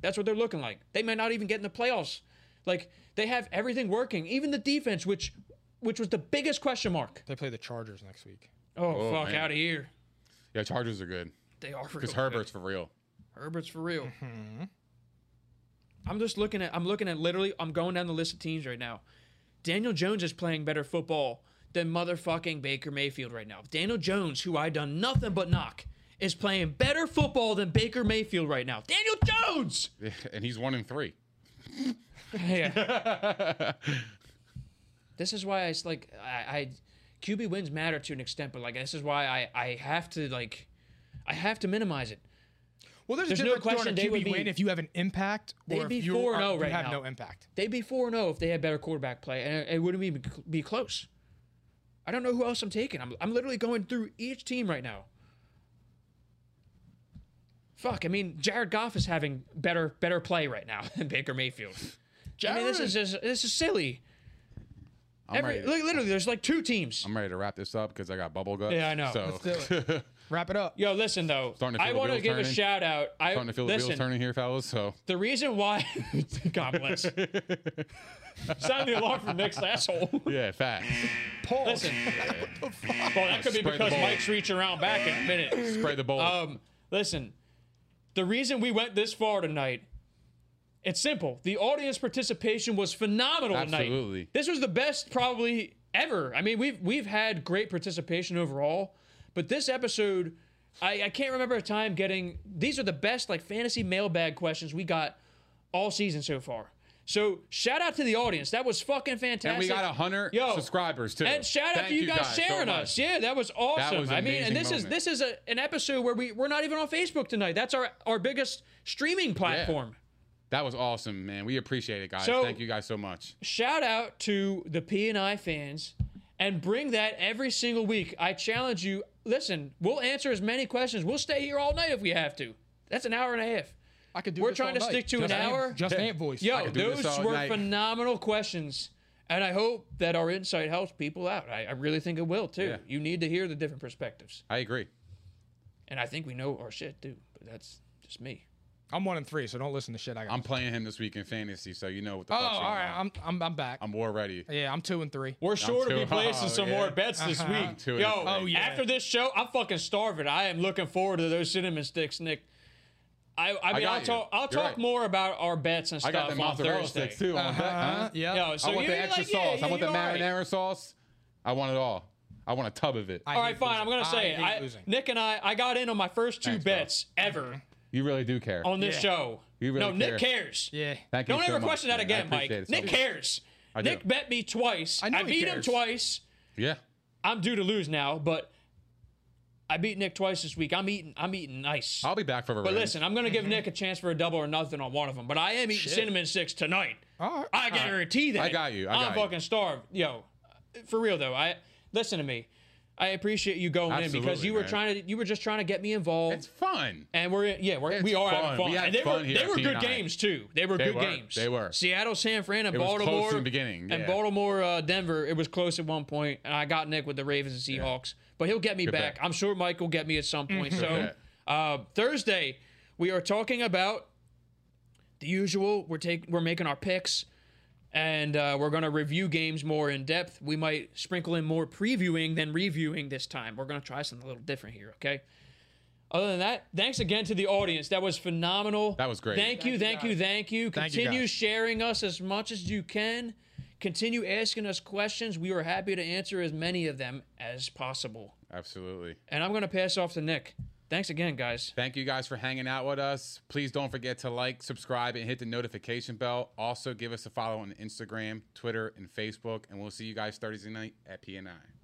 Speaker 2: That's what they're looking like. They may not even get in the playoffs. Like they have everything working, even the defense, which which was the biggest question mark.
Speaker 1: They play the Chargers next week.
Speaker 2: Oh, fuck
Speaker 3: man.
Speaker 2: out of here.
Speaker 3: Yeah, Chargers are good
Speaker 2: They are for
Speaker 3: because
Speaker 2: real.
Speaker 3: Herbert's for real.
Speaker 2: Herbert's for real. I'm just looking at I'm looking at literally I'm going down the list of teams right now. Daniel Jones is playing better football than motherfucking Baker Mayfield right now. Daniel Jones, who I done nothing but knock, is playing better football than Baker Mayfield right now. Daniel Jones.
Speaker 3: and he's one in three.
Speaker 2: Yeah. this is why I s- like I, I QB wins matter to an extent, but like this is why I I have to like I have to minimize it.
Speaker 1: Well, there's,
Speaker 2: There's
Speaker 1: a
Speaker 2: no
Speaker 1: difference
Speaker 2: question
Speaker 1: between a
Speaker 2: they would
Speaker 1: QB win
Speaker 2: be-
Speaker 1: if you have an impact,
Speaker 2: They'd
Speaker 1: or if
Speaker 2: be
Speaker 1: you,
Speaker 2: 4
Speaker 1: are,
Speaker 2: and oh
Speaker 1: you
Speaker 2: right
Speaker 1: have
Speaker 2: now.
Speaker 1: no impact.
Speaker 2: They'd be 4 0 if they had better quarterback play, and it wouldn't even be close. I don't know who else I'm taking. I'm, I'm literally going through each team right now. Fuck, I mean, Jared Goff is having better better play right now than Baker Mayfield. I mean, this is just, this is silly.
Speaker 3: I'm
Speaker 2: Every,
Speaker 3: ready.
Speaker 2: li- literally, there's like two teams.
Speaker 3: I'm ready to wrap this up because I got bubble guts.
Speaker 2: Yeah, I know.
Speaker 3: So
Speaker 1: Wrap it up.
Speaker 2: Yo, listen though,
Speaker 3: Starting to feel
Speaker 2: I
Speaker 3: the
Speaker 2: want to
Speaker 3: wheels
Speaker 2: give a
Speaker 3: turning.
Speaker 2: shout out. I
Speaker 3: starting to feel the
Speaker 2: listen,
Speaker 3: wheels turning here, fellas. So
Speaker 2: The reason why, God bless. Sound the alarm for Nick's asshole.
Speaker 3: yeah, facts.
Speaker 2: Listen, well, that could be
Speaker 3: Spread the
Speaker 2: because
Speaker 3: ball.
Speaker 2: Mike's reaching around back in a minute.
Speaker 3: Spray the ball.
Speaker 2: Um, listen, the reason we went this far tonight, it's simple. The audience participation was phenomenal
Speaker 3: Absolutely.
Speaker 2: tonight. This was the best probably ever. I mean, we've we've had great participation overall, but this episode, I, I can't remember a time getting these are the best like fantasy mailbag questions we got all season so far. So shout out to the audience. That was fucking fantastic.
Speaker 3: and we got hundred
Speaker 2: Yo,
Speaker 3: subscribers too.
Speaker 2: and shout out
Speaker 3: Thank
Speaker 2: to you guys,
Speaker 3: so
Speaker 2: sharing
Speaker 3: much.
Speaker 2: us. Yeah, that was awesome.
Speaker 3: was
Speaker 2: I mean,
Speaker 3: amazing
Speaker 2: and this
Speaker 3: moment.
Speaker 2: is this is a, an episode where we we're not even on Facebook tonight. That's our our biggest streaming platform.
Speaker 3: That was awesome, man. We appreciate it, guys.
Speaker 2: So-
Speaker 3: Thank you guys so much.
Speaker 2: Shout out to the P and I fans, and bring that every single week. I challenge you. Listen, we'll answer as many questions. We'll stay here all night if we have to. That's an hour and a half.
Speaker 1: I could do.
Speaker 2: We're
Speaker 1: this
Speaker 2: trying
Speaker 1: all
Speaker 2: to
Speaker 1: night.
Speaker 2: stick to
Speaker 1: Just
Speaker 2: an
Speaker 1: Ant-
Speaker 2: hour.
Speaker 1: Just Ant voice. I
Speaker 2: Yo,
Speaker 1: could-
Speaker 3: could do this
Speaker 2: those
Speaker 3: all
Speaker 2: were
Speaker 3: night.
Speaker 2: phenomenal questions. And I hope that our insight helps people out. I, I really think it will too.
Speaker 3: Yeah.
Speaker 2: You need to hear the different perspectives.
Speaker 3: I agree.
Speaker 2: And I think we know our shit too, but that's just me.
Speaker 1: I'm one and three, so don't listen to shit I got.
Speaker 3: I'm playing him this week in fantasy, so you know what the
Speaker 1: oh,
Speaker 3: fuck's
Speaker 1: all
Speaker 3: going
Speaker 1: right.
Speaker 3: on.
Speaker 1: I'm I'm I'm back.
Speaker 3: I'm war ready.
Speaker 1: yeah, I'm two and three.
Speaker 2: We're sure to
Speaker 3: too-
Speaker 2: be placing
Speaker 3: oh,
Speaker 2: some
Speaker 3: yeah.
Speaker 2: more bets this
Speaker 1: Uh-huh.
Speaker 2: week.
Speaker 3: Two and
Speaker 2: Yo,
Speaker 3: three. Oh,
Speaker 1: yeah.
Speaker 2: after this show, I'm fucking starving. I am looking forward to those cinnamon sticks, Nick. I, I mean,
Speaker 3: got
Speaker 2: I will
Speaker 3: you.
Speaker 2: talk. I'll
Speaker 3: You're
Speaker 2: talk
Speaker 3: right.
Speaker 2: more about our bets and
Speaker 3: I
Speaker 2: stuff
Speaker 3: got the
Speaker 2: on
Speaker 3: mozzarella
Speaker 2: Thursday. Uh,
Speaker 3: sticks too. I want that, huh?
Speaker 1: Yeah.
Speaker 2: Yo, so
Speaker 3: I want
Speaker 2: you,
Speaker 3: the extra
Speaker 2: like, yeah,
Speaker 3: sauce.
Speaker 2: yeah,
Speaker 3: I want the
Speaker 2: you're all right.
Speaker 3: marinara sauce. I want it all. I want a tub of it.
Speaker 2: All right, fine. I'm gonna say it. I-
Speaker 1: losing.
Speaker 2: Nick and I, I got in on my first two
Speaker 3: Thanks, bro.
Speaker 2: bets ever
Speaker 3: you really do care.
Speaker 2: on this
Speaker 1: Yeah.
Speaker 2: show.
Speaker 3: You really
Speaker 2: no, Nick
Speaker 3: care.
Speaker 2: cares.
Speaker 1: Yeah.
Speaker 3: Thank you
Speaker 2: Don't
Speaker 3: so
Speaker 2: ever
Speaker 3: much,
Speaker 2: question that
Speaker 3: man. I
Speaker 2: again, Mike.
Speaker 3: appreciate it so
Speaker 2: Nick
Speaker 3: much.
Speaker 2: cares.
Speaker 3: I do.
Speaker 2: Nick bet me twice.
Speaker 1: I know
Speaker 2: I,
Speaker 1: he
Speaker 2: beat him
Speaker 1: cares.
Speaker 2: twice.
Speaker 3: Yeah.
Speaker 2: I'm due to lose now, but I beat Nick twice this week. I'm eating. I'm eating nice.
Speaker 3: I'll be Mm-hmm. back for a
Speaker 2: but
Speaker 3: revenge.
Speaker 2: listen, I'm gonna give Nick a chance for a double or nothing on one of them. But I am eating cinnamon sticks tonight.
Speaker 1: All right.
Speaker 2: I guarantee that.
Speaker 3: I got you. I
Speaker 2: am
Speaker 3: got you.
Speaker 2: fucking starved. Yo, for real though. I listen to me. I appreciate you going in because
Speaker 3: Absolutely,
Speaker 2: you were
Speaker 3: man.
Speaker 2: trying to. You were just trying to get me involved.
Speaker 3: it's fun.
Speaker 2: and we're yeah we're,
Speaker 3: It's
Speaker 2: we are having
Speaker 3: fun.
Speaker 2: fun.
Speaker 3: We had
Speaker 2: and they
Speaker 3: fun
Speaker 2: were
Speaker 3: here
Speaker 2: they
Speaker 3: at
Speaker 2: were good
Speaker 3: P9.
Speaker 2: games too. They were
Speaker 3: They
Speaker 2: good
Speaker 3: were.
Speaker 2: games.
Speaker 3: They were.
Speaker 2: Seattle, San Fran, and
Speaker 3: It was close
Speaker 2: Baltimore.
Speaker 3: in the beginning,
Speaker 2: And
Speaker 3: yeah.
Speaker 2: Baltimore, uh, Denver. It was close at one point, and I got Nick with the Ravens and Seahawks. But he'll get me back.
Speaker 3: bet.
Speaker 2: I'm sure Mike will get me at some point. So
Speaker 3: bet.
Speaker 2: uh, Thursday, we are talking about the usual. We're taking we're making our picks. and uh, we're going to review games more in depth. We might sprinkle in more previewing than reviewing this time. We're going to try something a little different here, okay? Other than that, thanks again to the audience. That was phenomenal.
Speaker 3: That was great.
Speaker 2: Thank you, thank you, thank you.
Speaker 4: Thank you,
Speaker 2: Continue
Speaker 4: guys.
Speaker 2: sharing us as much as you can. Continue asking us questions. We are happy to answer as many of them as possible.
Speaker 3: Absolutely.
Speaker 2: And I'm going to pass off to Nick. Thanks again, guys.
Speaker 3: Thank you guys for hanging out with us. Please don't forget to like, subscribe, and hit the notification bell. Also, give us a follow on Instagram, Twitter, and Facebook. And we'll see you guys Thursday night at PNI.